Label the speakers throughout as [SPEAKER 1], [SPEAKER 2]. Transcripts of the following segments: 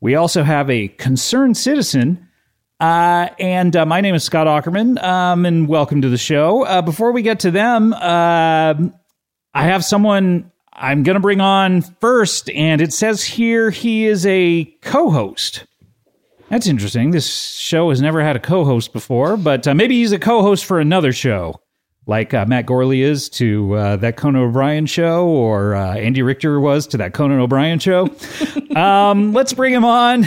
[SPEAKER 1] We also have a concerned citizen. Uh, and uh, my name is Scott Ackerman, um, and welcome to the show. Uh, before we get to them, um, I have someone I'm going to bring on first, and it says here he is a co host. That's interesting. This show has never had a co host before, but uh, maybe he's a co host for another show, like uh, Matt Gorley is to uh, that Conan O'Brien show, or uh, Andy Richter was to that Conan O'Brien show. um, let's bring him on.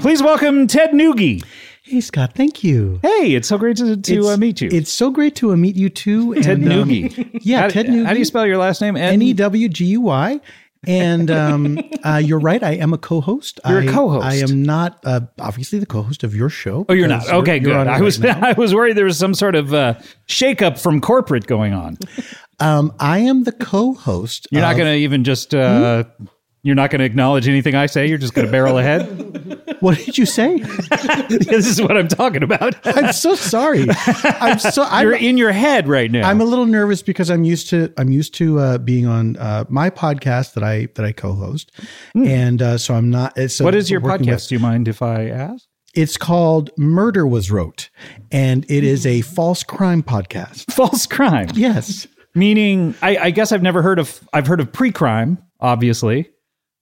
[SPEAKER 1] Please welcome Ted Noogie.
[SPEAKER 2] Hey, Scott, thank you.
[SPEAKER 1] Hey, it's so great to, to uh,
[SPEAKER 2] It's-
[SPEAKER 1] meet you.
[SPEAKER 2] It's so great to uh, meet you too.
[SPEAKER 1] Ted
[SPEAKER 2] and, um,
[SPEAKER 1] Noogie.
[SPEAKER 2] yeah,
[SPEAKER 1] how,
[SPEAKER 2] Ted
[SPEAKER 1] how
[SPEAKER 2] Noogie.
[SPEAKER 1] do you spell your last name?
[SPEAKER 2] N E W G U Y. And um, uh, you're right. I am a co-host.
[SPEAKER 1] You're a
[SPEAKER 2] a
[SPEAKER 1] co-host.
[SPEAKER 2] I am not uh, obviously the co-host of your show.
[SPEAKER 1] Oh, you're not. Okay, good. I was
[SPEAKER 2] Now.
[SPEAKER 1] I was worried there was some sort of uh, shakeup from corporate going on.
[SPEAKER 2] Um, I am the co-host.
[SPEAKER 1] You're not
[SPEAKER 2] of-
[SPEAKER 1] going to even just. Uh,
[SPEAKER 2] Hmm?
[SPEAKER 1] You're not going to acknowledge anything I say. You're just going to barrel ahead.
[SPEAKER 2] What did you say?
[SPEAKER 1] this is what I'm talking about.
[SPEAKER 2] I'm so sorry. I'm so. I'm,
[SPEAKER 1] You're in your head right now.
[SPEAKER 2] I'm a little nervous because I'm used to I'm used to uh, being on uh, my podcast that I that I co-host, and uh, so I'm not. it's- So
[SPEAKER 1] Hmm. what is your
[SPEAKER 2] working
[SPEAKER 1] podcast?
[SPEAKER 2] with-
[SPEAKER 1] Do you mind if I ask?
[SPEAKER 2] It's called Murder Was Wrote, and
[SPEAKER 1] Hmm.
[SPEAKER 2] it is a false crime podcast.
[SPEAKER 1] False crime.
[SPEAKER 2] Yes.
[SPEAKER 1] Meaning, I, I guess I've never heard of. I've heard of pre-crime, obviously,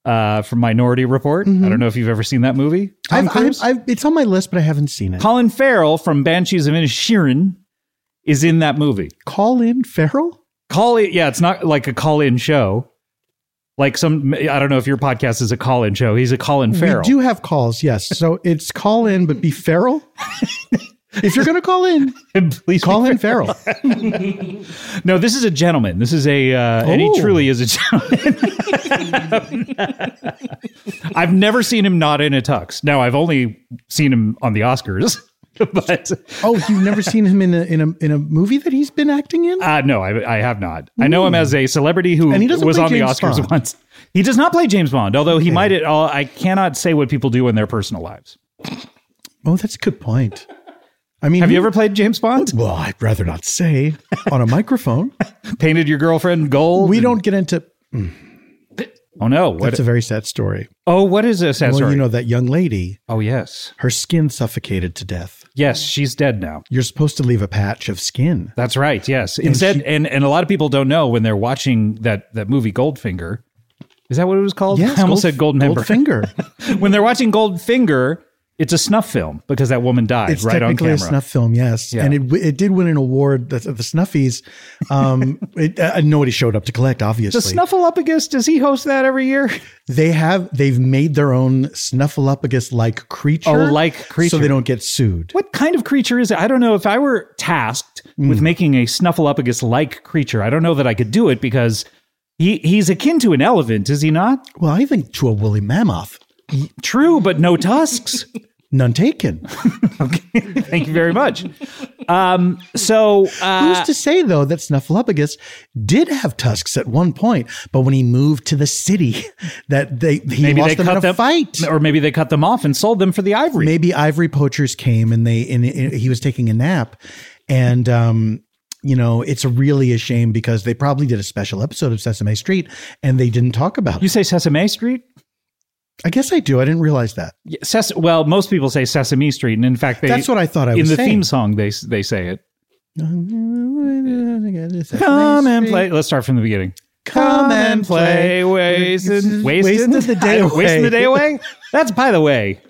[SPEAKER 1] uh, from Minority Report. I don't know if you've ever seen that movie. Tom
[SPEAKER 2] Mm-hmm. I've, I've,
[SPEAKER 1] Cruise?
[SPEAKER 2] I've, it's on my list, but I haven't seen it.
[SPEAKER 1] Colin Farrell from Banshees of Inisherin is in that movie.
[SPEAKER 2] Call in Farrell?
[SPEAKER 1] call it yeah it's not like a call-in show like some i don't know if your podcast is a call-in show he's a call-in feral
[SPEAKER 2] We do have calls, yes. So it's call in, but be Farrell. if you're going to call in,
[SPEAKER 1] please
[SPEAKER 2] call in Farrell.
[SPEAKER 1] no this is a gentleman this is a uh, and he
[SPEAKER 2] Oh.
[SPEAKER 1] truly is a gentleman i've never seen him not in a tux now i've only seen him on the oscars but
[SPEAKER 2] Oh, you've never seen him in a in a in a movie that he's been acting in?
[SPEAKER 1] uh, no, I, I have not. I know him as a celebrity who
[SPEAKER 2] And he doesn't
[SPEAKER 1] was
[SPEAKER 2] play
[SPEAKER 1] on the
[SPEAKER 2] James
[SPEAKER 1] Oscars
[SPEAKER 2] Bond.
[SPEAKER 1] once. He does not play James Bond, although he might at all. I cannot say what people do in their personal lives.
[SPEAKER 2] Oh, that's a good point. I mean,
[SPEAKER 1] Have you
[SPEAKER 2] who-
[SPEAKER 1] ever played James Bond?
[SPEAKER 2] Well, I'd rather not say on a microphone.
[SPEAKER 1] Painted your girlfriend gold?
[SPEAKER 2] We don't get into.
[SPEAKER 1] Oh no! What?
[SPEAKER 2] That's a very sad story.
[SPEAKER 1] oh, what is this?
[SPEAKER 2] well,
[SPEAKER 1] Well,
[SPEAKER 2] you know that young lady,
[SPEAKER 1] oh yes,
[SPEAKER 2] her skin suffocated to death.
[SPEAKER 1] yes, she's dead now.
[SPEAKER 2] You're supposed to leave a patch of skin.
[SPEAKER 1] That's right. Yes. Instead, and,
[SPEAKER 2] she-
[SPEAKER 1] and a lot of people don't know when they're watching that that movie Goldfinger. Is that what it was called?
[SPEAKER 2] Yes,
[SPEAKER 1] I almost said Gold Member.
[SPEAKER 2] Goldfinger.
[SPEAKER 1] when they're watching Goldfinger, it's a snuff film because that woman died
[SPEAKER 2] It's
[SPEAKER 1] right on
[SPEAKER 2] technically
[SPEAKER 1] camera.
[SPEAKER 2] a snuff film, yes,
[SPEAKER 1] Yeah.
[SPEAKER 2] and it w- it did win an award the, the Snuffies. Um, it, uh, nobody showed up to collect. Obviously,
[SPEAKER 1] Does Snuffleupagus does he host that every year?
[SPEAKER 2] they have they've made their own Snuffleupagus like creature.
[SPEAKER 1] Oh, like creature.
[SPEAKER 2] so they don't get sued.
[SPEAKER 1] What kind of creature is it? I don't know. If I were tasked with making a Snuffleupagus like creature, I don't know that I could do it because he, he's akin to an elephant, is he not?
[SPEAKER 2] Well, I think to a woolly mammoth,
[SPEAKER 1] True, but no tusks.
[SPEAKER 2] none taken.
[SPEAKER 1] Thank you very much. Um, so uh,
[SPEAKER 2] Who's to say though that Snuffleupagus did have tusks at one point, but when he moved to the city, that they he
[SPEAKER 1] maybe
[SPEAKER 2] lost
[SPEAKER 1] they
[SPEAKER 2] them
[SPEAKER 1] cut
[SPEAKER 2] in a
[SPEAKER 1] them
[SPEAKER 2] fight.
[SPEAKER 1] or maybe they cut them off and sold them for the ivory.
[SPEAKER 2] Maybe ivory poachers came and they and, and he was taking a nap, and um, you know it's really a shame because they probably did a special episode of Sesame Street and they didn't talk about
[SPEAKER 1] You
[SPEAKER 2] it.
[SPEAKER 1] say Sesame Street?
[SPEAKER 2] I guess I do. I didn't realize that.
[SPEAKER 1] Yeah, Ses- well, most people say Sesame Street, and in fact, they
[SPEAKER 2] That's what I thought I
[SPEAKER 1] in
[SPEAKER 2] was
[SPEAKER 1] the
[SPEAKER 2] saying.
[SPEAKER 1] theme song they they say it.
[SPEAKER 2] Sesame
[SPEAKER 1] Come and
[SPEAKER 2] Street.
[SPEAKER 1] play. Let's start from the beginning.
[SPEAKER 2] Come and play.
[SPEAKER 1] wasting,
[SPEAKER 2] Wasting the day
[SPEAKER 1] I- Wasting
[SPEAKER 2] away.
[SPEAKER 1] the day away. That's by the way.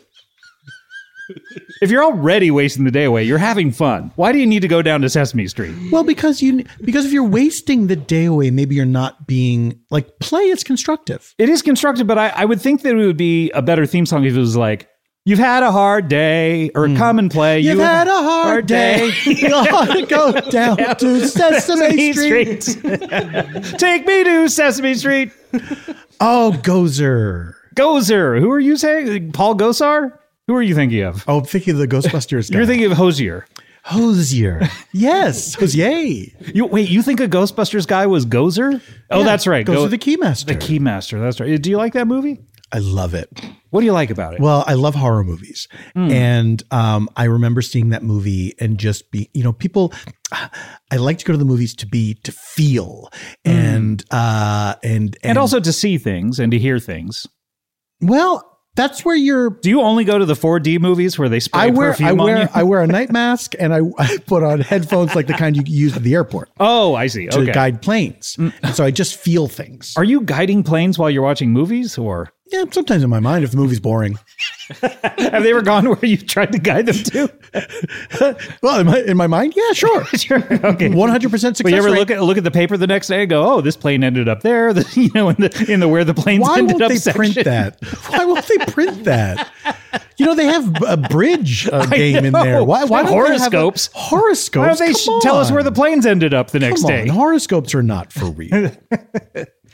[SPEAKER 1] If you're already wasting the day away, you're having fun. Why do you need to go down to Sesame Street?
[SPEAKER 2] Well, because you because if you're wasting the day away, maybe you're not being like play is constructive.
[SPEAKER 1] It is constructed, but I, I would think that it would be a better theme song if it was like, You've had a hard day, or come and play.
[SPEAKER 2] Hmm. You've
[SPEAKER 1] You
[SPEAKER 2] had a hard day. you ought to go down to Sesame Street.
[SPEAKER 1] Take me to Sesame Street.
[SPEAKER 2] Oh, Gozer.
[SPEAKER 1] Gozer. Who are you saying? Paul Gosar? Who are you thinking of?
[SPEAKER 2] Oh, I'm thinking of the Ghostbusters guy.
[SPEAKER 1] You're thinking of Hosier.
[SPEAKER 2] Hosier. Yes, Hosier.
[SPEAKER 1] You wait. You think a Ghostbusters guy was Gozer? Oh, that's right.
[SPEAKER 2] Gozer
[SPEAKER 1] Go-
[SPEAKER 2] the Keymaster.
[SPEAKER 1] the Keymaster. That's right. Do you like that movie?
[SPEAKER 2] I love it.
[SPEAKER 1] What do you like about it?
[SPEAKER 2] Well, I love horror movies,
[SPEAKER 1] Hmm.
[SPEAKER 2] and um, I remember seeing that movie and just be, you know, people. I like to go to the movies to be to feel and uh and
[SPEAKER 1] Hmm. and also to see things and to hear things.
[SPEAKER 2] well, that's where you're
[SPEAKER 1] Do you only go to the 4D movies where they spray
[SPEAKER 2] I wear
[SPEAKER 1] perfume
[SPEAKER 2] I
[SPEAKER 1] on
[SPEAKER 2] wear
[SPEAKER 1] you?
[SPEAKER 2] I wear a night mask and I, I put on headphones like the kind you use at the airport
[SPEAKER 1] oh, I see.
[SPEAKER 2] to
[SPEAKER 1] Okay. Mm.
[SPEAKER 2] guide planes. And so I just feel things.
[SPEAKER 1] Are you guiding planes while you're watching movies, or
[SPEAKER 2] Yeah, sometimes in my mind if the movie's boring.
[SPEAKER 1] have they ever gone where you tried to guide them to?
[SPEAKER 2] Well, in my, in my mind, yeah, sure.
[SPEAKER 1] sure. Okay.
[SPEAKER 2] One hundred percent
[SPEAKER 1] But
[SPEAKER 2] success
[SPEAKER 1] you ever
[SPEAKER 2] rate.
[SPEAKER 1] look at look at the paper the next day and go, "Oh, this plane ended up there." The, you know, in the in the where the planes
[SPEAKER 2] Why
[SPEAKER 1] ended
[SPEAKER 2] won't
[SPEAKER 1] up
[SPEAKER 2] they
[SPEAKER 1] section.
[SPEAKER 2] print that? Why won't they print that? You know they have a bridge uh, game in
[SPEAKER 1] know.
[SPEAKER 2] there. Why? Why don't they have a-
[SPEAKER 1] Horoscopes.
[SPEAKER 2] horoscopes.
[SPEAKER 1] Why don't they
[SPEAKER 2] come
[SPEAKER 1] sh- tell us
[SPEAKER 2] on.
[SPEAKER 1] where the planes ended up the next
[SPEAKER 2] Come on,
[SPEAKER 1] day?
[SPEAKER 2] horoscopes are not for real,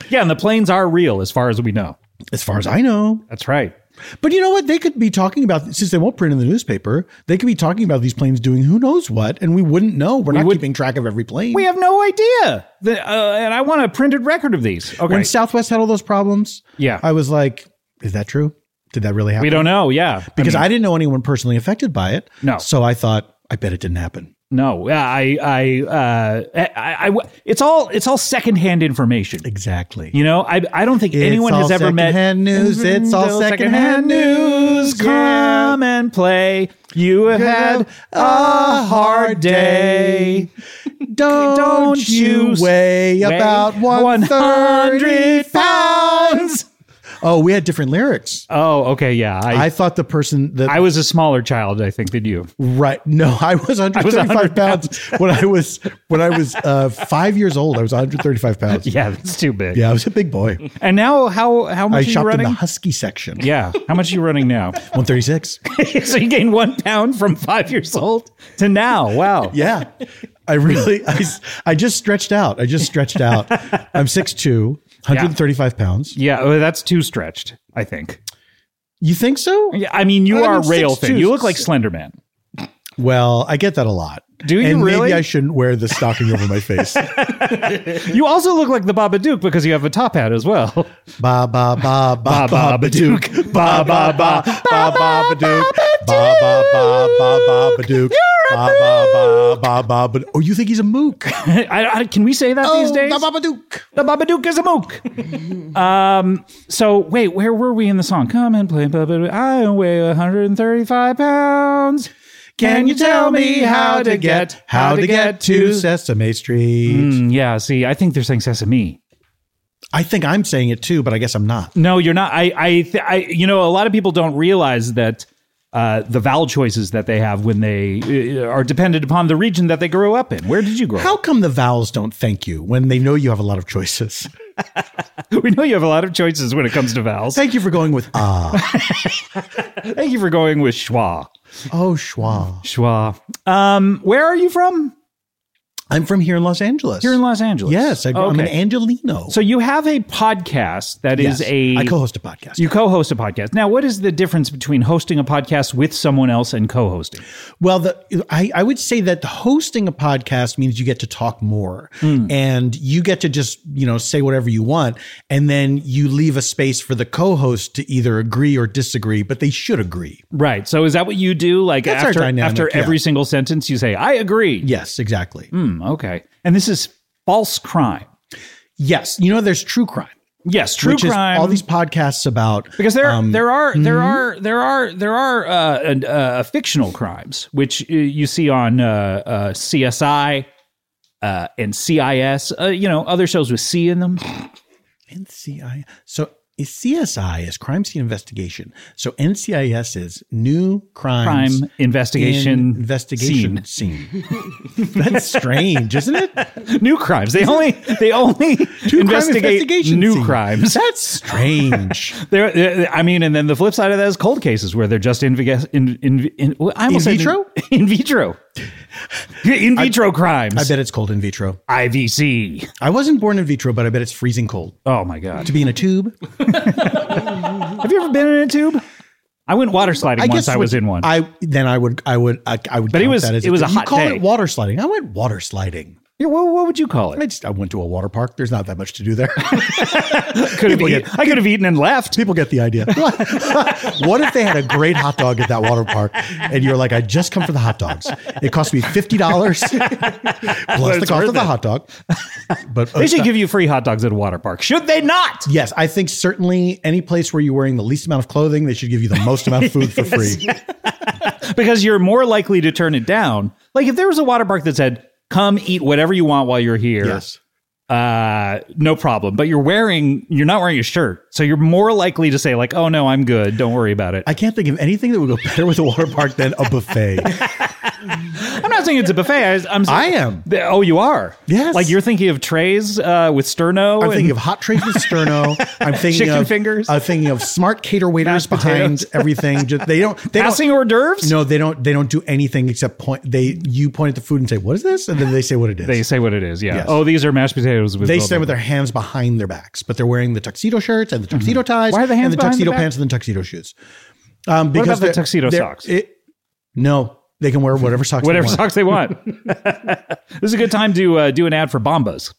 [SPEAKER 1] Yeah, and the planes are real as far as we know.
[SPEAKER 2] as far as I know.
[SPEAKER 1] That's right.
[SPEAKER 2] But you know what? They could be talking about since they won't print in the newspaper. They could be talking about these planes doing who knows what, and we wouldn't know. We're not
[SPEAKER 1] would-
[SPEAKER 2] keeping track of every plane.
[SPEAKER 1] We have no idea. The, uh, and I want a printed record of these. Okay.
[SPEAKER 2] when Southwest had all those problems,
[SPEAKER 1] Yeah.
[SPEAKER 2] I was like, "Is that true? Did that really happen?"
[SPEAKER 1] we don't know. Yeah.
[SPEAKER 2] because
[SPEAKER 1] I
[SPEAKER 2] I, didn't know anyone personally affected by it.
[SPEAKER 1] No.
[SPEAKER 2] So I thought, I bet it didn't happen.
[SPEAKER 1] mean, no. Yeah, I I uh I, I, I it's all it's all secondhand information.
[SPEAKER 2] Exactly.
[SPEAKER 1] You know, I I don't think anyone
[SPEAKER 2] all
[SPEAKER 1] has ever met Mm-hmm.
[SPEAKER 2] secondhand news. It's all secondhand news.
[SPEAKER 1] Come and play. You have had a hard day.
[SPEAKER 2] Don't,
[SPEAKER 1] Don't you
[SPEAKER 2] you weigh
[SPEAKER 1] Weigh
[SPEAKER 2] about 130
[SPEAKER 1] 100
[SPEAKER 2] pounds.
[SPEAKER 1] pounds.
[SPEAKER 2] Oh, we had different lyrics.
[SPEAKER 1] Oh, okay, yeah. I,
[SPEAKER 2] I
[SPEAKER 1] I
[SPEAKER 2] thought the person that
[SPEAKER 1] was a smaller child, I think, than you.
[SPEAKER 2] right no I was 135
[SPEAKER 1] 100
[SPEAKER 2] pounds when I was when I was uh, five years old I was 135 pounds
[SPEAKER 1] Yeah, that's too big.
[SPEAKER 2] yeah I was a big boy
[SPEAKER 1] And now, how how
[SPEAKER 2] I
[SPEAKER 1] much are you
[SPEAKER 2] shopped in
[SPEAKER 1] running?
[SPEAKER 2] the husky section
[SPEAKER 1] yeah, how much are you running now?
[SPEAKER 2] 136
[SPEAKER 1] so you gained one pound from five years old to now. Wow.
[SPEAKER 2] Yeah. I really, I, s- I just stretched out. I just stretched out. I'm 6'2, 135 pounds.
[SPEAKER 1] Yeah, well, that's too stretched. I think.
[SPEAKER 2] You think so?
[SPEAKER 1] Yeah, I mean, you
[SPEAKER 2] I'm
[SPEAKER 1] are
[SPEAKER 2] in
[SPEAKER 1] rail
[SPEAKER 2] six
[SPEAKER 1] thin. You
[SPEAKER 2] twos.
[SPEAKER 1] look like Slender Man.
[SPEAKER 2] Well, I get that a lot.
[SPEAKER 1] Do you
[SPEAKER 2] and
[SPEAKER 1] really?
[SPEAKER 2] Maybe I shouldn't wear the stocking over my face.
[SPEAKER 1] You also look like the Babadook because you have a top hat as well.
[SPEAKER 2] Ba ba ba ba ba ba duke.
[SPEAKER 1] Babadook.
[SPEAKER 2] Ba ba ba ba ba ba duke. Ba ba ba ba ba ba duke. Ba ba ba ba ba. Oh, you think he's a mook Oh,
[SPEAKER 1] I, I, can we say that these days?
[SPEAKER 2] The
[SPEAKER 1] Oh,
[SPEAKER 2] Babadook.
[SPEAKER 1] The Babadook is a mook. um, so wait, where were we in the song? Come and play Babadook. I weigh 135 pounds.
[SPEAKER 2] Can you tell me how to get how to get to Hmm. Sesame Street?
[SPEAKER 1] Mm, yeah, see, I think they're saying sesame.
[SPEAKER 2] I think I'm saying it too, but I guess I'm not.
[SPEAKER 1] No, you're not. I, I, th- I you know, a lot of people don't realize that uh, the vowel choices that they have when they uh, are dependent upon the region that they grew up in. Where did you grow? up?
[SPEAKER 2] How come the vowels don't thank you when they know you have a lot of choices?
[SPEAKER 1] We know you have a lot of choices when it comes to vowels.
[SPEAKER 2] Thank you for going with ah.
[SPEAKER 1] Thank you for going with schwa.
[SPEAKER 2] Oh, schwa.
[SPEAKER 1] Schwa. Um, where are you from?
[SPEAKER 2] I'm from here in Los Angeles.
[SPEAKER 1] You're in Los Angeles.
[SPEAKER 2] Yes, I, I'm an
[SPEAKER 1] Okay.
[SPEAKER 2] Angelino.
[SPEAKER 1] So you have a podcast that is
[SPEAKER 2] Yes,
[SPEAKER 1] a
[SPEAKER 2] I co-host a podcast.
[SPEAKER 1] you co-host a podcast. Now, what is the difference between hosting a podcast with someone else and co-hosting?
[SPEAKER 2] Well, the, I, I would say that hosting a podcast means you get to talk more
[SPEAKER 1] Hmm.
[SPEAKER 2] and you get to just, you know, say whatever you want. And then you leave a space for the co host to either agree or disagree, but they should agree.
[SPEAKER 1] Right. So is that what you do? Like
[SPEAKER 2] That's our
[SPEAKER 1] after
[SPEAKER 2] dynamic,
[SPEAKER 1] after
[SPEAKER 2] yeah.
[SPEAKER 1] every single sentence, you say, "I agree."
[SPEAKER 2] Yes, exactly.
[SPEAKER 1] Hmm, okay. And this is false crime.
[SPEAKER 2] Yes. You know, there's true crime,
[SPEAKER 1] Yes, true
[SPEAKER 2] which
[SPEAKER 1] crime.
[SPEAKER 2] is all these podcasts about.
[SPEAKER 1] because there
[SPEAKER 2] um,
[SPEAKER 1] there are there are there are there are uh, and, uh, fictional crimes which uh, you see on uh, uh, CSI uh, and CIS, uh, you know, other shows with C in them.
[SPEAKER 2] NCI. So is CSI is crime scene investigation. So NCIS is new
[SPEAKER 1] Crime
[SPEAKER 2] crimes
[SPEAKER 1] investigation
[SPEAKER 2] investigation scene. That's strange, isn't it?
[SPEAKER 1] scene. new crimes. They only they only investigate
[SPEAKER 2] investigation
[SPEAKER 1] new
[SPEAKER 2] scene.
[SPEAKER 1] crimes.
[SPEAKER 2] That's strange.
[SPEAKER 1] There, there- I mean, and then the flip side of that is cold cases where they're just in in in, in, well, I almost said
[SPEAKER 2] In vitro?
[SPEAKER 1] in, vitro, in vitro crimes.
[SPEAKER 2] I bet it's cold in vitro.
[SPEAKER 1] IVC.
[SPEAKER 2] I wasn't born in vitro, but I bet it's freezing cold
[SPEAKER 1] Oh my god!
[SPEAKER 2] to be in a tube.
[SPEAKER 1] Have you ever been in a tube? I went water sliding
[SPEAKER 2] I
[SPEAKER 1] once. I
[SPEAKER 2] would-
[SPEAKER 1] was in one.
[SPEAKER 2] I then I would I would I, I would.
[SPEAKER 1] But it
[SPEAKER 2] count
[SPEAKER 1] was-
[SPEAKER 2] that as
[SPEAKER 1] it was a
[SPEAKER 2] you
[SPEAKER 1] hot
[SPEAKER 2] call
[SPEAKER 1] day.
[SPEAKER 2] it water sliding. I went water sliding.
[SPEAKER 1] Yeah, what, what would you call
[SPEAKER 2] I
[SPEAKER 1] it?
[SPEAKER 2] just I went to a water park. There's not that much to do there.
[SPEAKER 1] Could have eaten, I could have eaten and left.
[SPEAKER 2] People get the idea. what if they had a great hot dog at that water park and you're like, I just come for the hot dogs. It cost me fifty dollars plus the
[SPEAKER 1] it's
[SPEAKER 2] cost
[SPEAKER 1] worth
[SPEAKER 2] of the
[SPEAKER 1] it.
[SPEAKER 2] hot dog. But uh,
[SPEAKER 1] They should give you free hot dogs at a water park. Should they not?
[SPEAKER 2] Yes, I think certainly any place where you're wearing the least amount of clothing, they should give you the most amount of food for free.
[SPEAKER 1] Because you're more likely to turn it down. Like if there was a water park that said, "Come eat whatever you want while you're here."
[SPEAKER 2] Yes.
[SPEAKER 1] uh no problem but you're wearing you're not wearing a shirt so you're more likely to say like oh no i'm good don't worry about it
[SPEAKER 2] I can't think of anything that would go better with a water park than a buffet.
[SPEAKER 1] i'm not saying it's a buffet I, i'm saying,
[SPEAKER 2] I am.
[SPEAKER 1] Th- oh you are
[SPEAKER 2] Yes.
[SPEAKER 1] like you're thinking of trays uh with sterno
[SPEAKER 2] I'm
[SPEAKER 1] and-
[SPEAKER 2] thinking of hot trays with sterno. I'm thinking
[SPEAKER 1] Chicken
[SPEAKER 2] of
[SPEAKER 1] fingers.
[SPEAKER 2] I'm thinking of smart cater waiters
[SPEAKER 1] Mashed potatoes.
[SPEAKER 2] behind everything. Just, they don't. They
[SPEAKER 1] passing
[SPEAKER 2] don't,
[SPEAKER 1] hors d'oeuvres
[SPEAKER 2] No, they don't. They don't do anything except point. They you point at the food and say, "What is this?" And then they say what it is.
[SPEAKER 1] they say what it is yeah
[SPEAKER 2] Yes.
[SPEAKER 1] oh these are mashed potatoes with
[SPEAKER 2] They
[SPEAKER 1] blah,
[SPEAKER 2] stand
[SPEAKER 1] blah,
[SPEAKER 2] with their hands behind their backs, but they're wearing the tuxedo shirts and the tuxedo ties
[SPEAKER 1] Mm-hmm. Why are the hands
[SPEAKER 2] and the
[SPEAKER 1] behind the
[SPEAKER 2] tuxedo
[SPEAKER 1] back?
[SPEAKER 2] pants and the tuxedo shoes. Um, because
[SPEAKER 1] about the
[SPEAKER 2] they're-
[SPEAKER 1] tuxedo
[SPEAKER 2] they're-
[SPEAKER 1] socks?
[SPEAKER 2] It, no, they can wear whatever socks.
[SPEAKER 1] blah. whatever
[SPEAKER 2] they want.
[SPEAKER 1] socks they want this is a good time to uh, do an ad for bombas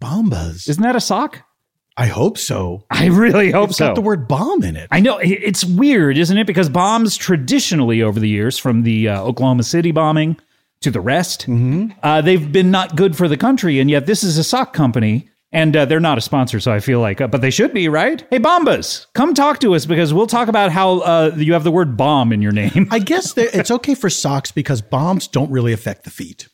[SPEAKER 2] Bombas.
[SPEAKER 1] isn't that a sock
[SPEAKER 2] I hope so.
[SPEAKER 1] i really hope
[SPEAKER 2] It's
[SPEAKER 1] so
[SPEAKER 2] got the word bomb in it.
[SPEAKER 1] I know i- it's weird, isn't it? Because bombs traditionally over the years, from the uh, Oklahoma City bombing to the rest,
[SPEAKER 2] Mm-hmm.
[SPEAKER 1] uh, they've been not good for the country, and yet this is a sock company. And uh, they're not a sponsor, so I feel like, uh, but they should be, right? Hey, Bombas, come talk to us because we'll talk about how uh, you have the word bomb in your name.
[SPEAKER 2] I guess they're- it's okay for socks because bombs don't really affect the feet.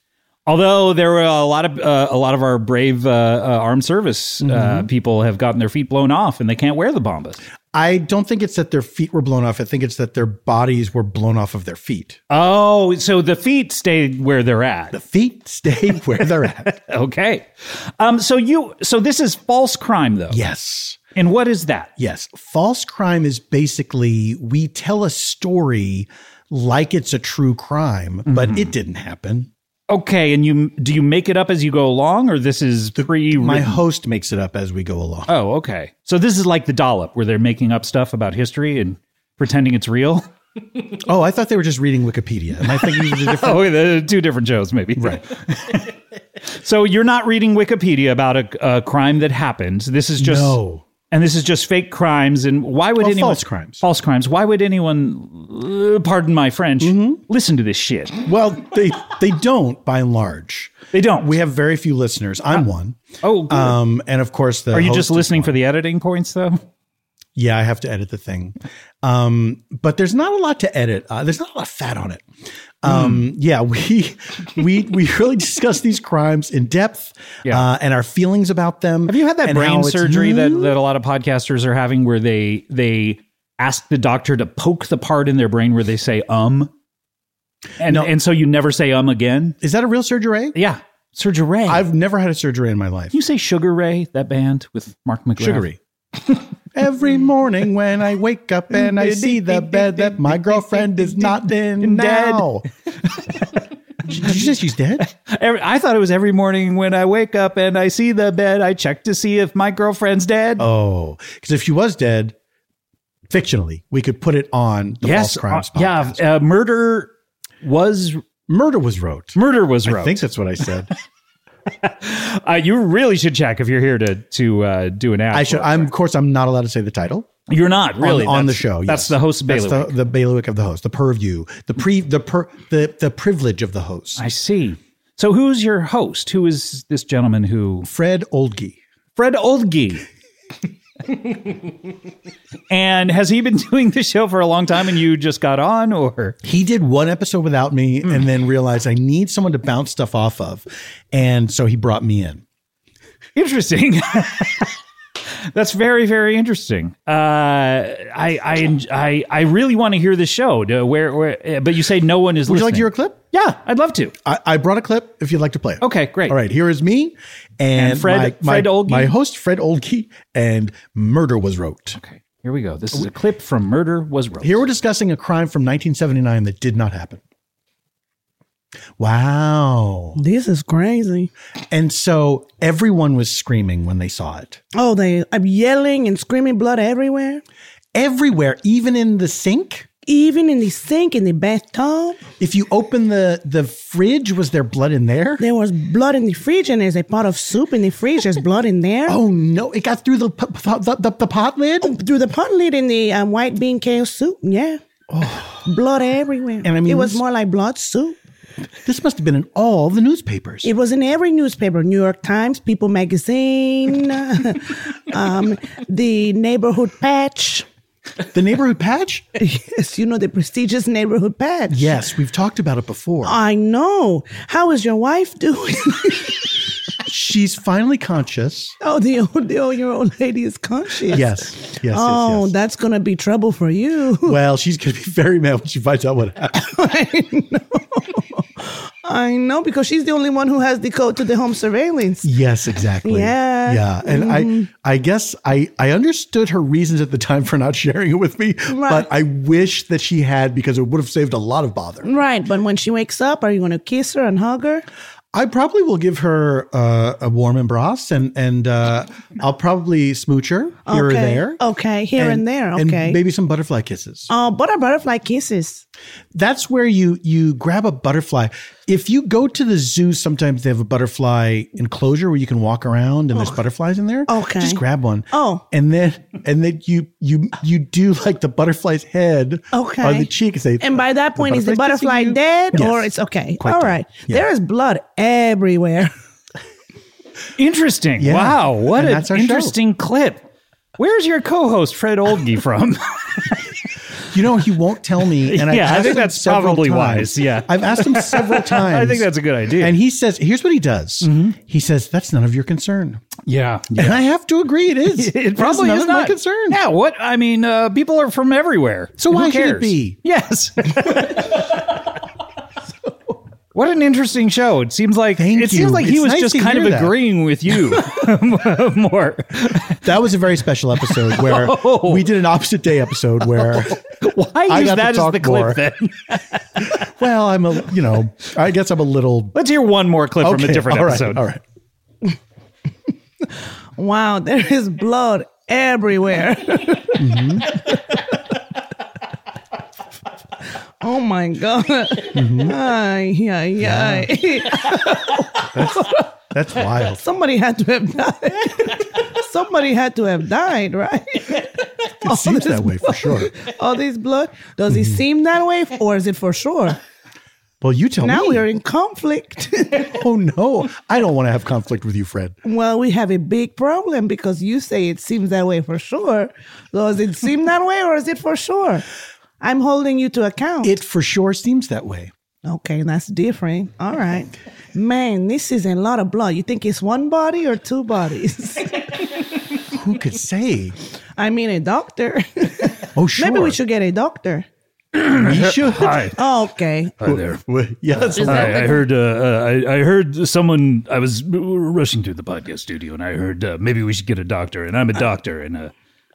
[SPEAKER 1] Although there were a lot of uh, a lot of our brave uh, uh, armed service uh, people have gotten their feet blown off, and they can't wear the Bombas.
[SPEAKER 2] I don't think it's that their feet were blown off. I think it's that their bodies were blown off of their feet.
[SPEAKER 1] Oh, so the feet stayed where they're at.
[SPEAKER 2] The feet stay where they're at.
[SPEAKER 1] Okay. Um, so you so this is false crime though.
[SPEAKER 2] yes.
[SPEAKER 1] And what is that?
[SPEAKER 2] Yes. False crime is basically we tell a story like it's a true crime,
[SPEAKER 1] Mm-hmm.
[SPEAKER 2] but it didn't happen.
[SPEAKER 1] Okay, and you do you make it up as you go along or this is pre
[SPEAKER 2] My host makes it up as we go along.
[SPEAKER 1] Oh, okay. So this is like the dollop where they're making up stuff about history and pretending it's real.
[SPEAKER 2] Oh, I thought they were just reading Wikipedia. Am I thinking of a different?
[SPEAKER 1] Oh, they're two different shows, maybe. Right. so you're not reading Wikipedia about a, a crime that happened. This is just
[SPEAKER 2] No.
[SPEAKER 1] and this is just fake crimes. And why would
[SPEAKER 2] Well,
[SPEAKER 1] anyone
[SPEAKER 2] false crimes.
[SPEAKER 1] False crimes. Why would anyone? uh, Pardon my French. Listen to this shit.
[SPEAKER 2] Well, they they don't by and large.
[SPEAKER 1] They don't.
[SPEAKER 2] We have very few listeners. I'm one.
[SPEAKER 1] oh, good.
[SPEAKER 2] Um, and of course, the
[SPEAKER 1] are you
[SPEAKER 2] host
[SPEAKER 1] just
[SPEAKER 2] is
[SPEAKER 1] listening
[SPEAKER 2] one.
[SPEAKER 1] for the editing points though?
[SPEAKER 2] Yeah, I have to edit the thing. Um, but there's not a lot to edit. Uh, there's not a lot of fat on it. Um,
[SPEAKER 1] Hmm.
[SPEAKER 2] Yeah, we we we really discuss these crimes in depth
[SPEAKER 1] Yeah.
[SPEAKER 2] uh, and our feelings about them.
[SPEAKER 1] Have you had that
[SPEAKER 2] and how
[SPEAKER 1] brain
[SPEAKER 2] it's- Mm-hmm.
[SPEAKER 1] surgery that, that a lot of podcasters are having where they they ask the doctor to poke the part in their brain where they say um and
[SPEAKER 2] No.
[SPEAKER 1] and so you never say um again?
[SPEAKER 2] Is that a real surgery?
[SPEAKER 1] Yeah. Surgery Ray.
[SPEAKER 2] I've never had a surgery in my life.
[SPEAKER 1] you say Sugar Ray, that band with Mark McGrath.
[SPEAKER 2] Sugary. Every morning when I wake up and I see the bed that my girlfriend is not in
[SPEAKER 1] Dead.
[SPEAKER 2] now. Did you say she's dead?
[SPEAKER 1] Every, I thought it was every morning when I wake up and I see the bed, I check to see if my girlfriend's dead.
[SPEAKER 2] Oh, because if she was dead, fictionally, we could put it on the
[SPEAKER 1] yes.
[SPEAKER 2] false crimes.
[SPEAKER 1] uh, yeah.
[SPEAKER 2] podcast.
[SPEAKER 1] Uh, murder was
[SPEAKER 2] murder was wrote.
[SPEAKER 1] murder was
[SPEAKER 2] I
[SPEAKER 1] wrote.
[SPEAKER 2] think that's what I said.
[SPEAKER 1] uh, you really should check if you're here to to uh, do an ad.
[SPEAKER 2] I should. I'm of course I'm not allowed to say the title
[SPEAKER 1] You're not
[SPEAKER 2] on-
[SPEAKER 1] really
[SPEAKER 2] on, the
[SPEAKER 1] That's-
[SPEAKER 2] show.
[SPEAKER 1] That's
[SPEAKER 2] yes.
[SPEAKER 1] the host
[SPEAKER 2] That's
[SPEAKER 1] bailiwick.
[SPEAKER 2] the, the bailiwick of the host. The purview. The pre. The per. The the privilege of the host.
[SPEAKER 1] I see. So who's your host? Who is this gentleman who
[SPEAKER 2] Fred Oldgie.
[SPEAKER 1] Fred Oldgie? and has he been doing the show for a long time and you just got on or
[SPEAKER 2] he did one episode without me
[SPEAKER 1] Hmm.
[SPEAKER 2] and then realized I need someone to bounce stuff off of. And so he brought me in.
[SPEAKER 1] interesting. That's very, very interesting. Uh, I, I, I, I really want to hear the show. To where, where? uh, But you say no one is
[SPEAKER 2] Would you
[SPEAKER 1] listening.
[SPEAKER 2] like to hear a clip?
[SPEAKER 1] yeah, I'd love to.
[SPEAKER 2] I, I brought a clip if you'd like to play it.
[SPEAKER 1] Okay, great.
[SPEAKER 2] All right, here is me and,
[SPEAKER 1] And Fred-
[SPEAKER 2] my, my,
[SPEAKER 1] Fred Olgi.
[SPEAKER 2] my host, Fred Olgi, and Murder Was Wrote.
[SPEAKER 1] Okay, here we go. This is a clip from Murder Was Wrote.
[SPEAKER 2] Here we're discussing a crime from 1979 that did not happen. Wow.
[SPEAKER 3] This is crazy.
[SPEAKER 2] And so everyone was screaming when they saw it.
[SPEAKER 3] Oh, they I'm yelling and screaming blood everywhere.
[SPEAKER 2] Everywhere, even in the sink.
[SPEAKER 3] Even in the sink, in the bathtub,
[SPEAKER 2] If you open the, the fridge, was there blood in there?
[SPEAKER 3] there was blood in the fridge, and there's a pot of soup in the fridge. There's blood in there.
[SPEAKER 2] Oh no! It got through the p- p- the, the, the pot lid,
[SPEAKER 3] Through the pot lid in the um, white bean kale soup, yeah. Blood everywhere.
[SPEAKER 2] Oh. And I mean,
[SPEAKER 3] it was
[SPEAKER 2] this-
[SPEAKER 3] more like blood soup.
[SPEAKER 2] this must have been in all the newspapers.
[SPEAKER 3] It was in every newspaper New York Times, People Magazine, um, the Neighborhood Patch.
[SPEAKER 2] the neighborhood patch.
[SPEAKER 3] Yes, you know, the prestigious Neighborhood Patch.
[SPEAKER 2] Yes, we've talked about it before.
[SPEAKER 3] I know. How is your wife doing?
[SPEAKER 2] She's finally conscious.
[SPEAKER 3] oh, the old, the old, your old lady is conscious.
[SPEAKER 2] Yes, yes, yes.
[SPEAKER 3] Oh,
[SPEAKER 2] yes.
[SPEAKER 3] that's gonna be trouble for you.
[SPEAKER 2] well, she's gonna be very mad when she finds out what happened.
[SPEAKER 3] I know. I know because she's the only one who has the code to the home surveillance.
[SPEAKER 2] Yes, exactly.
[SPEAKER 3] Yeah.
[SPEAKER 2] yeah. Mm-hmm. And I, I guess I, I understood her reasons at the time for not sharing it with me,
[SPEAKER 3] Right.
[SPEAKER 2] but I wish that she had because it would have saved a lot of bother.
[SPEAKER 3] Right, but when she wakes up, are you gonna kiss her and hug her?
[SPEAKER 2] I probably will give her uh, a warm embrace and and uh, I'll probably smooch her here or
[SPEAKER 3] Okay.
[SPEAKER 2] there.
[SPEAKER 3] Okay, here and there, okay.
[SPEAKER 2] maybe some butterfly kisses.
[SPEAKER 3] Oh, but are butterfly kisses?
[SPEAKER 2] That's where you you grab a butterfly. If you go to the zoo, sometimes they have a butterfly enclosure where you can walk around and there's butterflies in there.
[SPEAKER 3] Okay.
[SPEAKER 2] just grab one.
[SPEAKER 3] Oh.
[SPEAKER 2] and then and then you you you do like the butterfly's head
[SPEAKER 3] Okay.
[SPEAKER 2] on the cheek and say.
[SPEAKER 3] And by that point, is the
[SPEAKER 2] butterfly's kissing
[SPEAKER 3] butterfly
[SPEAKER 2] you?
[SPEAKER 3] dead or
[SPEAKER 2] Yes.
[SPEAKER 3] it's okay?
[SPEAKER 2] Quite
[SPEAKER 3] All
[SPEAKER 2] dead.
[SPEAKER 3] right.
[SPEAKER 2] Yeah.
[SPEAKER 3] There is blood everywhere.
[SPEAKER 1] Interesting.
[SPEAKER 2] Yeah.
[SPEAKER 1] Wow. What
[SPEAKER 2] And
[SPEAKER 1] an
[SPEAKER 2] that's our show.
[SPEAKER 1] interesting clip. Where's your co-host Fred Oldgie from?
[SPEAKER 2] You know, he won't tell me. And I've
[SPEAKER 1] Yeah, I
[SPEAKER 2] asked
[SPEAKER 1] think
[SPEAKER 2] him
[SPEAKER 1] that's
[SPEAKER 2] several
[SPEAKER 1] probably
[SPEAKER 2] times.
[SPEAKER 1] wise, yeah.
[SPEAKER 2] I've asked him several times.
[SPEAKER 1] I think that's a good idea.
[SPEAKER 2] And he says, here's what he does. He says, that's none of your concern.
[SPEAKER 1] yeah.
[SPEAKER 2] And I have to agree, it is.
[SPEAKER 1] It probably
[SPEAKER 2] none
[SPEAKER 1] is
[SPEAKER 2] of my
[SPEAKER 1] not
[SPEAKER 2] concern.
[SPEAKER 1] Yeah. What I mean, uh, people are from everywhere.
[SPEAKER 2] So
[SPEAKER 1] Who
[SPEAKER 2] why should it
[SPEAKER 1] cares?
[SPEAKER 2] be?
[SPEAKER 1] Yes. What an interesting show! It seems like
[SPEAKER 2] Thank
[SPEAKER 1] it seems
[SPEAKER 2] you.
[SPEAKER 1] like he
[SPEAKER 2] It's
[SPEAKER 1] was
[SPEAKER 2] nice
[SPEAKER 1] just
[SPEAKER 2] to
[SPEAKER 1] kind of
[SPEAKER 2] hear that.
[SPEAKER 1] agreeing with you more.
[SPEAKER 2] That was a very special episode where we did an opposite day episode where,
[SPEAKER 1] Why use
[SPEAKER 2] got to
[SPEAKER 1] that as
[SPEAKER 2] talk
[SPEAKER 1] the clip?
[SPEAKER 2] more.
[SPEAKER 1] Then
[SPEAKER 2] well, I'm a, you know, I guess I'm a little.
[SPEAKER 1] let's hear one more clip from a
[SPEAKER 2] Okay,
[SPEAKER 1] different
[SPEAKER 2] all right,
[SPEAKER 1] episode.
[SPEAKER 2] all right.
[SPEAKER 3] Wow, there is blood everywhere. Oh my God. Ay, ay, ay.
[SPEAKER 2] That's wild.
[SPEAKER 3] Somebody had to have died. Somebody had to have died, right?
[SPEAKER 2] It seems that way for sure.
[SPEAKER 3] All this blood. Does it seem that way or is it for sure?
[SPEAKER 2] Well, you tell
[SPEAKER 3] Now
[SPEAKER 2] me.
[SPEAKER 3] we're in conflict.
[SPEAKER 2] oh no, I don't want to have conflict with you, Fred.
[SPEAKER 3] well, we have a big problem because you say it seems that way for sure. Does it seem that way or is it for sure? I'm holding you to account.
[SPEAKER 2] It for sure seems that way.
[SPEAKER 3] Okay, that's different. All right. Man, this is a lot of blood. You think it's one body or two bodies?
[SPEAKER 2] Who could say?
[SPEAKER 3] I mean, a doctor.
[SPEAKER 2] Oh sure.
[SPEAKER 3] Maybe we should get a doctor.
[SPEAKER 2] We should.
[SPEAKER 3] Okay.
[SPEAKER 2] Yes.
[SPEAKER 1] I, I heard. Uh, uh, I, I heard someone. I was rushing through the podcast studio, and I heard uh, maybe we should get a doctor. And I'm a doctor. And uh,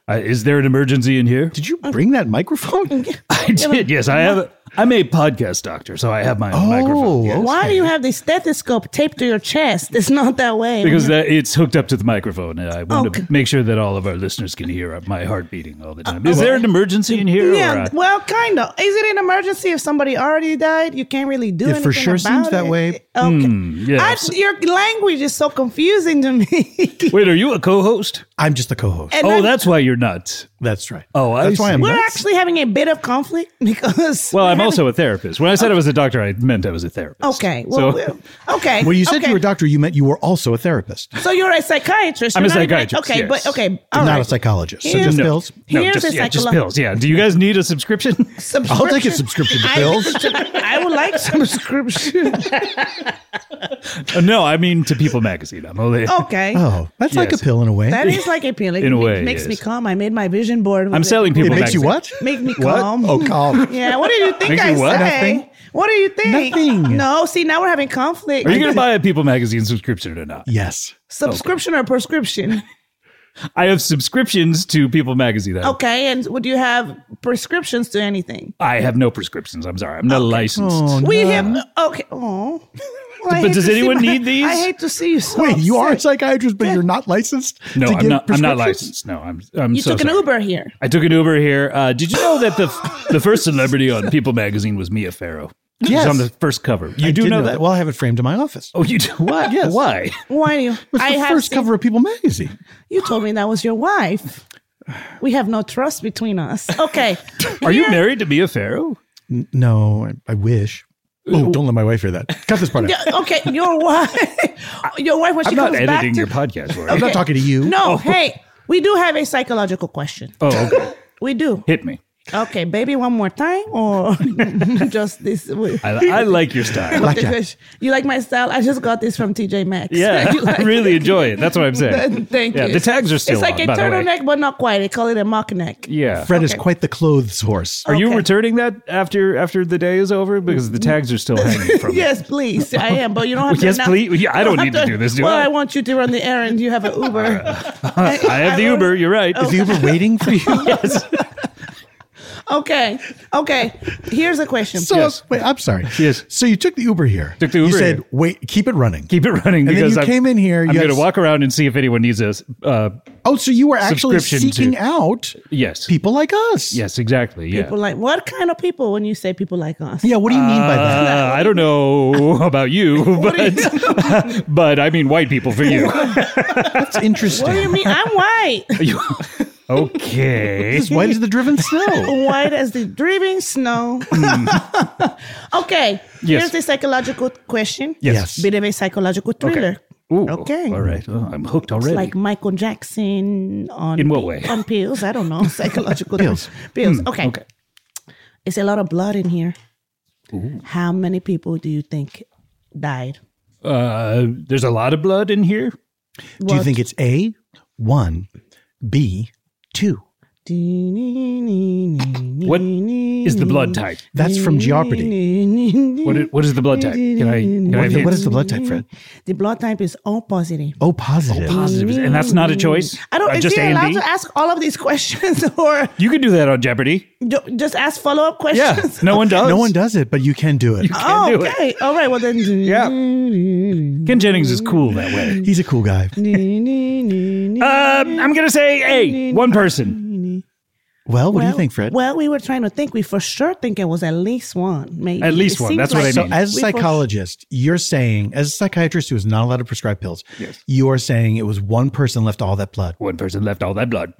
[SPEAKER 1] I, is there an emergency in here?
[SPEAKER 2] Did you bring that microphone?
[SPEAKER 1] I did. Yes, I have. a- I'm a podcast doctor, so I have my
[SPEAKER 3] Oh,
[SPEAKER 1] own microphone.
[SPEAKER 2] okay.
[SPEAKER 3] Why do you have the stethoscope taped to your chest? It's not that way.
[SPEAKER 1] Because that it's hooked up to the microphone, and I want
[SPEAKER 3] Okay.
[SPEAKER 1] to make sure that all of our listeners can hear my heart beating all the time. Is there an emergency in here? or,
[SPEAKER 3] Uh, yeah,
[SPEAKER 1] uh,
[SPEAKER 3] well, kind of. Is it an emergency if somebody already died? You can't really do
[SPEAKER 2] It
[SPEAKER 3] anything
[SPEAKER 2] for sure
[SPEAKER 3] about
[SPEAKER 2] seems that
[SPEAKER 3] it.
[SPEAKER 2] way.
[SPEAKER 3] Okay. I,
[SPEAKER 1] yes.
[SPEAKER 3] your language is so confusing to me.
[SPEAKER 1] Wait, are you a co-host?
[SPEAKER 2] I'm just the co-host.
[SPEAKER 3] And
[SPEAKER 1] oh,
[SPEAKER 3] I'm-
[SPEAKER 1] that's why you're nuts.
[SPEAKER 2] That's right.
[SPEAKER 1] Oh, I
[SPEAKER 2] that's why
[SPEAKER 1] see.
[SPEAKER 2] I'm
[SPEAKER 3] Eh. we're
[SPEAKER 2] nuts.
[SPEAKER 3] actually having a bit of conflict because
[SPEAKER 1] Well,
[SPEAKER 3] we're
[SPEAKER 1] I'm
[SPEAKER 3] having-
[SPEAKER 1] also a therapist. When I said I was a doctor, I meant I was a therapist.
[SPEAKER 3] Okay.
[SPEAKER 1] So-
[SPEAKER 3] Well, we're- okay.
[SPEAKER 2] When you said
[SPEAKER 3] okay.
[SPEAKER 2] you were a doctor, you meant you were also a therapist,
[SPEAKER 3] So you're a psychiatrist.
[SPEAKER 1] I'm
[SPEAKER 3] You're
[SPEAKER 1] a
[SPEAKER 3] not
[SPEAKER 1] psychiatrist,
[SPEAKER 3] okay,
[SPEAKER 1] yes.
[SPEAKER 3] but okay, all
[SPEAKER 2] not a
[SPEAKER 3] right.
[SPEAKER 2] psychologist. So
[SPEAKER 3] Here's-
[SPEAKER 2] just
[SPEAKER 3] No.
[SPEAKER 2] pills.
[SPEAKER 3] Here's
[SPEAKER 1] just,
[SPEAKER 3] a
[SPEAKER 1] yeah, just
[SPEAKER 3] psycholo-
[SPEAKER 1] pills. Yeah. Do you guys need a subscription?
[SPEAKER 3] subscription.
[SPEAKER 2] I'll take a subscription to pills.
[SPEAKER 3] I, I would like subscription.
[SPEAKER 1] Uh, no, I mean to People Magazine. I'm only.
[SPEAKER 3] Okay.
[SPEAKER 2] Oh, that's like a
[SPEAKER 1] Yes.
[SPEAKER 2] pill in a way.
[SPEAKER 3] That is like a pill. It
[SPEAKER 1] In a
[SPEAKER 3] ma-
[SPEAKER 1] way,
[SPEAKER 3] makes me
[SPEAKER 1] yes.
[SPEAKER 3] calm. I made my vision board. With
[SPEAKER 1] I'm
[SPEAKER 3] it.
[SPEAKER 1] selling
[SPEAKER 2] it
[SPEAKER 1] People.
[SPEAKER 2] makes you
[SPEAKER 1] magazine.
[SPEAKER 2] what?
[SPEAKER 3] Make me
[SPEAKER 2] What?
[SPEAKER 3] calm.
[SPEAKER 2] Oh, calm.
[SPEAKER 3] Yeah. What do you think
[SPEAKER 1] Makes
[SPEAKER 3] I
[SPEAKER 1] you what?
[SPEAKER 3] say?
[SPEAKER 2] Nothing.
[SPEAKER 3] What do you think?
[SPEAKER 2] Nothing.
[SPEAKER 3] No. See, now we're having conflict.
[SPEAKER 1] Are you going to buy a People Magazine subscription or not?
[SPEAKER 2] yes.
[SPEAKER 3] subscription or prescription?
[SPEAKER 1] I have subscriptions to People Magazine. I,
[SPEAKER 3] Okay. And would you have prescriptions to anything?
[SPEAKER 1] I have no prescriptions. I'm sorry. I'm not licensed.
[SPEAKER 3] We have. Okay. Oh. Well, I
[SPEAKER 1] But
[SPEAKER 3] hate
[SPEAKER 1] does
[SPEAKER 3] to see
[SPEAKER 1] anyone
[SPEAKER 3] my-
[SPEAKER 1] need these?
[SPEAKER 3] I hate to see you. So
[SPEAKER 2] Wait, you are a
[SPEAKER 3] upset.
[SPEAKER 2] psychiatrist, but you're not licensed.
[SPEAKER 1] No,
[SPEAKER 2] to
[SPEAKER 1] I'm
[SPEAKER 2] give
[SPEAKER 1] not. I'm not
[SPEAKER 2] prescriptions?
[SPEAKER 1] licensed. No, I'm. I'm
[SPEAKER 3] You
[SPEAKER 1] so
[SPEAKER 3] took an
[SPEAKER 1] sorry.
[SPEAKER 3] Uber here.
[SPEAKER 1] I took an Uber here. Uh, did you know that the f- the first celebrity on People Magazine was Mia Farrow? She was
[SPEAKER 2] Yes.
[SPEAKER 1] on the first cover. You
[SPEAKER 2] I
[SPEAKER 1] do
[SPEAKER 2] did
[SPEAKER 1] know that?
[SPEAKER 2] Well, I have it framed in my office.
[SPEAKER 1] Oh, you do. What?
[SPEAKER 2] Yes.
[SPEAKER 1] Why?
[SPEAKER 3] Why do you?
[SPEAKER 2] It's
[SPEAKER 3] I
[SPEAKER 2] the
[SPEAKER 3] have
[SPEAKER 2] first
[SPEAKER 3] seen-
[SPEAKER 2] cover of People magazine.
[SPEAKER 3] You told me that was your wife. We have no trust between us. Okay.
[SPEAKER 1] Are you
[SPEAKER 3] Here-
[SPEAKER 1] married to Mia Farrow?
[SPEAKER 2] No, I, I wish. Oh, don't let my wife hear that. Cut this part out.
[SPEAKER 3] Yeah, Okay, your wife. Your wife when she
[SPEAKER 1] I'm not
[SPEAKER 3] comes back
[SPEAKER 1] editing
[SPEAKER 3] to-
[SPEAKER 1] your Oh. podcast. Laura.
[SPEAKER 2] I'm not
[SPEAKER 3] Okay.
[SPEAKER 2] talking to you.
[SPEAKER 3] No, hey, we do have a psychological question.
[SPEAKER 1] Oh, okay.
[SPEAKER 3] We do.
[SPEAKER 1] Hit me.
[SPEAKER 3] Okay, baby, one more time or just this.
[SPEAKER 1] I, I like your style.
[SPEAKER 2] Blackjack.
[SPEAKER 3] You like my style? I just got this from TJ Maxx.
[SPEAKER 1] Yeah,
[SPEAKER 3] You like
[SPEAKER 1] I really enjoy it. That's what I'm saying.
[SPEAKER 3] it? Thank
[SPEAKER 1] yeah,
[SPEAKER 3] you.
[SPEAKER 1] the tags are still
[SPEAKER 3] It's like
[SPEAKER 1] on,
[SPEAKER 3] a
[SPEAKER 1] by the way.
[SPEAKER 3] turtleneck, but not quite. They call it a mock neck.
[SPEAKER 1] Yeah.
[SPEAKER 2] Fred is quite the clothes horse.
[SPEAKER 1] Are you
[SPEAKER 3] Okay.
[SPEAKER 1] returning that after after the day is over because the tags are still hanging from it?
[SPEAKER 3] Yes, please. I am, but you don't have to.
[SPEAKER 1] Yes,
[SPEAKER 3] announce-
[SPEAKER 1] please. Yeah, I
[SPEAKER 3] you
[SPEAKER 1] don't
[SPEAKER 3] have
[SPEAKER 1] need to do this, do
[SPEAKER 3] well,
[SPEAKER 1] I?
[SPEAKER 3] I want you to run the errand. You have an Uber.
[SPEAKER 1] I have the Uber. You're right.
[SPEAKER 2] Is the Uber waiting for you?
[SPEAKER 3] Okay. Okay. Here's a question.
[SPEAKER 2] So
[SPEAKER 1] Yes.
[SPEAKER 2] wait, I'm sorry.
[SPEAKER 1] Yes.
[SPEAKER 2] So you took the Uber here.
[SPEAKER 1] Took the
[SPEAKER 2] You
[SPEAKER 1] Uber
[SPEAKER 2] said,
[SPEAKER 1] here.
[SPEAKER 2] "Wait, keep it running."
[SPEAKER 1] Keep it running
[SPEAKER 2] And then
[SPEAKER 1] because
[SPEAKER 2] you
[SPEAKER 1] I'm,
[SPEAKER 2] came in here,
[SPEAKER 1] I'm
[SPEAKER 2] you
[SPEAKER 1] going
[SPEAKER 2] had
[SPEAKER 1] to
[SPEAKER 2] s-
[SPEAKER 1] walk around and see if anyone needs us. Uh,
[SPEAKER 2] Oh, so you were actually
[SPEAKER 1] Subscription
[SPEAKER 2] seeking
[SPEAKER 1] to-
[SPEAKER 2] out
[SPEAKER 1] yes.
[SPEAKER 2] people like us.
[SPEAKER 1] Yes, exactly. Yeah.
[SPEAKER 3] people like what kind of people when you say people like us?
[SPEAKER 2] Yeah. What do you mean by that?
[SPEAKER 1] Uh, I don't know about you,
[SPEAKER 3] What do you-
[SPEAKER 1] but but I mean white people for you.
[SPEAKER 2] That's interesting.
[SPEAKER 3] What do you mean? I'm white.
[SPEAKER 1] You- okay.
[SPEAKER 2] This is white as the driven snow.
[SPEAKER 3] White as the driving snow.
[SPEAKER 2] Mm.
[SPEAKER 3] okay.
[SPEAKER 1] Yes.
[SPEAKER 3] Here's the psychological question.
[SPEAKER 2] Yes.
[SPEAKER 3] Bit of a psychological thriller.
[SPEAKER 1] Ooh,
[SPEAKER 3] Okay.
[SPEAKER 1] All right. Oh, I'm hooked already.
[SPEAKER 3] Like Michael Jackson on
[SPEAKER 1] In what
[SPEAKER 3] pi-
[SPEAKER 1] way?
[SPEAKER 3] On pills. I don't know. Psychological
[SPEAKER 2] Pills.
[SPEAKER 3] Pills.
[SPEAKER 1] Hmm.
[SPEAKER 3] okay. It's a lot of blood in here. How many people do you think died?
[SPEAKER 1] uh, there's a lot of blood in here.
[SPEAKER 2] Do you think it's A one, B two?
[SPEAKER 1] What is the blood type?
[SPEAKER 2] That's from Jeopardy.
[SPEAKER 1] What is, what is the blood type? Can I? Can I
[SPEAKER 2] What is,
[SPEAKER 1] have
[SPEAKER 2] what
[SPEAKER 1] hints?
[SPEAKER 2] is the blood type, Fred?
[SPEAKER 3] The blood type is O positive.
[SPEAKER 2] Oh, positive.
[SPEAKER 1] Positives. And that's not a choice.
[SPEAKER 3] I don't.
[SPEAKER 1] Uh,
[SPEAKER 3] is
[SPEAKER 1] just A
[SPEAKER 3] he allowed
[SPEAKER 1] and B.
[SPEAKER 3] to ask all of these questions, or
[SPEAKER 1] You could do that on Jeopardy.
[SPEAKER 3] ju- just ask follow up
[SPEAKER 1] Yeah.
[SPEAKER 3] questions?
[SPEAKER 1] No one does.
[SPEAKER 2] No one does it, but you can do it.
[SPEAKER 1] You can
[SPEAKER 3] Oh,
[SPEAKER 1] do it.
[SPEAKER 3] okay. All right. Well then.
[SPEAKER 1] Yeah. Ken Jennings is cool that way.
[SPEAKER 2] He's a cool guy.
[SPEAKER 1] Um, I'm gonna say A. One person.
[SPEAKER 2] Well, what do you
[SPEAKER 3] Well-
[SPEAKER 2] think, Fred?
[SPEAKER 3] Well, we were trying to think. We for sure think it was at least one. Maybe
[SPEAKER 1] At least
[SPEAKER 3] It
[SPEAKER 1] one.
[SPEAKER 3] seems
[SPEAKER 1] That's what I
[SPEAKER 2] so,
[SPEAKER 1] mean.
[SPEAKER 2] as a
[SPEAKER 3] we for-
[SPEAKER 2] psychologist, you're saying, as a psychiatrist who is not allowed to prescribe pills, you are saying it was one person left all that blood.
[SPEAKER 1] One person left all that blood.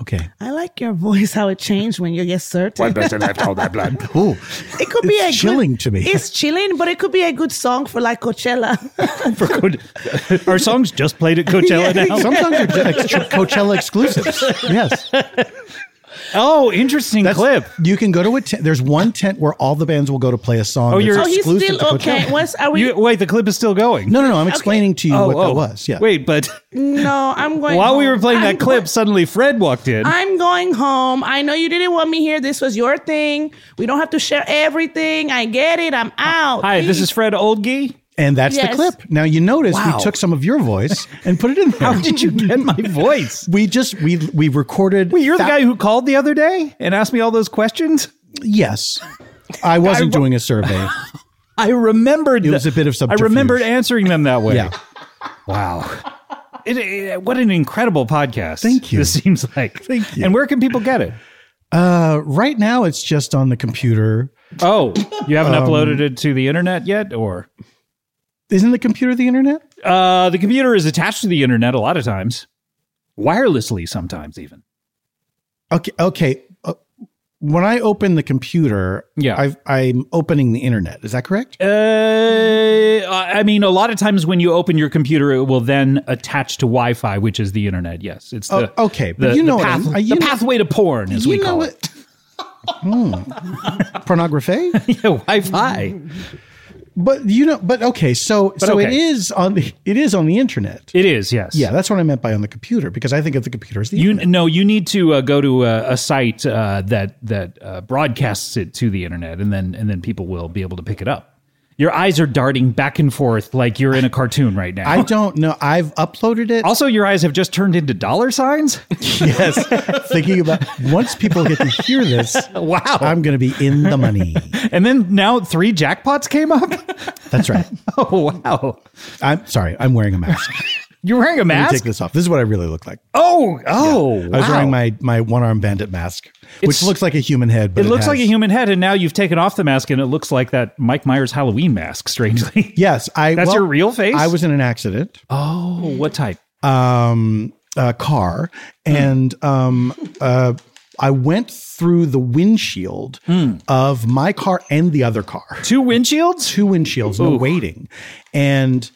[SPEAKER 2] Okay.
[SPEAKER 3] I like your voice. How it changed when you get certain.
[SPEAKER 1] One person left all that blood.
[SPEAKER 2] Ooh,
[SPEAKER 3] It could be
[SPEAKER 2] It's
[SPEAKER 3] a good-
[SPEAKER 2] chilling to me.
[SPEAKER 3] It's chilling, but it could be a good song for like Coachella.
[SPEAKER 1] For Coach- Our songs just played at Coachella now.
[SPEAKER 2] sometimes they're just extra Coachella exclusives. Yes,
[SPEAKER 1] Oh, interesting clip.
[SPEAKER 2] You can go to a tent. There's one tent where all the bands will go to play a song.
[SPEAKER 1] Oh,
[SPEAKER 2] that's
[SPEAKER 1] you're-
[SPEAKER 3] oh, he's
[SPEAKER 2] exclusive
[SPEAKER 3] still
[SPEAKER 2] to Coachella.
[SPEAKER 3] okay. Once are we?
[SPEAKER 1] You, wait, the clip is still going.
[SPEAKER 2] No, no, no. I'm explaining to you what that was. Yeah.
[SPEAKER 1] Oh, Wait, but
[SPEAKER 3] no, I'm going.
[SPEAKER 1] while we
[SPEAKER 3] home.
[SPEAKER 1] were playing
[SPEAKER 3] I'm
[SPEAKER 1] that clip,
[SPEAKER 3] go-
[SPEAKER 1] suddenly Fred walked in.
[SPEAKER 3] I'm going home. I know you didn't want me here. This was your thing. We don't have to share everything. I get it. I'm out.
[SPEAKER 1] Hi, this
[SPEAKER 3] Peace.
[SPEAKER 1] is Fred Oldgie.
[SPEAKER 2] And that's the
[SPEAKER 3] Yes.
[SPEAKER 2] clip. Now you notice
[SPEAKER 1] Wow.
[SPEAKER 2] we took some of your voice and put it in there.
[SPEAKER 1] How did you get my voice?
[SPEAKER 2] We just we we recorded.
[SPEAKER 1] Wait, you're the
[SPEAKER 2] thou-
[SPEAKER 1] guy who called the other day and asked me all those questions?
[SPEAKER 2] Yes, I wasn't doing a survey.
[SPEAKER 1] I remembered.
[SPEAKER 2] It was a bit of
[SPEAKER 1] I
[SPEAKER 2] subterfuge.
[SPEAKER 1] remembered answering them that way.
[SPEAKER 2] Yeah.
[SPEAKER 1] Wow. It, it- what an incredible podcast.
[SPEAKER 2] Thank you.
[SPEAKER 1] This seems like.
[SPEAKER 2] Thank you.
[SPEAKER 1] And where can people get it?
[SPEAKER 2] Uh, right now, it's just on the computer.
[SPEAKER 1] Oh, you haven't
[SPEAKER 2] Um,
[SPEAKER 1] uploaded it to the internet yet, or
[SPEAKER 2] Isn't the computer the internet?
[SPEAKER 1] uh, the computer is attached to the internet a lot of times, wirelessly sometimes even.
[SPEAKER 2] Okay. Okay. Uh, when I open the computer,
[SPEAKER 1] Yeah.
[SPEAKER 2] I've, I'm opening the internet. Is that correct?
[SPEAKER 1] Uh, I mean, a lot of times when you open your computer, it will then attach to Wi-Fi, which is the internet. Yes, it's the
[SPEAKER 2] Oh, okay, but
[SPEAKER 1] The,
[SPEAKER 2] you know
[SPEAKER 1] the,
[SPEAKER 2] what
[SPEAKER 1] path,
[SPEAKER 2] I'm- uh, you
[SPEAKER 1] the
[SPEAKER 2] know-
[SPEAKER 1] pathway to porn, as we call it.
[SPEAKER 2] Hmm. Pornography.
[SPEAKER 1] yeah, Wi-Fi.
[SPEAKER 2] But you know, but okay, so so it
[SPEAKER 1] okay.
[SPEAKER 2] is on the it is on the internet.
[SPEAKER 1] It is. Yes.
[SPEAKER 2] Yeah, that's what I meant by on the computer because I think of the computer as the
[SPEAKER 1] You
[SPEAKER 2] internet.
[SPEAKER 1] no, you need to uh, go to a, a site uh, that that uh, broadcasts it to the internet, and then and then people will be able to pick it up. Your eyes are darting back and forth like you're in a cartoon right now.
[SPEAKER 2] I don't know. I've uploaded it.
[SPEAKER 1] also, your eyes have just turned into dollar signs.
[SPEAKER 2] yes, thinking about once people get to hear this,
[SPEAKER 1] wow!
[SPEAKER 2] I'm going to be in the money.
[SPEAKER 1] and then now three jackpots came up.
[SPEAKER 2] That's right.
[SPEAKER 1] oh wow!
[SPEAKER 2] I'm sorry. I'm wearing a mask.
[SPEAKER 1] You're wearing a
[SPEAKER 2] Let me take
[SPEAKER 1] mask.
[SPEAKER 2] this off. This is what I really look like.
[SPEAKER 1] Oh oh!
[SPEAKER 2] I was
[SPEAKER 1] wow.
[SPEAKER 2] wearing my my one arm bandit mask,
[SPEAKER 1] It's-
[SPEAKER 2] which looks like a human head. But
[SPEAKER 1] It
[SPEAKER 2] it,
[SPEAKER 1] looks like a
[SPEAKER 2] has-
[SPEAKER 1] human head, and now you've taken off the mask, and it looks like that Mike Myers Halloween mask. Strangely,
[SPEAKER 2] Yes, I.
[SPEAKER 1] That's your real face?
[SPEAKER 2] I was in an accident.
[SPEAKER 1] Oh, what type?
[SPEAKER 2] um, uh, car, and um, uh, I went through the windshield of my car and the other car.
[SPEAKER 1] Two windshields.
[SPEAKER 2] Two windshields, no waiting. And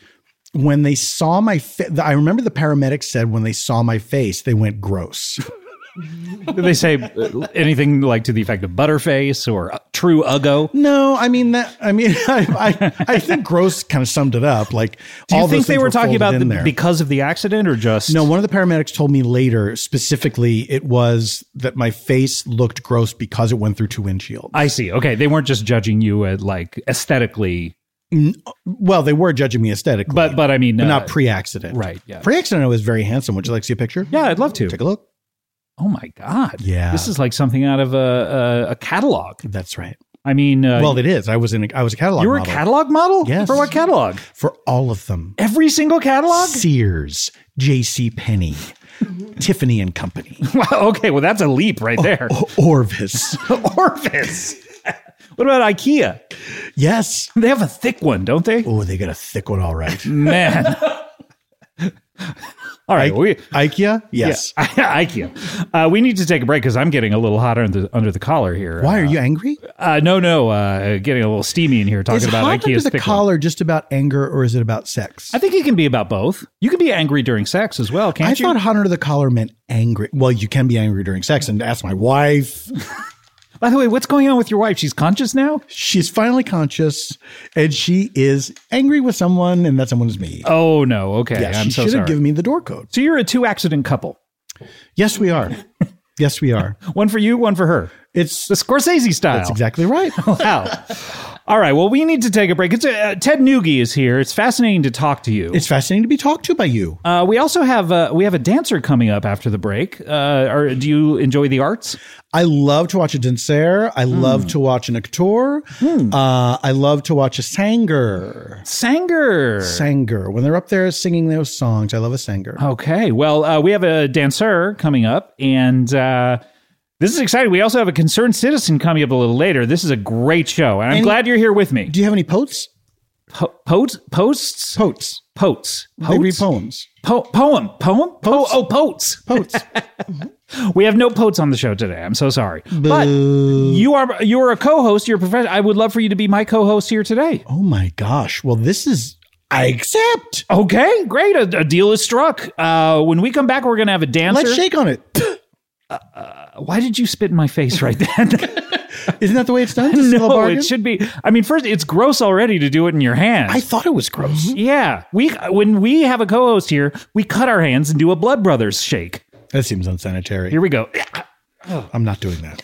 [SPEAKER 2] when they saw my face, I remember the paramedics said when they saw my face, they went gross.
[SPEAKER 1] Did they say uh, anything like to the effect of butterface or uh, true uggo?
[SPEAKER 2] No, I mean that. I mean, I, I, I think gross kind of summed it up. Like,
[SPEAKER 1] Do you
[SPEAKER 2] all those
[SPEAKER 1] think they
[SPEAKER 2] things
[SPEAKER 1] were, talking
[SPEAKER 2] folded
[SPEAKER 1] about
[SPEAKER 2] in
[SPEAKER 1] the,
[SPEAKER 2] there.
[SPEAKER 1] because of the accident or just
[SPEAKER 2] No, one of the paramedics told me later specifically it was that my face looked gross because it went through two windshields.
[SPEAKER 1] I see. Okay, they weren't just judging you at like aesthetically,
[SPEAKER 2] Well, they were judging me aesthetically,
[SPEAKER 1] but but I mean
[SPEAKER 2] but
[SPEAKER 1] uh,
[SPEAKER 2] not pre-accident.
[SPEAKER 1] right, yeah.
[SPEAKER 2] Pre-accident, I was very handsome. Would you like to see a picture?
[SPEAKER 1] Yeah, I'd love to.
[SPEAKER 2] Take a look.
[SPEAKER 1] Oh my god.
[SPEAKER 2] Yeah.
[SPEAKER 1] This is like something out of a a, a catalog.
[SPEAKER 2] That's right.
[SPEAKER 1] I mean, uh,
[SPEAKER 2] well, it is. I was in. A, I was a catalog.
[SPEAKER 1] you were
[SPEAKER 2] model
[SPEAKER 1] a catalog model?
[SPEAKER 2] Yes.
[SPEAKER 1] For what catalog?
[SPEAKER 2] for all of them.
[SPEAKER 1] Every single catalog?
[SPEAKER 2] Sears, J.C. Penney, Tiffany and Company,
[SPEAKER 1] Wow, okay, well that's a leap right there.
[SPEAKER 2] O- Orvis.
[SPEAKER 1] oh. Orvis. what about IKEA?
[SPEAKER 2] yes.
[SPEAKER 1] They have a thick one, don't they?
[SPEAKER 2] Oh, they got a thick one. All right.
[SPEAKER 1] Man. All right, we
[SPEAKER 2] IKEA. Yes.
[SPEAKER 1] IKEA. Uh, we need to take a break because I'm getting a little hotter under, under the collar here.
[SPEAKER 2] Why are you angry?
[SPEAKER 1] Uh, no, no, uh, getting a little steamy in here talking
[SPEAKER 2] Is
[SPEAKER 1] about
[SPEAKER 2] hot under
[SPEAKER 1] IKEA's
[SPEAKER 2] the
[SPEAKER 1] thick one.
[SPEAKER 2] collar just about anger, or is it about sex?
[SPEAKER 1] I think it can be about both. You can be angry during sex as well, can't
[SPEAKER 2] I
[SPEAKER 1] you?
[SPEAKER 2] thought hot under the collar meant angry. Well, you can be angry during sex, and ask my wife.
[SPEAKER 1] By the way, what's going on with your wife? She's conscious now.
[SPEAKER 2] She's finally conscious, and she is angry with someone, and that someone is me.
[SPEAKER 1] Oh no. Okay,
[SPEAKER 2] yes,
[SPEAKER 1] I'm
[SPEAKER 2] she
[SPEAKER 1] so
[SPEAKER 2] should have
[SPEAKER 1] sorry.
[SPEAKER 2] given me the door code.
[SPEAKER 1] so you're a two accident couple.
[SPEAKER 2] Yes, we are. yes, we are.
[SPEAKER 1] One for you, one for her.
[SPEAKER 2] It's
[SPEAKER 1] The Scorsese style.
[SPEAKER 2] that's exactly right.
[SPEAKER 1] Wow. All right. Well, we need to take a break. It's uh, Ted Noogie is here. It's fascinating to talk to you.
[SPEAKER 2] it's fascinating to be talked to by you.
[SPEAKER 1] Uh, we also have uh, we have a dancer coming up after the break. Uh, are, do you enjoy the arts?
[SPEAKER 2] I love to watch a dancer. I
[SPEAKER 1] Hmm.
[SPEAKER 2] love to watch an actor. Uh, I love to watch a sanger.
[SPEAKER 1] Sanger.
[SPEAKER 2] Sanger. When they're up there singing those songs, I love a sanger.
[SPEAKER 1] okay. Well, uh, we have a dancer coming up, and uh,
[SPEAKER 4] This is exciting. We also have a concerned citizen coming up a little later. This is a great show, and I'm
[SPEAKER 2] And-
[SPEAKER 4] glad you're here with me.
[SPEAKER 2] Do you have any poets?
[SPEAKER 4] Po- potes, posts,
[SPEAKER 2] Poets.
[SPEAKER 4] potes,
[SPEAKER 2] They read
[SPEAKER 4] potes,
[SPEAKER 2] poems.
[SPEAKER 4] po- poem, poem, po- oh, potes.
[SPEAKER 2] Poets. Mm-hmm.
[SPEAKER 4] We have no potes on the show today. I'm so sorry, but you are you are a co-host. You're a professional. I would love for you to be my co-host here today.
[SPEAKER 2] oh my gosh. Well, this is. I accept.
[SPEAKER 4] Okay, great. A, a deal is struck. Uh, when we come back, we're gonna have a dancer.
[SPEAKER 2] Let's shake on it.
[SPEAKER 4] Why did you spit in my face right then?
[SPEAKER 2] Isn't that the way it's done? It's a small
[SPEAKER 4] no,
[SPEAKER 2] bargain?
[SPEAKER 4] it should be. I mean, first, it's gross already to do it in your hand.
[SPEAKER 2] I thought it was gross.
[SPEAKER 1] Mm-hmm.
[SPEAKER 4] Yeah, we when we have a co-host here, we cut our hands and do a Blood Brothers shake.
[SPEAKER 2] That seems unsanitary.
[SPEAKER 4] Here we go.
[SPEAKER 2] I'm not doing that.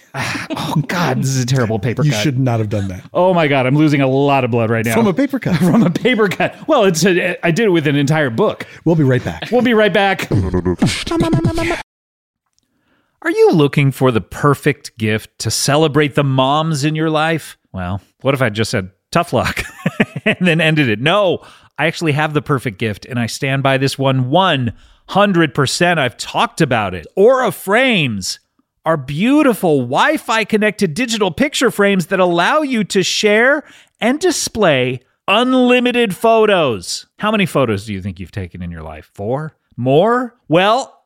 [SPEAKER 4] Oh God, this is a terrible paper
[SPEAKER 2] You
[SPEAKER 4] cut.
[SPEAKER 2] should not have done that.
[SPEAKER 4] Oh my God, I'm losing a lot of blood right now
[SPEAKER 2] From a paper cut.
[SPEAKER 4] from a paper cut. Well, it's a, I did it with an entire book.
[SPEAKER 2] We'll be right back.
[SPEAKER 4] We'll be right back.
[SPEAKER 1] Are you looking for the perfect gift to celebrate the moms in your life? Well, what if I just said tough luck and then ended it? No, I actually have the perfect gift and I stand by this one 100%. I've talked about it. Aura Frames are beautiful Wi Fi connected digital picture frames that allow you to share and display unlimited photos. How many photos do you think you've taken in your life? Four? More? Well,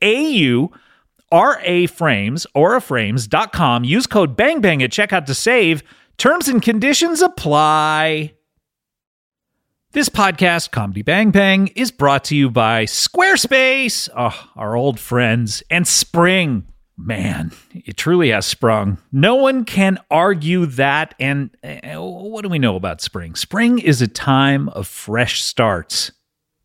[SPEAKER 1] AU RA Frames, auraframes.com. Use code BANGBANG at checkout to save. Terms and conditions apply. This podcast, Comedy Bang Bang, is brought to you by Squarespace, oh, our old friends, and Spring. Man, it truly has sprung. No one can argue that. And uh, what do we know about spring? Spring is a time of fresh starts.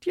[SPEAKER 1] Do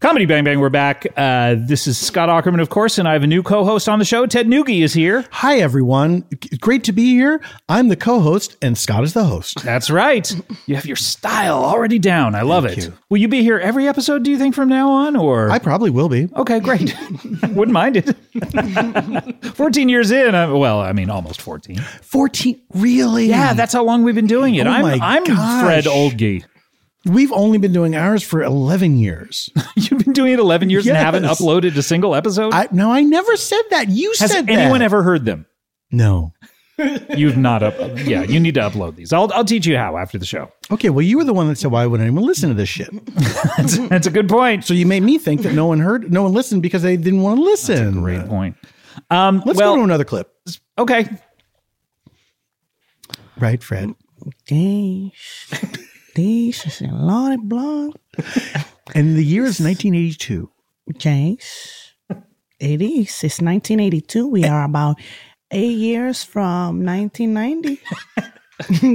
[SPEAKER 1] Comedy Bang Bang, we're back. Uh, this is Scott Ackerman, of course, and I have a new co-host on the show. Ted Noogie is here.
[SPEAKER 2] Hi, everyone. G- Great to be here. I'm the co host, and Scott is the host.
[SPEAKER 1] That's right. You have your style already down. I love it. Will you be here every episode, do you think, from now on? Or
[SPEAKER 2] I probably will be.
[SPEAKER 1] Okay, great. Wouldn't mind it. 14 years in. I, well, I mean, almost 14.
[SPEAKER 2] 14. Really?
[SPEAKER 1] Yeah, that's how long we've been doing it.
[SPEAKER 2] Mm. Oh
[SPEAKER 1] I'm,
[SPEAKER 2] my
[SPEAKER 1] I'm
[SPEAKER 2] gosh.
[SPEAKER 1] Fred Oldgey.
[SPEAKER 2] We've only been doing ours for 11 years.
[SPEAKER 1] You've been doing it 11 years and
[SPEAKER 2] Yes.
[SPEAKER 1] haven't uploaded a single episode?
[SPEAKER 2] I, no, I never said that. You
[SPEAKER 1] Has
[SPEAKER 2] said
[SPEAKER 1] anyone
[SPEAKER 2] that.
[SPEAKER 1] ever heard them?
[SPEAKER 2] No.
[SPEAKER 1] You've not up. Yeah, you need to upload these. I'll, I'll teach you how after the show.
[SPEAKER 2] Okay, well, you were the one that said, why would anyone listen to this shit?
[SPEAKER 1] That's, that's a good point.
[SPEAKER 2] So you made me think that no one heard, no one listened because they didn't want to listen.
[SPEAKER 1] Great point. Um,
[SPEAKER 2] Let's
[SPEAKER 1] well,
[SPEAKER 2] go to another clip.
[SPEAKER 1] okay.
[SPEAKER 2] Right, Fred?
[SPEAKER 3] Dish. Dish is a lot of blood.
[SPEAKER 2] And the year is 1982.
[SPEAKER 3] Yes. It is. It's 1982. We are about eight years from 1990.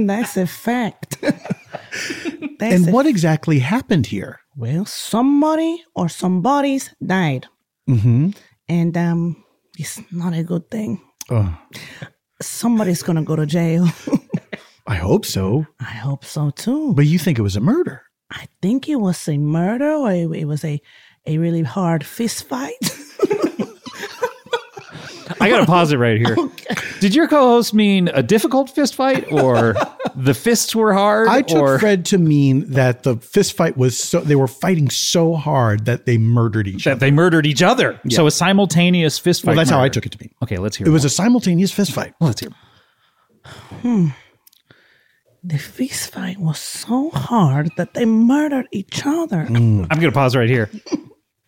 [SPEAKER 3] That's a fact. That's
[SPEAKER 2] And
[SPEAKER 3] a-
[SPEAKER 2] what exactly happened here?
[SPEAKER 3] well, somebody or somebody's died.
[SPEAKER 2] Mm-hmm.
[SPEAKER 3] And um, it's not a good thing.
[SPEAKER 2] Oh,
[SPEAKER 3] Somebody's going to go to jail.
[SPEAKER 2] I hope so.
[SPEAKER 3] I hope so too.
[SPEAKER 2] But you think it was a murder.
[SPEAKER 3] I think it was a murder or it, it was a, a really hard fist fight.
[SPEAKER 1] I got to pause it right here. Did your co host mean a difficult fist fight or the fists were hard?
[SPEAKER 2] I took
[SPEAKER 1] or
[SPEAKER 2] Fred to mean that the fist fight was so they were fighting so hard that they murdered each other.
[SPEAKER 1] that they murdered each other? So a simultaneous fist fight.
[SPEAKER 2] Well, that's how I
[SPEAKER 1] murder.
[SPEAKER 2] took it to mean.
[SPEAKER 1] Okay, let's hear
[SPEAKER 2] It was a simultaneous fist fight.
[SPEAKER 1] more. let's hear. more.
[SPEAKER 3] the fist fight was so hard that they murdered each other.
[SPEAKER 1] I'm going to pause right here.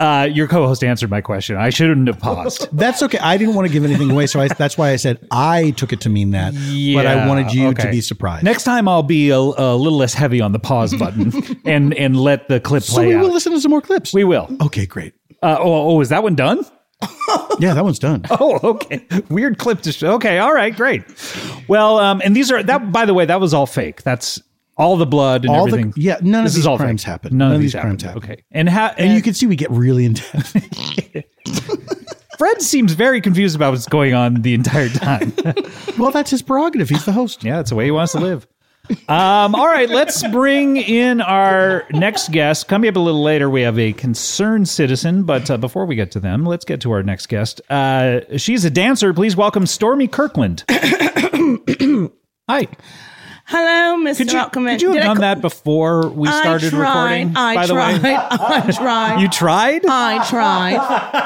[SPEAKER 1] Uh, your co host answered my question. I shouldn't have paused.
[SPEAKER 2] That's okay. I didn't want to give anything away, so I, that's why I said I took it to mean that. but I
[SPEAKER 1] Yeah,
[SPEAKER 2] wanted you to
[SPEAKER 1] okay.
[SPEAKER 2] be surprised.
[SPEAKER 1] Next time, I'll be a, a little less heavy on the pause button and and let the clip
[SPEAKER 2] so
[SPEAKER 1] play
[SPEAKER 2] we
[SPEAKER 1] out.
[SPEAKER 2] will listen to some more clips.
[SPEAKER 1] we will.
[SPEAKER 2] okay, great.
[SPEAKER 1] Uh, oh, oh, is that one done?
[SPEAKER 2] Yeah, that one's done.
[SPEAKER 1] Oh, okay. Weird clip to show. Okay, all right, great. Well, um, and these are that. By the way, that was all fake. That's all the blood and
[SPEAKER 2] All the-
[SPEAKER 1] everything.
[SPEAKER 2] yeah, none of
[SPEAKER 1] this is
[SPEAKER 2] these
[SPEAKER 1] all
[SPEAKER 2] crimes
[SPEAKER 1] fake.
[SPEAKER 2] happened.
[SPEAKER 1] None, of these, crimes
[SPEAKER 2] happened.
[SPEAKER 1] Okay, and how?
[SPEAKER 2] And you can see we get really intense.
[SPEAKER 1] Fred seems very confused about what's going on the entire time.
[SPEAKER 2] well, that's his prerogative. He's the host.
[SPEAKER 1] yeah, that's the way he wants to live. Um, all right, let's bring in our next guest. Coming up a little later, we have a concerned citizen. But uh, before we get to them, let's get to our next guest. Uh, she's a dancer. Please welcome Stormy Kirkland. Hi.
[SPEAKER 3] Hello, Mr.
[SPEAKER 1] Could you,
[SPEAKER 3] Ackerman.
[SPEAKER 1] could you have
[SPEAKER 3] Did I
[SPEAKER 1] done
[SPEAKER 3] co-
[SPEAKER 1] that before we started
[SPEAKER 3] I tried,
[SPEAKER 1] recording?
[SPEAKER 3] I
[SPEAKER 1] by the
[SPEAKER 3] tried, Uh,
[SPEAKER 1] way,
[SPEAKER 3] I tried.
[SPEAKER 1] you tried.
[SPEAKER 3] I tried.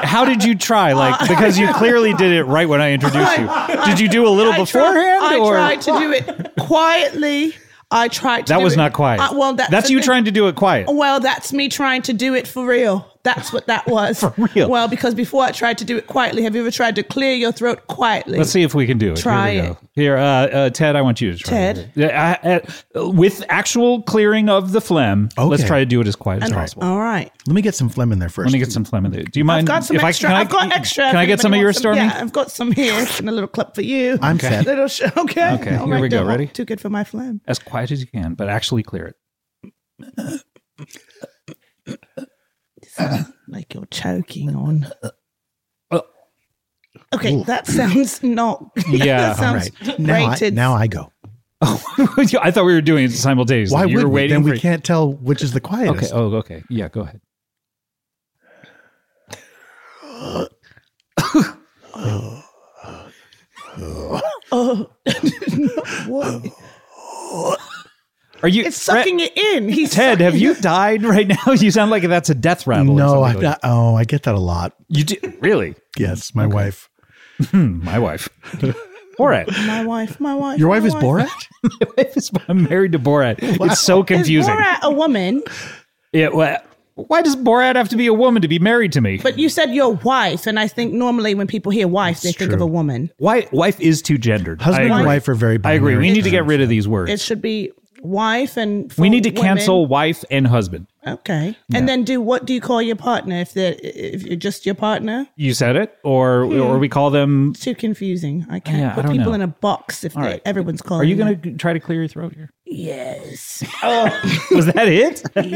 [SPEAKER 1] How did you
[SPEAKER 3] uh,
[SPEAKER 1] try? Like because you clearly did it right when I introduced you. Did you do a little
[SPEAKER 3] I
[SPEAKER 1] beforehand?
[SPEAKER 3] Tried,
[SPEAKER 1] or?
[SPEAKER 3] I tried to do it quietly. I tried to
[SPEAKER 1] That
[SPEAKER 3] do
[SPEAKER 1] was
[SPEAKER 3] it-
[SPEAKER 1] not quiet.
[SPEAKER 3] I- well, that's,
[SPEAKER 1] that's
[SPEAKER 3] the
[SPEAKER 1] you
[SPEAKER 3] thing.
[SPEAKER 1] trying to do it quiet.
[SPEAKER 3] Well, that's me trying to do it for real. That's what that was. for
[SPEAKER 1] real.
[SPEAKER 3] Well, because before I tried to do it quietly. Have you ever tried to clear your throat quietly?
[SPEAKER 1] Let's see if we can do it.
[SPEAKER 3] Try
[SPEAKER 1] Here we
[SPEAKER 3] it.
[SPEAKER 1] go. Here, uh, uh, Ted, I want you to try.
[SPEAKER 3] Ted?
[SPEAKER 1] it. Yeah, I- I- with actual clearing of the phlegm. Let's
[SPEAKER 2] Okay.
[SPEAKER 1] try to do it as quiet as possible.
[SPEAKER 3] All right.
[SPEAKER 2] Let me get some phlegm in there first.
[SPEAKER 1] Let me get some phlegm in there. Do you mind?
[SPEAKER 3] I've got some
[SPEAKER 1] if
[SPEAKER 3] extra.
[SPEAKER 1] I, can
[SPEAKER 3] I've got extra.
[SPEAKER 1] Can I
[SPEAKER 3] if
[SPEAKER 1] get some of
[SPEAKER 3] anybody
[SPEAKER 1] your
[SPEAKER 3] wants
[SPEAKER 1] Stormy?
[SPEAKER 3] Yeah, I've got some here and a little clip for you.
[SPEAKER 2] I'm fed.
[SPEAKER 3] little sh- okay.
[SPEAKER 1] Okay,
[SPEAKER 3] All
[SPEAKER 1] here we go.
[SPEAKER 3] don't-
[SPEAKER 1] Ready?
[SPEAKER 3] Too good for my phlegm.
[SPEAKER 1] As quiet as you can, but actually clear it.
[SPEAKER 3] Like you're choking on.
[SPEAKER 1] Uh,
[SPEAKER 3] Okay, that sounds not.
[SPEAKER 1] Yeah,
[SPEAKER 3] that sounds
[SPEAKER 2] Now I,
[SPEAKER 3] rated.
[SPEAKER 2] now I go.
[SPEAKER 1] I thought we were doing it simultaneously.
[SPEAKER 2] Why
[SPEAKER 1] you were
[SPEAKER 2] would we?
[SPEAKER 1] waiting?
[SPEAKER 2] Then
[SPEAKER 1] for
[SPEAKER 2] we can't tell which is the
[SPEAKER 1] Okay.
[SPEAKER 2] quietest.
[SPEAKER 1] Oh, okay. Yeah. Go ahead.
[SPEAKER 3] Oh. What?
[SPEAKER 1] Are you?
[SPEAKER 3] It's sucking it in. He's
[SPEAKER 1] Ted,
[SPEAKER 3] sucking
[SPEAKER 1] have you
[SPEAKER 3] it-
[SPEAKER 1] died right now? You sound like that's a death rattle. or
[SPEAKER 2] no,
[SPEAKER 1] something
[SPEAKER 2] I'm
[SPEAKER 1] like
[SPEAKER 2] not. Oh, I get that a lot.
[SPEAKER 1] that. You do, really?
[SPEAKER 2] Yes, my wife.
[SPEAKER 1] My wife. Borat.
[SPEAKER 3] My wife. My wife.
[SPEAKER 2] Your
[SPEAKER 3] my
[SPEAKER 2] wife is Borat?
[SPEAKER 1] My wife is- I'm married to Borat. It's so confusing.
[SPEAKER 3] Is Borat a woman?
[SPEAKER 1] Yeah, well, why does Borat have to be a woman to be married to me?
[SPEAKER 3] But you said your wife, and I think normally when people hear wife, they think of a woman.
[SPEAKER 1] Why, wife is too gendered.
[SPEAKER 2] Husband
[SPEAKER 1] I
[SPEAKER 2] and
[SPEAKER 1] agree.
[SPEAKER 2] wife are very
[SPEAKER 1] I agree. We
[SPEAKER 2] binary
[SPEAKER 1] need to get
[SPEAKER 2] terms.
[SPEAKER 1] rid of these
[SPEAKER 3] It
[SPEAKER 1] words.
[SPEAKER 3] should be wife and.
[SPEAKER 1] We need to
[SPEAKER 3] for women.
[SPEAKER 1] cancel wife and husband.
[SPEAKER 3] Okay. And then do what do you call your partner if they're if you're just your partner?
[SPEAKER 1] You said it, or or we call them.
[SPEAKER 3] Too confusing. I can't
[SPEAKER 1] Yeah, I
[SPEAKER 3] put
[SPEAKER 1] don't
[SPEAKER 3] people
[SPEAKER 1] know.
[SPEAKER 3] in a box if they,
[SPEAKER 1] right.
[SPEAKER 3] everyone's calling.
[SPEAKER 1] Are you
[SPEAKER 3] them.
[SPEAKER 1] going to try to clear your throat here?
[SPEAKER 3] Yes.
[SPEAKER 1] Was that it? that's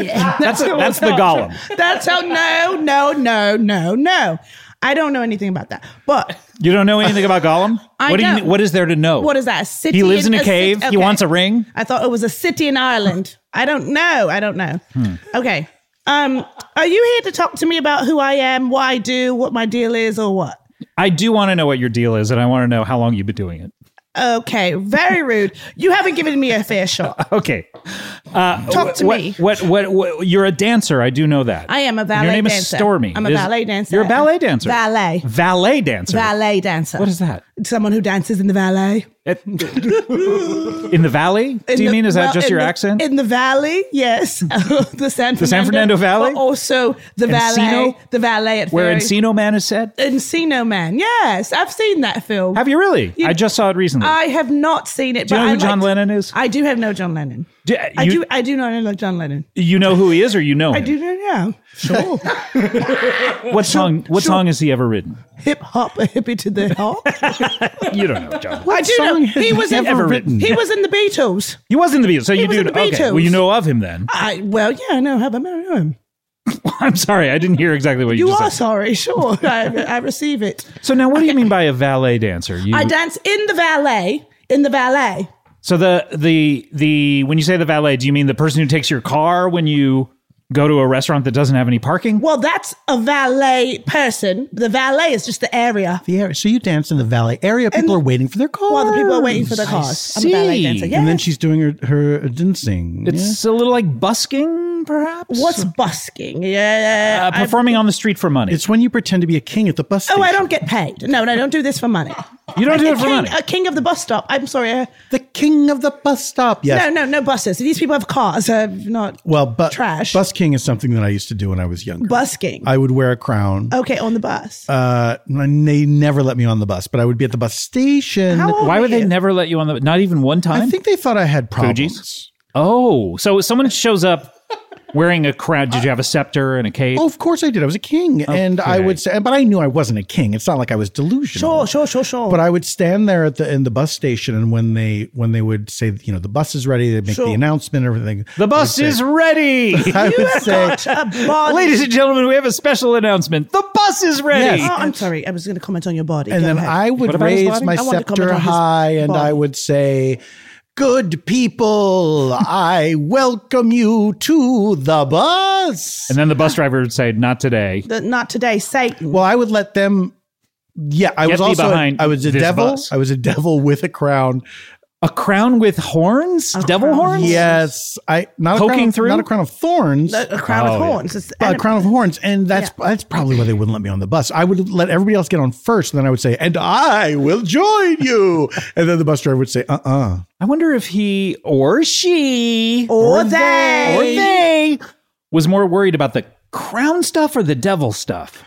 [SPEAKER 1] that's the golem.
[SPEAKER 3] That's how. No. No. No. No. No. I don't know anything about that. But
[SPEAKER 1] You don't know anything about golem.
[SPEAKER 3] I
[SPEAKER 1] what do you?
[SPEAKER 3] don't.
[SPEAKER 1] What is there to know?
[SPEAKER 3] what is that? A city.
[SPEAKER 1] He lives in a
[SPEAKER 3] cit-
[SPEAKER 1] cave. He
[SPEAKER 3] okay.
[SPEAKER 1] wants a ring.
[SPEAKER 3] I thought it was a city in Ireland. I don't know. I don't know.
[SPEAKER 1] Hmm.
[SPEAKER 3] Okay. Um, are you here to talk to me about who I am, what I do, what my deal is, or what?
[SPEAKER 1] I do want to know what your deal is, and I want to know how long you've been doing it.
[SPEAKER 3] Okay, very rude. You haven't given me a fair shot.
[SPEAKER 1] Okay,
[SPEAKER 3] Talk to
[SPEAKER 1] what,
[SPEAKER 3] me.
[SPEAKER 1] What, what? What? You're a dancer. I do know that.
[SPEAKER 3] I am a ballet
[SPEAKER 1] Your name
[SPEAKER 3] dancer.
[SPEAKER 1] is Stormy.
[SPEAKER 3] I'm a
[SPEAKER 1] Is-
[SPEAKER 3] ballet dancer.
[SPEAKER 1] You're a ballet dancer.
[SPEAKER 3] Ballet.
[SPEAKER 1] Valet dancer.
[SPEAKER 3] Ballet dancer.
[SPEAKER 1] What is that?
[SPEAKER 3] Someone who dances in the ballet.
[SPEAKER 1] It- in the valley?
[SPEAKER 3] In
[SPEAKER 1] do you
[SPEAKER 3] the-
[SPEAKER 1] mean? Is
[SPEAKER 3] well,
[SPEAKER 1] that just
[SPEAKER 3] in
[SPEAKER 1] your
[SPEAKER 3] the-
[SPEAKER 1] accent?
[SPEAKER 3] In the valley, yes. the San Fernando. The
[SPEAKER 1] San Fernando Valley?
[SPEAKER 3] But also the
[SPEAKER 1] Encino?
[SPEAKER 3] valet. The valet at
[SPEAKER 1] Where
[SPEAKER 3] Ferry-
[SPEAKER 1] Encino Man is set?
[SPEAKER 3] Encino Man. Yes, I've seen that film.
[SPEAKER 1] Have you really?
[SPEAKER 3] You-
[SPEAKER 1] I just saw it recently.
[SPEAKER 3] I have not seen it.
[SPEAKER 1] do you
[SPEAKER 3] but
[SPEAKER 1] know
[SPEAKER 3] I
[SPEAKER 1] who John
[SPEAKER 3] liked-
[SPEAKER 1] Lennon is?
[SPEAKER 3] I do have no John Lennon.
[SPEAKER 1] do,
[SPEAKER 3] I
[SPEAKER 1] you,
[SPEAKER 3] do. I do not know John Lennon.
[SPEAKER 1] you know who he is, or you know him?
[SPEAKER 3] I do know now. Sure.
[SPEAKER 1] What song? What
[SPEAKER 3] sure.
[SPEAKER 1] song has he ever written?
[SPEAKER 3] Hip hop, a hippie to the hop.
[SPEAKER 1] You don't know, John.
[SPEAKER 3] I do know
[SPEAKER 2] song has
[SPEAKER 3] he was
[SPEAKER 2] he
[SPEAKER 3] in,
[SPEAKER 2] ever written?
[SPEAKER 3] He was in the Beatles.
[SPEAKER 1] He was in the Beatles, so you
[SPEAKER 3] was
[SPEAKER 1] do.
[SPEAKER 3] in
[SPEAKER 1] Know,
[SPEAKER 3] the
[SPEAKER 1] okay,
[SPEAKER 3] Beatles.
[SPEAKER 1] well, you know of him then.
[SPEAKER 3] I well, yeah, I know. Have I know him?
[SPEAKER 1] I'm sorry, I didn't hear exactly what you,
[SPEAKER 3] You
[SPEAKER 1] just
[SPEAKER 3] are
[SPEAKER 1] said.
[SPEAKER 3] sorry, sure. I, I receive it.
[SPEAKER 1] So now, what do you mean by a valet dancer? You,
[SPEAKER 3] I dance in the valet. In the valet.
[SPEAKER 1] so the the the when you say the valet, do you mean the person who takes your car when you go to a restaurant that doesn't have any parking?
[SPEAKER 3] Well, that's a valet person. The valet is just the area.
[SPEAKER 2] The area. So you dance in the valley area. People are waiting for their cars.
[SPEAKER 3] While the people are waiting for the cars. I'm a
[SPEAKER 1] see.
[SPEAKER 3] valet dancer.
[SPEAKER 1] And
[SPEAKER 3] Yeah.
[SPEAKER 2] And then she's doing her, her uh, dancing.
[SPEAKER 1] It's a little like busking, perhaps.
[SPEAKER 3] What's busking? Yeah.
[SPEAKER 1] uh, performing on the street for money?
[SPEAKER 2] It's when you pretend to be a king at the bus
[SPEAKER 3] I-
[SPEAKER 2] station.
[SPEAKER 3] oh, I don't get paid. No, no, I don't do this for money.
[SPEAKER 1] you don't do
[SPEAKER 3] a
[SPEAKER 1] it for
[SPEAKER 3] king,
[SPEAKER 1] money.
[SPEAKER 3] a king of the bus stop. I'm sorry. uh,
[SPEAKER 2] The king of the bus stop. Yes.
[SPEAKER 3] No, no, no buses. These people have cars. Uh, not
[SPEAKER 2] Well, but
[SPEAKER 3] Trash.
[SPEAKER 2] Bus king is something that I used to do when I was younger.
[SPEAKER 3] busking.
[SPEAKER 2] I would wear a crown.
[SPEAKER 3] okay, on the bus.
[SPEAKER 2] Uh, and they never let me on the bus, but I would be at the bus station.
[SPEAKER 3] How old
[SPEAKER 1] Why
[SPEAKER 3] were
[SPEAKER 1] would they
[SPEAKER 3] you?
[SPEAKER 1] never let you on the? Not even one time.
[SPEAKER 2] I think they thought I had problems.
[SPEAKER 1] Fugees? oh, so someone shows up wearing a crown. Did you have a scepter and a cape?
[SPEAKER 2] Oh, of course I did. I was a king, and I
[SPEAKER 1] Okay.
[SPEAKER 2] would say, but I knew I wasn't a king. It's not like I was delusional.
[SPEAKER 3] Sure, sure, sure, sure.
[SPEAKER 2] But I would stand there at the in the bus station, and when they when they would say, you know, the bus is ready, they'd make the
[SPEAKER 3] Sure.
[SPEAKER 2] announcement, and everything.
[SPEAKER 1] the bus is ready.
[SPEAKER 2] I would say,
[SPEAKER 3] a body.
[SPEAKER 1] Ladies and gentlemen, we have a special announcement. The bus is ready.
[SPEAKER 3] Oh, I'm sorry. I was going to comment on your body.
[SPEAKER 2] and
[SPEAKER 3] Go
[SPEAKER 2] then
[SPEAKER 3] ahead.
[SPEAKER 2] I would
[SPEAKER 1] about his
[SPEAKER 2] raise
[SPEAKER 1] body?
[SPEAKER 2] my
[SPEAKER 3] I want to
[SPEAKER 2] scepter
[SPEAKER 3] comment on his
[SPEAKER 2] high, and I
[SPEAKER 3] body.
[SPEAKER 2] would say. Good people, I welcome you to the bus.
[SPEAKER 1] And then the bus driver would say, "Not today."
[SPEAKER 3] The- not today, Satan.
[SPEAKER 2] Well, I would let them. Yeah, I
[SPEAKER 1] Get
[SPEAKER 2] was
[SPEAKER 1] thee
[SPEAKER 2] also
[SPEAKER 1] behind
[SPEAKER 2] I was a
[SPEAKER 1] this
[SPEAKER 2] devil.
[SPEAKER 1] bus.
[SPEAKER 2] I was a devil with a crown.
[SPEAKER 1] A crown with horns, devil
[SPEAKER 3] crown.
[SPEAKER 1] horns.
[SPEAKER 2] Yes, I not
[SPEAKER 1] Poking
[SPEAKER 2] a crown,
[SPEAKER 1] through?
[SPEAKER 2] not a crown of thorns,
[SPEAKER 3] a crown
[SPEAKER 1] Oh,
[SPEAKER 3] of
[SPEAKER 1] yeah.
[SPEAKER 3] horns. It's
[SPEAKER 2] but a
[SPEAKER 3] anim-
[SPEAKER 2] crown of horns, and that's that's probably why they wouldn't let me on the bus. I would let everybody else get on first, and then I would say, "And I will join you," and then the bus driver would say, "Uh, uh
[SPEAKER 1] I wonder if he or she
[SPEAKER 3] or
[SPEAKER 1] or
[SPEAKER 3] they.
[SPEAKER 1] they was more worried about the crown stuff or the devil stuff.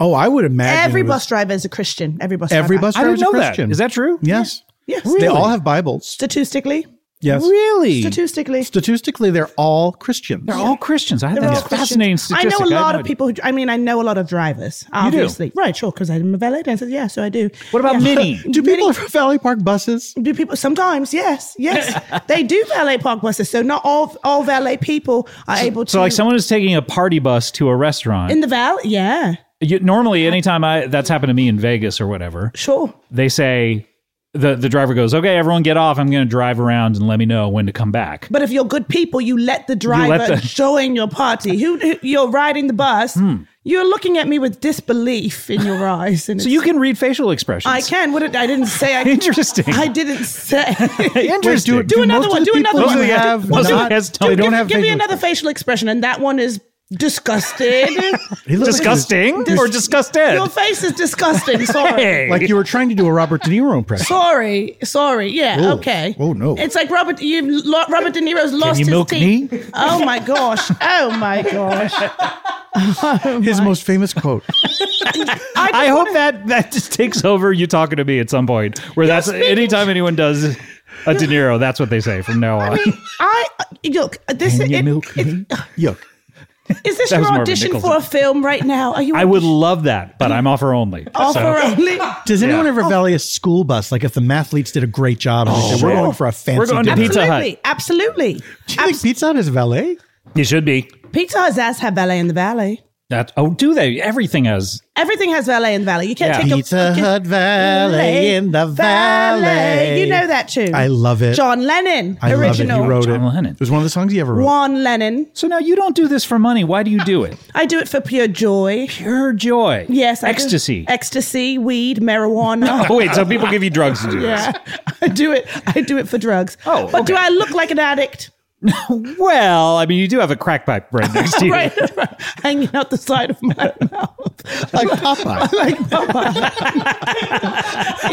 [SPEAKER 2] Oh, I would imagine
[SPEAKER 3] Every
[SPEAKER 2] it was-
[SPEAKER 3] bus driver is a Christian. Every bus
[SPEAKER 2] every
[SPEAKER 3] driver.
[SPEAKER 2] bus driver
[SPEAKER 1] I didn't
[SPEAKER 2] is a
[SPEAKER 1] know that.
[SPEAKER 2] Christian.
[SPEAKER 1] Is that true?
[SPEAKER 2] yes?
[SPEAKER 3] Yes.
[SPEAKER 2] They all have Bibles.
[SPEAKER 3] Statistically.
[SPEAKER 2] Yes,
[SPEAKER 1] Really?
[SPEAKER 3] Statistically.
[SPEAKER 2] statistically, they're all Christians.
[SPEAKER 1] They're all Christians. I
[SPEAKER 3] They're
[SPEAKER 1] that's
[SPEAKER 3] all
[SPEAKER 1] a
[SPEAKER 3] Christians.
[SPEAKER 1] fascinating
[SPEAKER 3] I
[SPEAKER 1] statistic.
[SPEAKER 3] know a
[SPEAKER 1] had
[SPEAKER 3] lot
[SPEAKER 1] no
[SPEAKER 3] of
[SPEAKER 1] idea.
[SPEAKER 3] people. Who, I mean, I know a lot of drivers.
[SPEAKER 1] do?
[SPEAKER 3] Obviously, right? Sure, because I'm a valet dancer. Yeah, so I do.
[SPEAKER 1] What about
[SPEAKER 3] yeah.
[SPEAKER 1] Minnie?
[SPEAKER 2] Do people have Valley Park buses?
[SPEAKER 3] Do people sometimes? Yes, yes, they do valet park buses. So not all all valet people are able to.
[SPEAKER 1] So like someone is taking a party bus to a restaurant.
[SPEAKER 3] in the valley, yeah,
[SPEAKER 1] you, normally, anytime I that's happened to me in Vegas or whatever,
[SPEAKER 3] sure.
[SPEAKER 1] they say the the driver goes, "Okay, everyone get off. I'm going to drive around and let me know when to come back."
[SPEAKER 3] But if you're good people, you let the driver
[SPEAKER 1] let the-
[SPEAKER 3] join your party. Who, who- you're riding the bus?
[SPEAKER 1] Hmm.
[SPEAKER 3] You're looking at me with disbelief in your eyes. And
[SPEAKER 1] So you can read facial expressions.
[SPEAKER 3] I can. What did, I didn't say. I,
[SPEAKER 1] Interesting.
[SPEAKER 3] I didn't say.
[SPEAKER 1] Interesting.
[SPEAKER 3] do another
[SPEAKER 2] most
[SPEAKER 3] one.
[SPEAKER 2] of the
[SPEAKER 3] Do another
[SPEAKER 2] people
[SPEAKER 3] one.
[SPEAKER 2] who Have
[SPEAKER 1] Most of the
[SPEAKER 2] not,
[SPEAKER 1] guys don't.
[SPEAKER 2] they
[SPEAKER 1] Give-
[SPEAKER 2] don't have.
[SPEAKER 3] Give me
[SPEAKER 2] facial-
[SPEAKER 3] another facial expression, and that one is disgusted.
[SPEAKER 2] He looks like
[SPEAKER 1] disgusting
[SPEAKER 3] Dis-
[SPEAKER 1] or disgusted.
[SPEAKER 3] your face is disgusting. Sorry.
[SPEAKER 1] Hey.
[SPEAKER 2] you- Like you were trying to do a Robert De Niro impression.
[SPEAKER 3] Sorry, sorry. Yeah,
[SPEAKER 2] Oh.
[SPEAKER 3] okay.
[SPEAKER 2] Oh, no.
[SPEAKER 3] It's like Robert. You lo- Robert De Niro's lost
[SPEAKER 1] you
[SPEAKER 3] his
[SPEAKER 1] milk
[SPEAKER 3] teeth. Oh my gosh. Oh my gosh.
[SPEAKER 2] His most famous quote.
[SPEAKER 1] I hope that that just takes over you talking to me at some point. Where that's anytime anyone does a De Niro, that's what they say from now on.
[SPEAKER 3] I uh, look. This
[SPEAKER 1] Can you
[SPEAKER 3] it-
[SPEAKER 1] milk
[SPEAKER 3] it-
[SPEAKER 1] me?
[SPEAKER 2] Yuck.
[SPEAKER 3] Is this
[SPEAKER 1] That
[SPEAKER 3] your
[SPEAKER 1] was Marvin
[SPEAKER 3] audition
[SPEAKER 1] Nicholson.
[SPEAKER 3] for a film right now? Are you
[SPEAKER 1] I would love that, but I'm offer only.
[SPEAKER 3] offer only?
[SPEAKER 2] Does anyone ever value a school bus? Like if the mathletes did a great job, and they said,
[SPEAKER 1] sure.
[SPEAKER 2] we're going for a fancy
[SPEAKER 1] We're going to
[SPEAKER 2] dinner."
[SPEAKER 1] Pizza Hut.
[SPEAKER 3] Absolutely, absolutely.
[SPEAKER 2] Do you think Pizza Hut is valet?
[SPEAKER 1] You should be.
[SPEAKER 3] Pizza Hut's ass have valet in the valley.
[SPEAKER 1] That oh, do they? Everything has.
[SPEAKER 3] Everything has valet in the valley. You can't
[SPEAKER 1] Yeah.
[SPEAKER 3] take a
[SPEAKER 2] Pizza
[SPEAKER 3] you
[SPEAKER 2] Hut
[SPEAKER 3] can't-
[SPEAKER 2] valet in the valley.
[SPEAKER 3] You know that tune.
[SPEAKER 2] I love it.
[SPEAKER 3] John Lennon,
[SPEAKER 2] I love it.
[SPEAKER 3] original.
[SPEAKER 2] You wrote
[SPEAKER 1] John
[SPEAKER 2] it.
[SPEAKER 1] Lennon.
[SPEAKER 2] It was one of the songs you ever wrote.
[SPEAKER 3] Juan Lennon.
[SPEAKER 1] So now you don't do this for money. Why do you do it?
[SPEAKER 3] I do it for pure joy.
[SPEAKER 1] Pure joy.
[SPEAKER 3] Yes, I do.
[SPEAKER 1] ecstasy.
[SPEAKER 3] ecstasy, weed, marijuana.
[SPEAKER 1] Oh wait, so people give you drugs to do
[SPEAKER 3] Yeah, I do it. I do it for drugs.
[SPEAKER 1] Oh,
[SPEAKER 3] but do
[SPEAKER 1] okay.
[SPEAKER 3] I look like an addict?
[SPEAKER 1] this? Well, I mean, you do have a crack pipe right next to you.
[SPEAKER 3] Right, hanging out the side of my mouth.
[SPEAKER 2] Like Popeye.
[SPEAKER 3] Like, Popeye.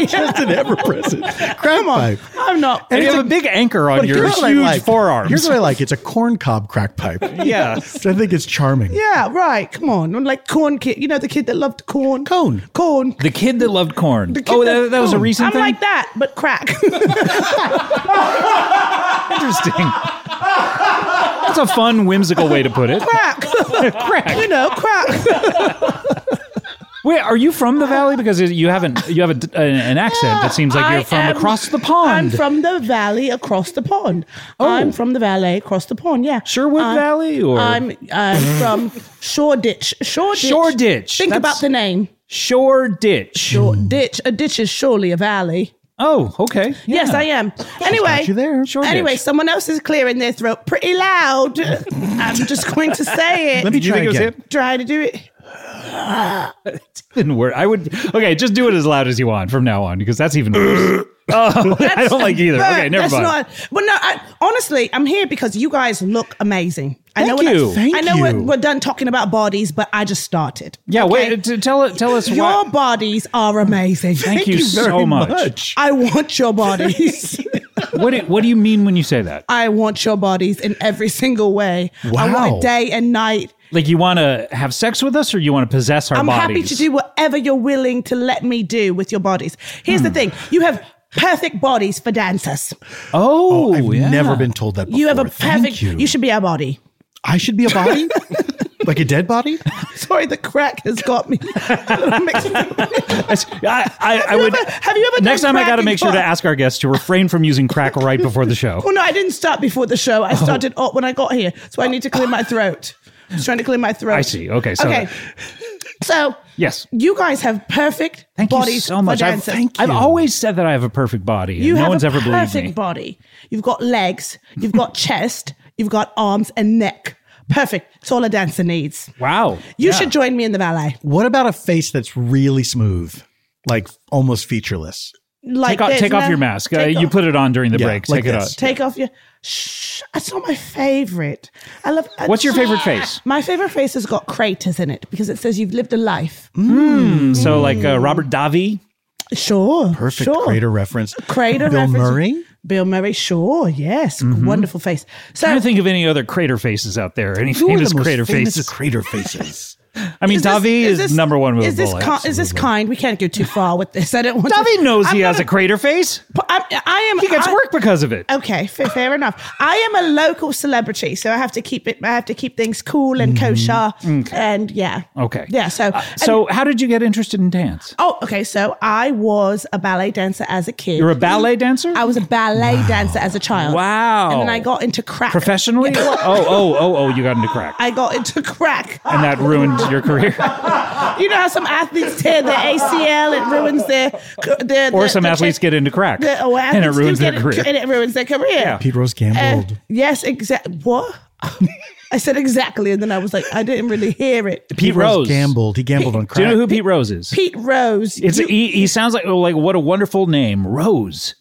[SPEAKER 2] Just an ever present. Crack pipe.
[SPEAKER 3] I'm not.
[SPEAKER 1] And you have a big anchor on
[SPEAKER 2] But
[SPEAKER 1] your
[SPEAKER 2] here's what I
[SPEAKER 1] huge
[SPEAKER 2] like.
[SPEAKER 1] forearms.
[SPEAKER 2] Here's what I like. It's a corn cob crack pipe.
[SPEAKER 1] yeah.
[SPEAKER 2] So I think it's charming.
[SPEAKER 3] Yeah, right. Come on. I'm like corn kid. You know the kid that loved corn?
[SPEAKER 2] Cone.
[SPEAKER 3] Corn.
[SPEAKER 1] The kid that loved corn.
[SPEAKER 3] The kid
[SPEAKER 1] Oh, that, that was a
[SPEAKER 3] corn.
[SPEAKER 1] recent
[SPEAKER 3] I'm
[SPEAKER 1] thing.
[SPEAKER 3] like that, but crack.
[SPEAKER 1] Interesting. That's a fun, whimsical way to put it.
[SPEAKER 3] crack.
[SPEAKER 1] Crack.
[SPEAKER 3] you know, crack.
[SPEAKER 1] Wait, are you from the valley? Because you haven't you have a d an an accent that seems like
[SPEAKER 3] I
[SPEAKER 1] you're from
[SPEAKER 3] am-
[SPEAKER 1] across the
[SPEAKER 3] I'm
[SPEAKER 1] pond.
[SPEAKER 3] from the valley across the pond.
[SPEAKER 1] Oh.
[SPEAKER 3] I'm from the valley across the pond. Yeah.
[SPEAKER 1] Sherwood
[SPEAKER 3] I'm-
[SPEAKER 1] Valley or
[SPEAKER 3] I'm I'm from Shoreditch. Shoreditch.
[SPEAKER 1] Shoreditch.
[SPEAKER 3] Think
[SPEAKER 1] That's-
[SPEAKER 3] about the name.
[SPEAKER 1] Shore Ditch.
[SPEAKER 3] Shoreditch. A ditch is surely a valley.
[SPEAKER 1] Oh, okay.
[SPEAKER 3] Yes,
[SPEAKER 1] Yeah.
[SPEAKER 3] I am. Anyway,
[SPEAKER 2] you there.
[SPEAKER 1] Shoreditch.
[SPEAKER 3] anyway, someone else is clearing their throat pretty loud. I'm just going to say it.
[SPEAKER 2] Let me
[SPEAKER 1] Did you
[SPEAKER 2] try
[SPEAKER 1] think it was
[SPEAKER 2] again.
[SPEAKER 1] him?
[SPEAKER 3] try to do it.
[SPEAKER 1] It's even worse. I would okay. Just do it as loud as you want from now on because that's even worse. oh, I don't like either.
[SPEAKER 3] But
[SPEAKER 1] Okay, never
[SPEAKER 3] that's
[SPEAKER 1] mind.
[SPEAKER 3] Not, but no, I, honestly, I'm here because you guys look amazing. I know
[SPEAKER 1] Thank
[SPEAKER 3] we're not-
[SPEAKER 1] you.
[SPEAKER 2] Thank
[SPEAKER 3] I know we're,
[SPEAKER 2] you.
[SPEAKER 3] we're done talking about bodies, but I just started.
[SPEAKER 1] yeah.
[SPEAKER 3] okay?
[SPEAKER 1] Wait. T- tell it. Tell us
[SPEAKER 3] Your
[SPEAKER 1] why.
[SPEAKER 3] bodies are amazing.
[SPEAKER 1] Thank you, so
[SPEAKER 2] very
[SPEAKER 1] much.
[SPEAKER 2] much.
[SPEAKER 3] I want your bodies.
[SPEAKER 1] What do, What do you mean when you say that?
[SPEAKER 3] I want your bodies in every single way. I want
[SPEAKER 2] Wow.
[SPEAKER 3] it day and night.
[SPEAKER 1] Like you want to have sex with us, or you want to possess our
[SPEAKER 3] I'm
[SPEAKER 1] bodies?
[SPEAKER 3] happy to do whatever you're willing to let me do with your bodies. Here's
[SPEAKER 1] Hmm.
[SPEAKER 3] the thing you have perfect bodies for dancers.
[SPEAKER 1] Oh,
[SPEAKER 2] I've
[SPEAKER 1] yeah.
[SPEAKER 2] never been told that before.
[SPEAKER 3] You have a
[SPEAKER 2] Thank
[SPEAKER 3] perfect,
[SPEAKER 2] you.
[SPEAKER 3] you. should be our body.
[SPEAKER 2] I should be a body? like a dead body?
[SPEAKER 3] Sorry, the crack has got me. a little mixed.
[SPEAKER 1] I, I, I would.
[SPEAKER 3] ever- have you ever done
[SPEAKER 1] Next time, I
[SPEAKER 3] crack
[SPEAKER 1] got to
[SPEAKER 3] and
[SPEAKER 1] make sure to
[SPEAKER 3] coke?
[SPEAKER 1] ask our guests to refrain from using crack right before the show.
[SPEAKER 3] Well, Oh, no, I didn't start before the show.
[SPEAKER 1] Oh.
[SPEAKER 3] I started up when I got here, so I need to clear my throat. I was trying to clear my throat.
[SPEAKER 1] I see. Okay, so-
[SPEAKER 3] okay. So
[SPEAKER 1] Yes.
[SPEAKER 3] you guys have perfect
[SPEAKER 1] Thank
[SPEAKER 3] bodies
[SPEAKER 1] you so much.
[SPEAKER 3] for
[SPEAKER 1] I've,
[SPEAKER 3] dancers.
[SPEAKER 1] I've always said that I have a perfect body. and
[SPEAKER 3] you
[SPEAKER 1] no
[SPEAKER 3] have
[SPEAKER 1] one's
[SPEAKER 3] a
[SPEAKER 1] ever believed
[SPEAKER 3] perfect
[SPEAKER 1] me.
[SPEAKER 3] body. You've got legs. You've got chest. You've got arms and neck. Perfect. It's all a dancer needs.
[SPEAKER 1] wow.
[SPEAKER 3] You
[SPEAKER 1] Yeah.
[SPEAKER 3] should join me in the ballet.
[SPEAKER 2] What about a face that's really smooth? Like almost featureless?
[SPEAKER 3] Like
[SPEAKER 1] take off,
[SPEAKER 3] there's
[SPEAKER 1] take off
[SPEAKER 3] no-
[SPEAKER 1] your mask. Uh,
[SPEAKER 3] take
[SPEAKER 1] you
[SPEAKER 3] off-
[SPEAKER 1] put it on during the
[SPEAKER 2] Yeah,
[SPEAKER 1] break.
[SPEAKER 2] like
[SPEAKER 1] take it
[SPEAKER 2] this.
[SPEAKER 1] off.
[SPEAKER 3] Take off your. Shh, that's not my favorite. I love. uh,
[SPEAKER 1] What's your favorite face?
[SPEAKER 3] My favorite face has got craters in it because it says you've lived a life.
[SPEAKER 1] So like
[SPEAKER 3] Mm.
[SPEAKER 1] uh, Robert Davi.
[SPEAKER 3] Sure,
[SPEAKER 2] Perfect
[SPEAKER 3] sure.
[SPEAKER 2] crater reference.
[SPEAKER 3] Crater
[SPEAKER 2] Bill
[SPEAKER 3] reference.
[SPEAKER 2] Murray?
[SPEAKER 3] Bill Murray. Sure, yes, wonderful face.
[SPEAKER 1] I
[SPEAKER 3] So
[SPEAKER 1] don't Mm-hmm. think of any other crater faces out there. Any
[SPEAKER 2] Who are
[SPEAKER 1] famous
[SPEAKER 2] the most
[SPEAKER 1] crater
[SPEAKER 2] famous
[SPEAKER 1] faces?
[SPEAKER 2] crater faces?
[SPEAKER 1] I mean,
[SPEAKER 3] this-
[SPEAKER 1] Davi is,
[SPEAKER 3] this-
[SPEAKER 1] number one with
[SPEAKER 3] is
[SPEAKER 1] a
[SPEAKER 3] this
[SPEAKER 1] bullet.
[SPEAKER 3] ki- is this kind? We can't go too far with this. I don't want.
[SPEAKER 1] Davi
[SPEAKER 3] to,
[SPEAKER 1] knows he
[SPEAKER 3] I'm
[SPEAKER 1] has
[SPEAKER 3] not
[SPEAKER 1] a crater face.
[SPEAKER 3] But I'm, I am.
[SPEAKER 1] He gets
[SPEAKER 3] I-
[SPEAKER 1] work because of it.
[SPEAKER 3] Okay, fair, fair enough. I am a local celebrity, so I have to keep it. I have to keep things cool and kosher, and yeah.
[SPEAKER 1] Mm-hmm. Okay. Uh,
[SPEAKER 3] Yeah. So. and-
[SPEAKER 1] So how did you get interested in dance?
[SPEAKER 3] Oh, okay. So I was a ballet dancer as a kid.
[SPEAKER 1] You're a ballet dancer.
[SPEAKER 3] I was a ballet dancer as a child.
[SPEAKER 1] Wow.
[SPEAKER 3] And then I got into crack.
[SPEAKER 1] professionally. oh oh oh oh! You got into crack,
[SPEAKER 3] I got into crack.
[SPEAKER 1] and that ruined your career.
[SPEAKER 3] You know how some athletes tear their ACL, it ruins their. their
[SPEAKER 1] Or
[SPEAKER 3] their-
[SPEAKER 1] some
[SPEAKER 3] their
[SPEAKER 1] athletes
[SPEAKER 3] check-
[SPEAKER 1] get into crack,
[SPEAKER 3] their- or
[SPEAKER 1] and it
[SPEAKER 3] oh, athletes do
[SPEAKER 1] ruins their
[SPEAKER 3] get it-
[SPEAKER 1] career.
[SPEAKER 3] And it ruins their career.
[SPEAKER 1] Yeah.
[SPEAKER 2] Pete Rose
[SPEAKER 3] Uh,
[SPEAKER 2] Gambled.
[SPEAKER 3] yes, exactly. What? I said exactly, and then I was like, I didn't really hear it.
[SPEAKER 1] Pete Rose.
[SPEAKER 2] gambled. He gambled on
[SPEAKER 1] Do
[SPEAKER 2] crack.
[SPEAKER 1] you know who Pete Rose is?
[SPEAKER 3] Pete Rose.
[SPEAKER 1] It's
[SPEAKER 3] you-
[SPEAKER 1] he, he sounds like oh, like what a wonderful name, Rose.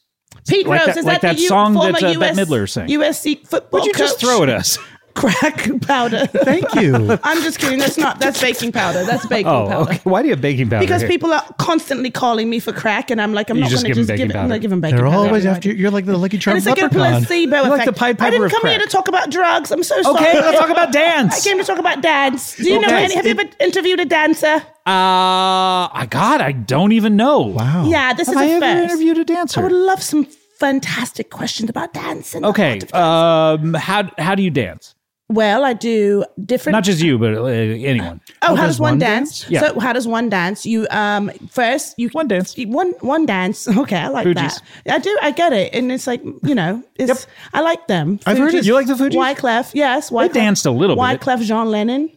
[SPEAKER 3] Pete
[SPEAKER 1] like
[SPEAKER 3] Rose.
[SPEAKER 1] that-
[SPEAKER 3] is
[SPEAKER 1] like
[SPEAKER 3] that
[SPEAKER 1] that
[SPEAKER 3] the U-
[SPEAKER 1] song
[SPEAKER 3] former
[SPEAKER 1] that, uh,
[SPEAKER 3] US,
[SPEAKER 1] Bette Midler sang.
[SPEAKER 3] USC football
[SPEAKER 1] Would you just
[SPEAKER 3] coach?
[SPEAKER 1] throw at us?
[SPEAKER 3] crack powder?
[SPEAKER 2] Thank you.
[SPEAKER 3] I'm just kidding. That's not. That's baking powder. That's baking
[SPEAKER 1] Oh,
[SPEAKER 3] powder.
[SPEAKER 1] okay. Why do you have baking powder?
[SPEAKER 3] Because
[SPEAKER 1] here?
[SPEAKER 3] people are constantly calling me for crack, and I'm like, I'm
[SPEAKER 1] You
[SPEAKER 3] not
[SPEAKER 1] just
[SPEAKER 3] going to
[SPEAKER 1] give 'em
[SPEAKER 3] just
[SPEAKER 1] baking
[SPEAKER 3] give it. I'm
[SPEAKER 1] powder.
[SPEAKER 3] not giving baking
[SPEAKER 2] They're
[SPEAKER 3] powder.
[SPEAKER 2] always after you. You're like the Lucky
[SPEAKER 3] And
[SPEAKER 2] Charm
[SPEAKER 3] it's like a
[SPEAKER 2] leprechaun.
[SPEAKER 3] placebo
[SPEAKER 1] You're
[SPEAKER 3] effect.
[SPEAKER 1] like the Pied
[SPEAKER 3] I
[SPEAKER 1] Piper
[SPEAKER 3] didn't
[SPEAKER 1] of
[SPEAKER 3] come here
[SPEAKER 1] crack.
[SPEAKER 3] to talk about drugs. I'm so sorry.
[SPEAKER 1] Okay, let's talk about dance.
[SPEAKER 3] I came to talk about dance. Do you know
[SPEAKER 1] Okay.
[SPEAKER 3] any? Have you ever interviewed a dancer?
[SPEAKER 1] Uh, I God, I don't even know.
[SPEAKER 2] Oh,
[SPEAKER 1] Wow.
[SPEAKER 3] yeah, this
[SPEAKER 1] Oh, Have
[SPEAKER 3] is
[SPEAKER 1] I
[SPEAKER 3] a
[SPEAKER 1] ever
[SPEAKER 3] first.
[SPEAKER 1] interviewed a dancer?
[SPEAKER 3] I would love some fantastic questions about dance. And
[SPEAKER 1] okay. Um, how how do you dance?
[SPEAKER 3] Well, I do different.
[SPEAKER 1] Not just you, but uh, anyone.
[SPEAKER 3] oh, how does one dance?
[SPEAKER 1] Yeah.
[SPEAKER 3] So how does one dance? You um first you
[SPEAKER 1] One dance.
[SPEAKER 3] one one dance. Okay, I like
[SPEAKER 1] Fugees.
[SPEAKER 3] that. I do. I get it, and it's like you know, it's I like them.
[SPEAKER 2] I've heard it.
[SPEAKER 1] You like the Fugees?
[SPEAKER 3] Wyclef, yes. Wyclef.
[SPEAKER 1] danced a little bit.
[SPEAKER 3] Wyclef, Jean Lennon.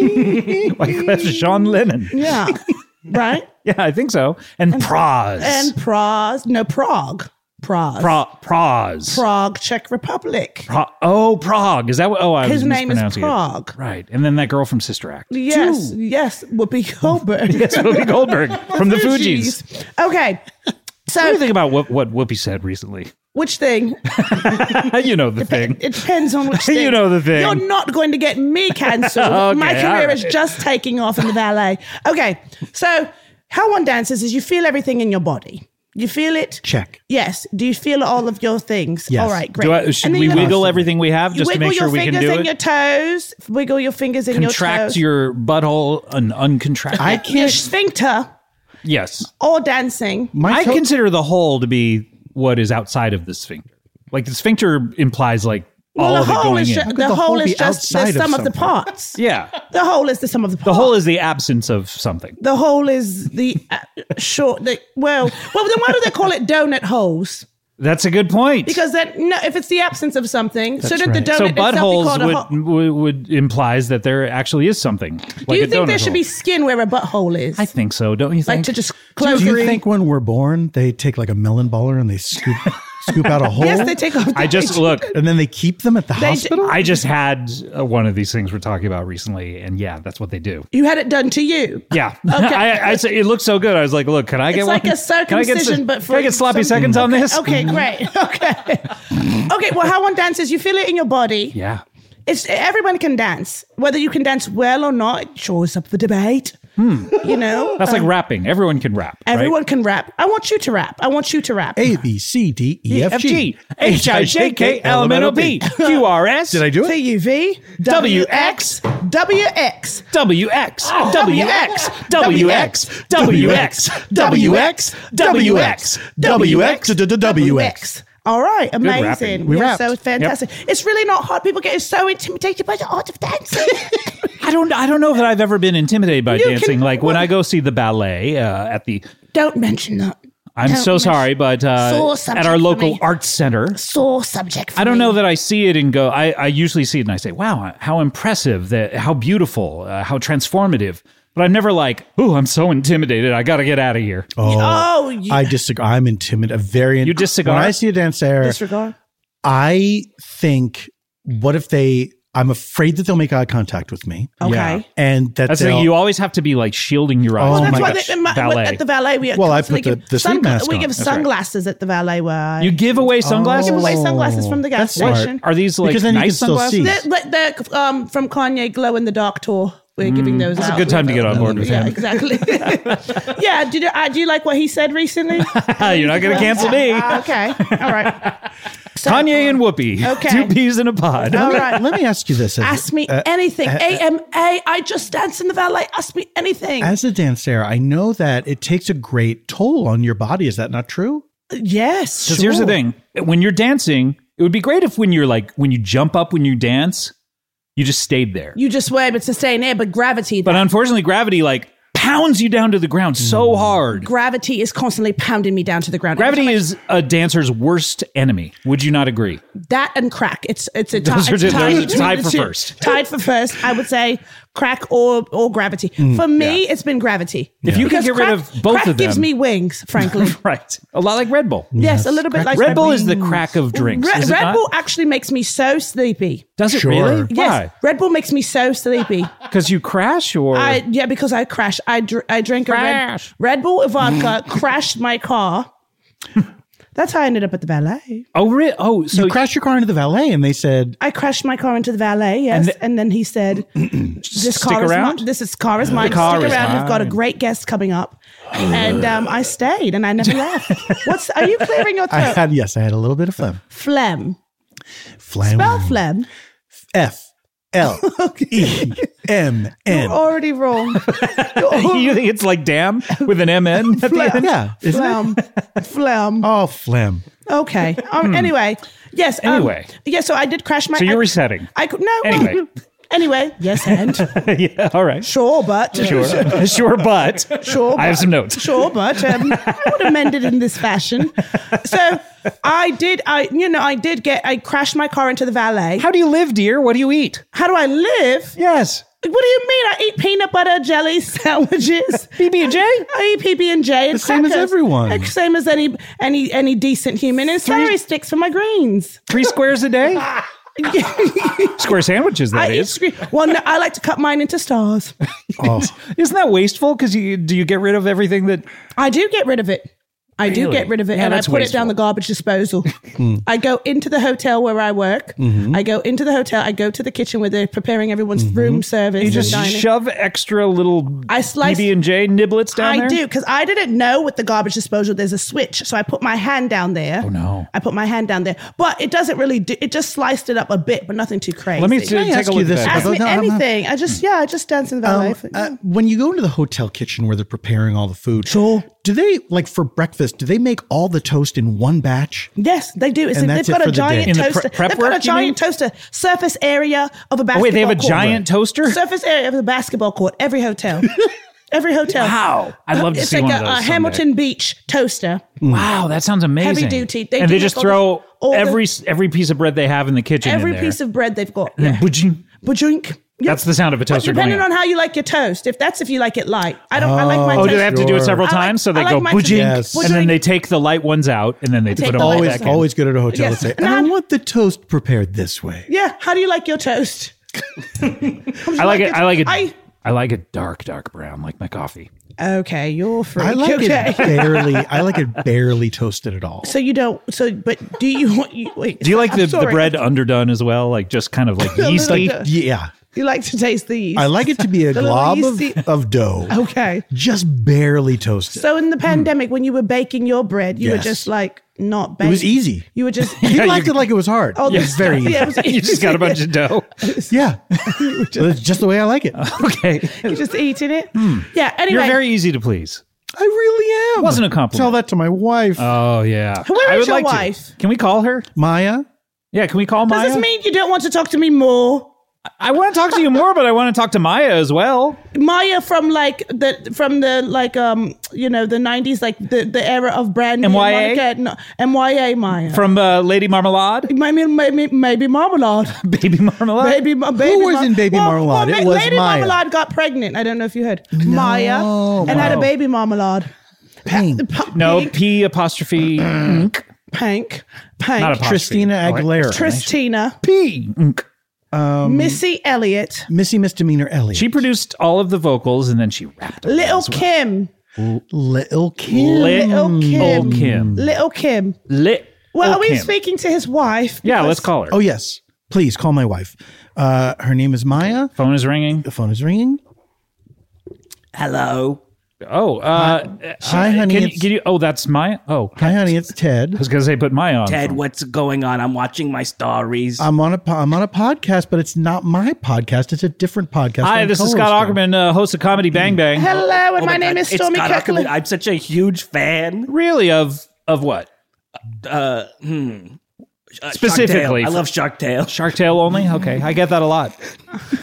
[SPEAKER 1] Like that's John Lennon.
[SPEAKER 3] Yeah, right.
[SPEAKER 1] Yeah, I think so. And, Praz.
[SPEAKER 3] And Prague, no Prague, Prague,
[SPEAKER 1] Pra- Praz.
[SPEAKER 3] Prague, Czech Republic.
[SPEAKER 1] Pra- oh, Prague. Is that what? Oh, I was
[SPEAKER 3] His name is
[SPEAKER 1] mispronouncing it.
[SPEAKER 3] Prague.
[SPEAKER 1] Right. And then that girl from Sister Act.
[SPEAKER 3] Yes, yes, Whoopi Goldberg.
[SPEAKER 1] Yes, Whoopi Goldberg from the Fugees.
[SPEAKER 3] Okay,
[SPEAKER 1] What do you
[SPEAKER 3] so
[SPEAKER 1] think about what, what Whoopi said recently?
[SPEAKER 3] which thing?
[SPEAKER 1] you know the thing.
[SPEAKER 3] It depends on which thing.
[SPEAKER 1] You know the thing.
[SPEAKER 3] You're not going to get me cancelled.
[SPEAKER 1] Okay,
[SPEAKER 3] My
[SPEAKER 1] all
[SPEAKER 3] career
[SPEAKER 1] right.
[SPEAKER 3] is just taking off in the ballet. Okay, so how one dances is you feel everything in your body. You feel it.
[SPEAKER 2] Check.
[SPEAKER 3] Yes. Do you feel all of your things?
[SPEAKER 2] Yes.
[SPEAKER 3] All right, great.
[SPEAKER 1] Do I, should
[SPEAKER 3] And then
[SPEAKER 1] we
[SPEAKER 3] you gotta-
[SPEAKER 1] wiggle everything we have
[SPEAKER 3] You
[SPEAKER 1] just to
[SPEAKER 3] wiggle
[SPEAKER 1] make sure
[SPEAKER 3] your
[SPEAKER 1] we can
[SPEAKER 3] fingers
[SPEAKER 1] do
[SPEAKER 3] in
[SPEAKER 1] it?
[SPEAKER 3] your toes. Wiggle your fingers in your
[SPEAKER 1] Contract
[SPEAKER 3] toes.
[SPEAKER 1] your butthole and uncontract.
[SPEAKER 2] I
[SPEAKER 3] your
[SPEAKER 2] can't.
[SPEAKER 3] sphincter
[SPEAKER 1] yes.
[SPEAKER 3] or dancing.
[SPEAKER 2] My
[SPEAKER 1] I
[SPEAKER 2] toe-
[SPEAKER 1] consider the whole to be what is outside of the sphincter. Like the sphincter implies like all
[SPEAKER 3] well,
[SPEAKER 1] of
[SPEAKER 3] the
[SPEAKER 1] it
[SPEAKER 3] whole
[SPEAKER 1] going
[SPEAKER 3] is
[SPEAKER 1] in.
[SPEAKER 3] ju- the,
[SPEAKER 2] the
[SPEAKER 3] whole,
[SPEAKER 2] whole
[SPEAKER 3] is
[SPEAKER 2] be
[SPEAKER 3] just the
[SPEAKER 2] outside of
[SPEAKER 3] sum of
[SPEAKER 2] something?
[SPEAKER 3] the parts.
[SPEAKER 1] yeah.
[SPEAKER 3] The whole is the sum of the parts.
[SPEAKER 1] The whole is the absence of something.
[SPEAKER 3] the hole is the uh, short. The, well, well, then why do they call it donut holes?
[SPEAKER 1] That's a good point.
[SPEAKER 3] Because that no, if it's the absence of something, shouldn't the donut
[SPEAKER 1] so
[SPEAKER 3] itself be called
[SPEAKER 1] buttholes
[SPEAKER 3] a
[SPEAKER 1] would,
[SPEAKER 3] hole?
[SPEAKER 1] would would implies that there actually is something.
[SPEAKER 3] Do you think there should be skin where a butthole is?
[SPEAKER 1] I think so. Don't you think?
[SPEAKER 3] like to just
[SPEAKER 2] Do
[SPEAKER 3] close.
[SPEAKER 2] you think when we're born, they take like a melon baller and they scoop scoop out a hole,
[SPEAKER 3] Yes, they take off.
[SPEAKER 1] I just look.
[SPEAKER 2] and then they keep them at the
[SPEAKER 3] They
[SPEAKER 2] hospital?
[SPEAKER 1] I just had uh, one of these things we're talking about recently, and yeah, that's what they do.
[SPEAKER 3] You had it done to you.
[SPEAKER 1] Yeah, I, I said it looked so good. I was like, look, can I get
[SPEAKER 3] It's
[SPEAKER 1] one?
[SPEAKER 3] like a
[SPEAKER 1] Can I get
[SPEAKER 3] circumcision, but for
[SPEAKER 1] can I get sloppy
[SPEAKER 3] some-
[SPEAKER 1] seconds on this?
[SPEAKER 3] Okay, great. Okay, okay. Well, how one dances, you feel it in your body.
[SPEAKER 1] Yeah.
[SPEAKER 3] It's everyone can dance, whether you can dance well or not. It shores up the debate.
[SPEAKER 1] Hmm.
[SPEAKER 3] You know,
[SPEAKER 1] That's like rapping. Um, Everyone can rap. right?
[SPEAKER 3] everyone can rap. I want you to rap. I want you to rap.
[SPEAKER 2] A B C D E F G
[SPEAKER 1] H I J K L M N O P Q R S
[SPEAKER 2] Did I do it?
[SPEAKER 3] TUV
[SPEAKER 1] WX,
[SPEAKER 3] WX.
[SPEAKER 1] W X Ah, W X W X W X W X W X W X.
[SPEAKER 2] WX.
[SPEAKER 3] All right,
[SPEAKER 1] rapping.
[SPEAKER 3] amazing.
[SPEAKER 1] We
[SPEAKER 3] Yeah,
[SPEAKER 2] rapped.
[SPEAKER 3] So fantastic. It's really not hard. People get so intimidated by the art of dancing.
[SPEAKER 1] I don't. I don't know that I've ever been intimidated by
[SPEAKER 3] You can-
[SPEAKER 1] dancing. like when I go see the ballet uh, at the.
[SPEAKER 3] Don't mention that.
[SPEAKER 1] I'm
[SPEAKER 3] Don't
[SPEAKER 1] so
[SPEAKER 3] mention-
[SPEAKER 1] sorry, but uh,
[SPEAKER 3] Sore
[SPEAKER 1] at
[SPEAKER 3] subject
[SPEAKER 1] our
[SPEAKER 3] for
[SPEAKER 1] local
[SPEAKER 3] me.
[SPEAKER 1] arts center,
[SPEAKER 3] Sore subject. For
[SPEAKER 1] I don't
[SPEAKER 3] me.
[SPEAKER 1] know that I see it and go. I, I usually see it and I say, "Wow, how impressive! That how beautiful! Uh, how transformative!" But I'm never like, "Ooh, I'm so intimidated. I got to get out of here."
[SPEAKER 3] Oh, you,
[SPEAKER 2] I disagree. I'm intimidated. A very
[SPEAKER 1] You disregard?
[SPEAKER 2] When I see a dancer,
[SPEAKER 3] disregard.
[SPEAKER 2] I think, what if they? I'm afraid that they'll make eye contact with me,
[SPEAKER 3] Okay.
[SPEAKER 1] Yeah.
[SPEAKER 2] and that
[SPEAKER 1] That's the
[SPEAKER 2] they'll.
[SPEAKER 1] thing. You always have to be like shielding your eyes.
[SPEAKER 2] Oh
[SPEAKER 3] Well,
[SPEAKER 1] from
[SPEAKER 3] that's
[SPEAKER 2] my
[SPEAKER 3] why
[SPEAKER 2] gosh.
[SPEAKER 3] they- in my-
[SPEAKER 1] Ballet.
[SPEAKER 3] at the ballet we
[SPEAKER 2] Well, I
[SPEAKER 3] constantly
[SPEAKER 2] put the-
[SPEAKER 3] give
[SPEAKER 2] the sleep mask
[SPEAKER 3] we
[SPEAKER 2] on.
[SPEAKER 3] give
[SPEAKER 2] That's
[SPEAKER 1] right.
[SPEAKER 3] sunglasses at the ballet where I,
[SPEAKER 1] you give away
[SPEAKER 3] give
[SPEAKER 1] sunglasses.
[SPEAKER 3] away sunglasses from the gas
[SPEAKER 2] That's smart.
[SPEAKER 3] station.
[SPEAKER 1] Are these like
[SPEAKER 2] Oh. Because then you
[SPEAKER 1] nice
[SPEAKER 2] can still
[SPEAKER 1] sunglasses?
[SPEAKER 2] see.
[SPEAKER 3] They're, like, they're, um, from Kanye Glow in the Dark tour. We're
[SPEAKER 2] Mm.
[SPEAKER 3] giving those
[SPEAKER 1] It's a
[SPEAKER 3] out.
[SPEAKER 1] good time to get on board with
[SPEAKER 3] Yeah,
[SPEAKER 1] him.
[SPEAKER 3] exactly. yeah, did you, uh, do you like what he said recently?
[SPEAKER 1] You're not going to cancel me.
[SPEAKER 3] Ah, okay, all right. So-
[SPEAKER 1] Kanye and Whoopi.
[SPEAKER 3] Okay. Oh,
[SPEAKER 1] Two peas in a pod.
[SPEAKER 3] All
[SPEAKER 2] Let
[SPEAKER 3] right.
[SPEAKER 2] me- Let me ask you this: Uh, as,
[SPEAKER 3] Ask me anything. AMA. I just dance in the ballet. Ask me anything.
[SPEAKER 2] as a dancer, I know that it takes a great toll on your body. Is that not true?
[SPEAKER 3] yes.
[SPEAKER 1] Because here's the
[SPEAKER 3] sure.
[SPEAKER 1] thing when you're dancing, it would be great if when you're like, when you jump up when you dance, you just stayed there.
[SPEAKER 3] You just were able to stay in air, but gravity.
[SPEAKER 1] but unfortunately, gravity like pounds you down to the ground so
[SPEAKER 3] Mm.
[SPEAKER 1] hard.
[SPEAKER 3] gravity is constantly pounding me down to the ground.
[SPEAKER 1] Gravity is a dancer's worst enemy. Would you not agree?
[SPEAKER 3] that and crack. It's it's a tie.
[SPEAKER 1] Those are
[SPEAKER 3] it's
[SPEAKER 1] just-
[SPEAKER 3] tied
[SPEAKER 1] those are
[SPEAKER 3] between
[SPEAKER 1] tied
[SPEAKER 3] the
[SPEAKER 1] for
[SPEAKER 3] two.
[SPEAKER 1] first.
[SPEAKER 3] Tied for first, I would say crack or or gravity. for me, it's been gravity.
[SPEAKER 1] Mm, If you
[SPEAKER 3] Because
[SPEAKER 1] could get
[SPEAKER 3] crack,
[SPEAKER 1] rid of both
[SPEAKER 3] crack
[SPEAKER 1] of them.
[SPEAKER 3] gives me wings, frankly.
[SPEAKER 1] right. A lot like Red Bull.
[SPEAKER 3] yes, a little bit like
[SPEAKER 1] Red Bull is the crack of drinks.
[SPEAKER 3] Re-
[SPEAKER 1] is it
[SPEAKER 3] Red
[SPEAKER 1] not?
[SPEAKER 3] Bull actually makes me so sleepy.
[SPEAKER 1] Does it
[SPEAKER 2] Sure.
[SPEAKER 1] really?
[SPEAKER 3] Yes,
[SPEAKER 1] Why?
[SPEAKER 3] Red Bull makes me so sleepy.
[SPEAKER 1] Because you crash or
[SPEAKER 3] I yeah, because I crash. I dr- I drink a Red,
[SPEAKER 1] Crash.
[SPEAKER 3] Red Bull vodka, crashed my car. That's how I ended up at the ballet.
[SPEAKER 1] oh, re- oh, so
[SPEAKER 2] you crashed your car into the valet, and they said,
[SPEAKER 3] I crashed my car into the valet, yes. And,
[SPEAKER 1] the-
[SPEAKER 3] then he said, "This
[SPEAKER 1] Stick
[SPEAKER 3] car
[SPEAKER 1] around?
[SPEAKER 3] is mine. This is car is mine.
[SPEAKER 1] car
[SPEAKER 3] Stick
[SPEAKER 1] is
[SPEAKER 3] around. We've got a
[SPEAKER 1] mine."
[SPEAKER 3] great guest coming up." and um, I stayed, and I never left. What's? Are you clearing your
[SPEAKER 2] "I
[SPEAKER 3] throat?
[SPEAKER 2] had yes, I had a little bit of phlegm,
[SPEAKER 3] phlegm.
[SPEAKER 2] phlegm,
[SPEAKER 3] Spell phlegm.
[SPEAKER 2] F L E M N.
[SPEAKER 3] You're already wrong.
[SPEAKER 1] you think it's like damn with an MN at the
[SPEAKER 3] Phlegm.
[SPEAKER 1] end?
[SPEAKER 2] Yeah, isn't
[SPEAKER 3] phlegm. phlegm.
[SPEAKER 2] Oh, phlegm.
[SPEAKER 3] Okay. Um, anyway, yes. um,
[SPEAKER 1] Hmm. Anyway.
[SPEAKER 3] yeah. So I did crash my.
[SPEAKER 1] So you're
[SPEAKER 3] I-
[SPEAKER 1] resetting.
[SPEAKER 3] I could no. well,
[SPEAKER 1] Anyway.
[SPEAKER 3] anyway, yes, and
[SPEAKER 1] yeah, all right.
[SPEAKER 3] sure, but
[SPEAKER 1] Sure. sure, but
[SPEAKER 3] Sure,
[SPEAKER 1] I have
[SPEAKER 3] but-
[SPEAKER 1] some notes.
[SPEAKER 3] Sure, but um, I would amend it in this fashion. So I did. I you know I did get. I crashed my car into the valet. How,
[SPEAKER 1] How do you live, dear? What do you eat?
[SPEAKER 3] do I live?
[SPEAKER 1] Yes.
[SPEAKER 3] What do you mean? I eat peanut butter jelly sandwiches.
[SPEAKER 1] PB and J?
[SPEAKER 3] I eat PB and J. The
[SPEAKER 2] same as everyone.
[SPEAKER 3] Same as any any any decent human. And celery sticks for my greens.
[SPEAKER 1] Three squares a day? Square sandwiches, that
[SPEAKER 3] I eat
[SPEAKER 1] is.
[SPEAKER 3] screen. Well, no, I like to cut mine into stars.
[SPEAKER 2] Oh,
[SPEAKER 1] Isn't that wasteful? Because you do you get rid of everything that
[SPEAKER 3] I do get rid of it. I do
[SPEAKER 1] Really?
[SPEAKER 3] get rid of it,
[SPEAKER 1] Yeah,
[SPEAKER 3] and I
[SPEAKER 1] that's
[SPEAKER 3] put it
[SPEAKER 1] wasteful. Hmm.
[SPEAKER 3] down the garbage disposal. I go into the hotel where I work.
[SPEAKER 1] Mm-hmm.
[SPEAKER 3] I go into the hotel. I go to the kitchen where they're preparing everyone's room service.
[SPEAKER 1] you
[SPEAKER 3] and
[SPEAKER 1] just
[SPEAKER 3] dining.
[SPEAKER 1] shove extra little
[SPEAKER 3] I slice-
[SPEAKER 1] PB and J niblets down
[SPEAKER 3] I
[SPEAKER 1] there?
[SPEAKER 3] do because I didn't know with the garbage disposal there's a switch, so I put my hand down there. Oh
[SPEAKER 1] no.
[SPEAKER 3] I put my hand down there, but it doesn't really. do It just sliced it up a bit, but nothing too crazy.
[SPEAKER 1] Let me t-
[SPEAKER 2] I
[SPEAKER 1] take
[SPEAKER 2] ask
[SPEAKER 1] a
[SPEAKER 2] you
[SPEAKER 1] look
[SPEAKER 2] this?
[SPEAKER 1] at that.
[SPEAKER 3] ask me
[SPEAKER 2] No, I'm not-
[SPEAKER 3] anything. I just yeah, I just dance in the
[SPEAKER 2] Um,
[SPEAKER 3] valet.
[SPEAKER 2] uh, when you go into the hotel kitchen where they're preparing all the food, sure. Do they like for breakfast? Do they make all the toast in one batch?
[SPEAKER 3] Yes, they do. It's
[SPEAKER 2] And
[SPEAKER 3] they've
[SPEAKER 2] that's it
[SPEAKER 3] got
[SPEAKER 2] for
[SPEAKER 3] a
[SPEAKER 2] the day.
[SPEAKER 3] giant
[SPEAKER 1] In the pre-
[SPEAKER 3] toaster.
[SPEAKER 1] prep
[SPEAKER 3] they've got a
[SPEAKER 1] work, you mean?
[SPEAKER 3] giant toaster. Surface area of a basketball.
[SPEAKER 1] wait, they have a
[SPEAKER 3] court.
[SPEAKER 1] giant toaster?
[SPEAKER 3] Surface area of the basketball court. Every hotel. every hotel.
[SPEAKER 1] Wow. I'd love to
[SPEAKER 3] it's
[SPEAKER 1] see
[SPEAKER 3] like
[SPEAKER 1] one
[SPEAKER 3] a,
[SPEAKER 1] of those
[SPEAKER 3] a
[SPEAKER 1] someday.
[SPEAKER 3] Hamilton Beach toaster.
[SPEAKER 1] Wow, that sounds amazing.
[SPEAKER 3] duty. They
[SPEAKER 1] and
[SPEAKER 3] do
[SPEAKER 1] they
[SPEAKER 3] make
[SPEAKER 1] just
[SPEAKER 3] all the-
[SPEAKER 1] throw
[SPEAKER 3] all the-
[SPEAKER 1] every s every piece of bread they have in the kitchen.
[SPEAKER 3] Every
[SPEAKER 1] in there.
[SPEAKER 3] piece of bread they've got.
[SPEAKER 1] And then
[SPEAKER 3] Yeah.
[SPEAKER 1] boojing.
[SPEAKER 3] Bajunk. Yep.
[SPEAKER 1] That's the sound of a
[SPEAKER 3] But
[SPEAKER 1] toaster
[SPEAKER 3] depending
[SPEAKER 1] going
[SPEAKER 3] on how you like your toast. If that's if you like it light. I don't. I like my
[SPEAKER 1] Oh,
[SPEAKER 3] toast.
[SPEAKER 1] do they have to do it
[SPEAKER 2] Sure.
[SPEAKER 1] several
[SPEAKER 3] I like-
[SPEAKER 1] times? so they
[SPEAKER 3] I like
[SPEAKER 1] go
[SPEAKER 3] my
[SPEAKER 1] boojing,
[SPEAKER 2] Yes.
[SPEAKER 1] and then they take the light ones out, and then they
[SPEAKER 3] take
[SPEAKER 1] put them
[SPEAKER 3] the
[SPEAKER 1] all
[SPEAKER 3] light
[SPEAKER 1] back
[SPEAKER 2] Always,
[SPEAKER 3] ones
[SPEAKER 1] in.
[SPEAKER 3] out.
[SPEAKER 2] always go to a hotel
[SPEAKER 3] Yes.
[SPEAKER 2] and say,
[SPEAKER 3] And
[SPEAKER 2] "I
[SPEAKER 3] I'm-
[SPEAKER 2] want the toast prepared this way."
[SPEAKER 3] Yeah. How do you like your toast?
[SPEAKER 1] I like it. I like it.
[SPEAKER 3] I-
[SPEAKER 1] I, like it dark, dark brown, like my coffee.
[SPEAKER 3] Okay, you're free.
[SPEAKER 2] I like
[SPEAKER 3] okay.
[SPEAKER 2] it barely. I like it barely toasted at all.
[SPEAKER 3] So you don't. So, but do you want? You, wait,
[SPEAKER 1] Do you like
[SPEAKER 3] I'm
[SPEAKER 1] the, the
[SPEAKER 3] sorry.
[SPEAKER 1] bread underdone as well? Like just kind of like yeasty.
[SPEAKER 3] bit.
[SPEAKER 2] yeah,
[SPEAKER 3] You like to taste the yeast.
[SPEAKER 2] I like it to be a
[SPEAKER 3] little
[SPEAKER 2] glob of,
[SPEAKER 3] yeasty-
[SPEAKER 2] of dough,
[SPEAKER 3] Okay.
[SPEAKER 2] just barely toasted.
[SPEAKER 3] So in the pandemic, when you were baking your bread, you were
[SPEAKER 2] Hmm. Yes.
[SPEAKER 3] just like not
[SPEAKER 2] it
[SPEAKER 3] baking.
[SPEAKER 2] was easy.
[SPEAKER 3] You were just.
[SPEAKER 2] He liked it like it was hard. Oh,
[SPEAKER 3] the
[SPEAKER 2] it's very easy.
[SPEAKER 3] Yeah, it was
[SPEAKER 1] you just got a bunch of dough.
[SPEAKER 2] Yeah, That's just the way I like it. I
[SPEAKER 1] Okay,
[SPEAKER 3] you just eating it.
[SPEAKER 2] Hmm.
[SPEAKER 3] Yeah. Anyway,
[SPEAKER 1] you're very easy to please.
[SPEAKER 2] really am.
[SPEAKER 1] Wasn't a compliment.
[SPEAKER 2] Tell that to my wife,
[SPEAKER 1] Oh yeah.
[SPEAKER 3] Where
[SPEAKER 1] I
[SPEAKER 3] is
[SPEAKER 1] would
[SPEAKER 3] your
[SPEAKER 1] like to-
[SPEAKER 3] wife?
[SPEAKER 1] Can we call her?
[SPEAKER 2] Maya.
[SPEAKER 1] Yeah. Can we call
[SPEAKER 3] does
[SPEAKER 1] Maya?
[SPEAKER 3] this mean you don't want to talk to me more,
[SPEAKER 1] I want to talk to you more, but I want to talk to Maya as well.
[SPEAKER 3] Maya? From like the from the like um you know the nineties like the the era of brand
[SPEAKER 1] MYA?
[SPEAKER 3] no, Mya Maya.
[SPEAKER 1] From uh, Lady Marmalade,
[SPEAKER 3] Maybe, maybe, maybe marmalade.
[SPEAKER 1] Baby Marmalade.
[SPEAKER 3] Baby, Ma- baby
[SPEAKER 2] was in Baby Marmalade?
[SPEAKER 3] ma-
[SPEAKER 2] It was
[SPEAKER 3] Lady
[SPEAKER 2] Maya.
[SPEAKER 3] Marmalade got pregnant. I don't know if you heard. Maya and had a
[SPEAKER 1] wow.
[SPEAKER 3] baby Marmalade.
[SPEAKER 2] Pink.
[SPEAKER 3] P-
[SPEAKER 1] No
[SPEAKER 3] pink,
[SPEAKER 1] P apostrophe ink.
[SPEAKER 3] Pank, Pank,
[SPEAKER 1] Not apostrophe. Oh,
[SPEAKER 2] Christina Aguilera.
[SPEAKER 3] Tristina,
[SPEAKER 1] P ink.
[SPEAKER 3] Missy Elliott,
[SPEAKER 2] Missy Misdemeanor Elliot.
[SPEAKER 1] She produced all of the vocals and then she rapped. them
[SPEAKER 3] Little
[SPEAKER 1] as well.
[SPEAKER 3] Kim,
[SPEAKER 2] Little Kim.
[SPEAKER 1] Little
[SPEAKER 2] Mm.
[SPEAKER 3] Little Kim.
[SPEAKER 1] Kim.
[SPEAKER 3] Little Kim.
[SPEAKER 1] Lit.
[SPEAKER 3] Well, are we
[SPEAKER 1] Kim.
[SPEAKER 3] speaking to his wife?
[SPEAKER 1] Yeah, let's
[SPEAKER 3] Because-
[SPEAKER 1] call her.
[SPEAKER 2] Oh, yes. Please call my wife. Uh, her name is Maya.
[SPEAKER 1] Phone is ringing.
[SPEAKER 2] The phone is ringing.
[SPEAKER 3] Hello.
[SPEAKER 1] Oh, uh,
[SPEAKER 2] Hi, honey.
[SPEAKER 1] can, you,
[SPEAKER 2] it's-
[SPEAKER 1] can you? Oh, that's my. Oh, I
[SPEAKER 2] Hi, honey. It's Ted.
[SPEAKER 1] was gonna say put my on.
[SPEAKER 5] Ed, what's going on? I'm watching my stories.
[SPEAKER 2] I'm on a po- I'm on a podcast, but it's not my podcast. It's a different podcast.
[SPEAKER 1] Hi,
[SPEAKER 2] I'm
[SPEAKER 1] this is
[SPEAKER 2] co-hosting.
[SPEAKER 1] Scott Ackerman, uh, host of Comedy Bang
[SPEAKER 3] Hmm.
[SPEAKER 1] Bang.
[SPEAKER 3] Hello, and
[SPEAKER 5] Oh
[SPEAKER 3] my, name
[SPEAKER 5] God,
[SPEAKER 3] is
[SPEAKER 5] it's
[SPEAKER 3] Stormy
[SPEAKER 5] Scott Ackerman.
[SPEAKER 3] Kirkland.
[SPEAKER 5] I'm such a huge fan.
[SPEAKER 1] Really, of of what?
[SPEAKER 5] Uh, hmm. Uh, Shark Tale.
[SPEAKER 1] Specifically.
[SPEAKER 5] I love Shark Tale.
[SPEAKER 1] Shark Tale
[SPEAKER 3] Hmm.
[SPEAKER 1] only. Okay, I get that a lot.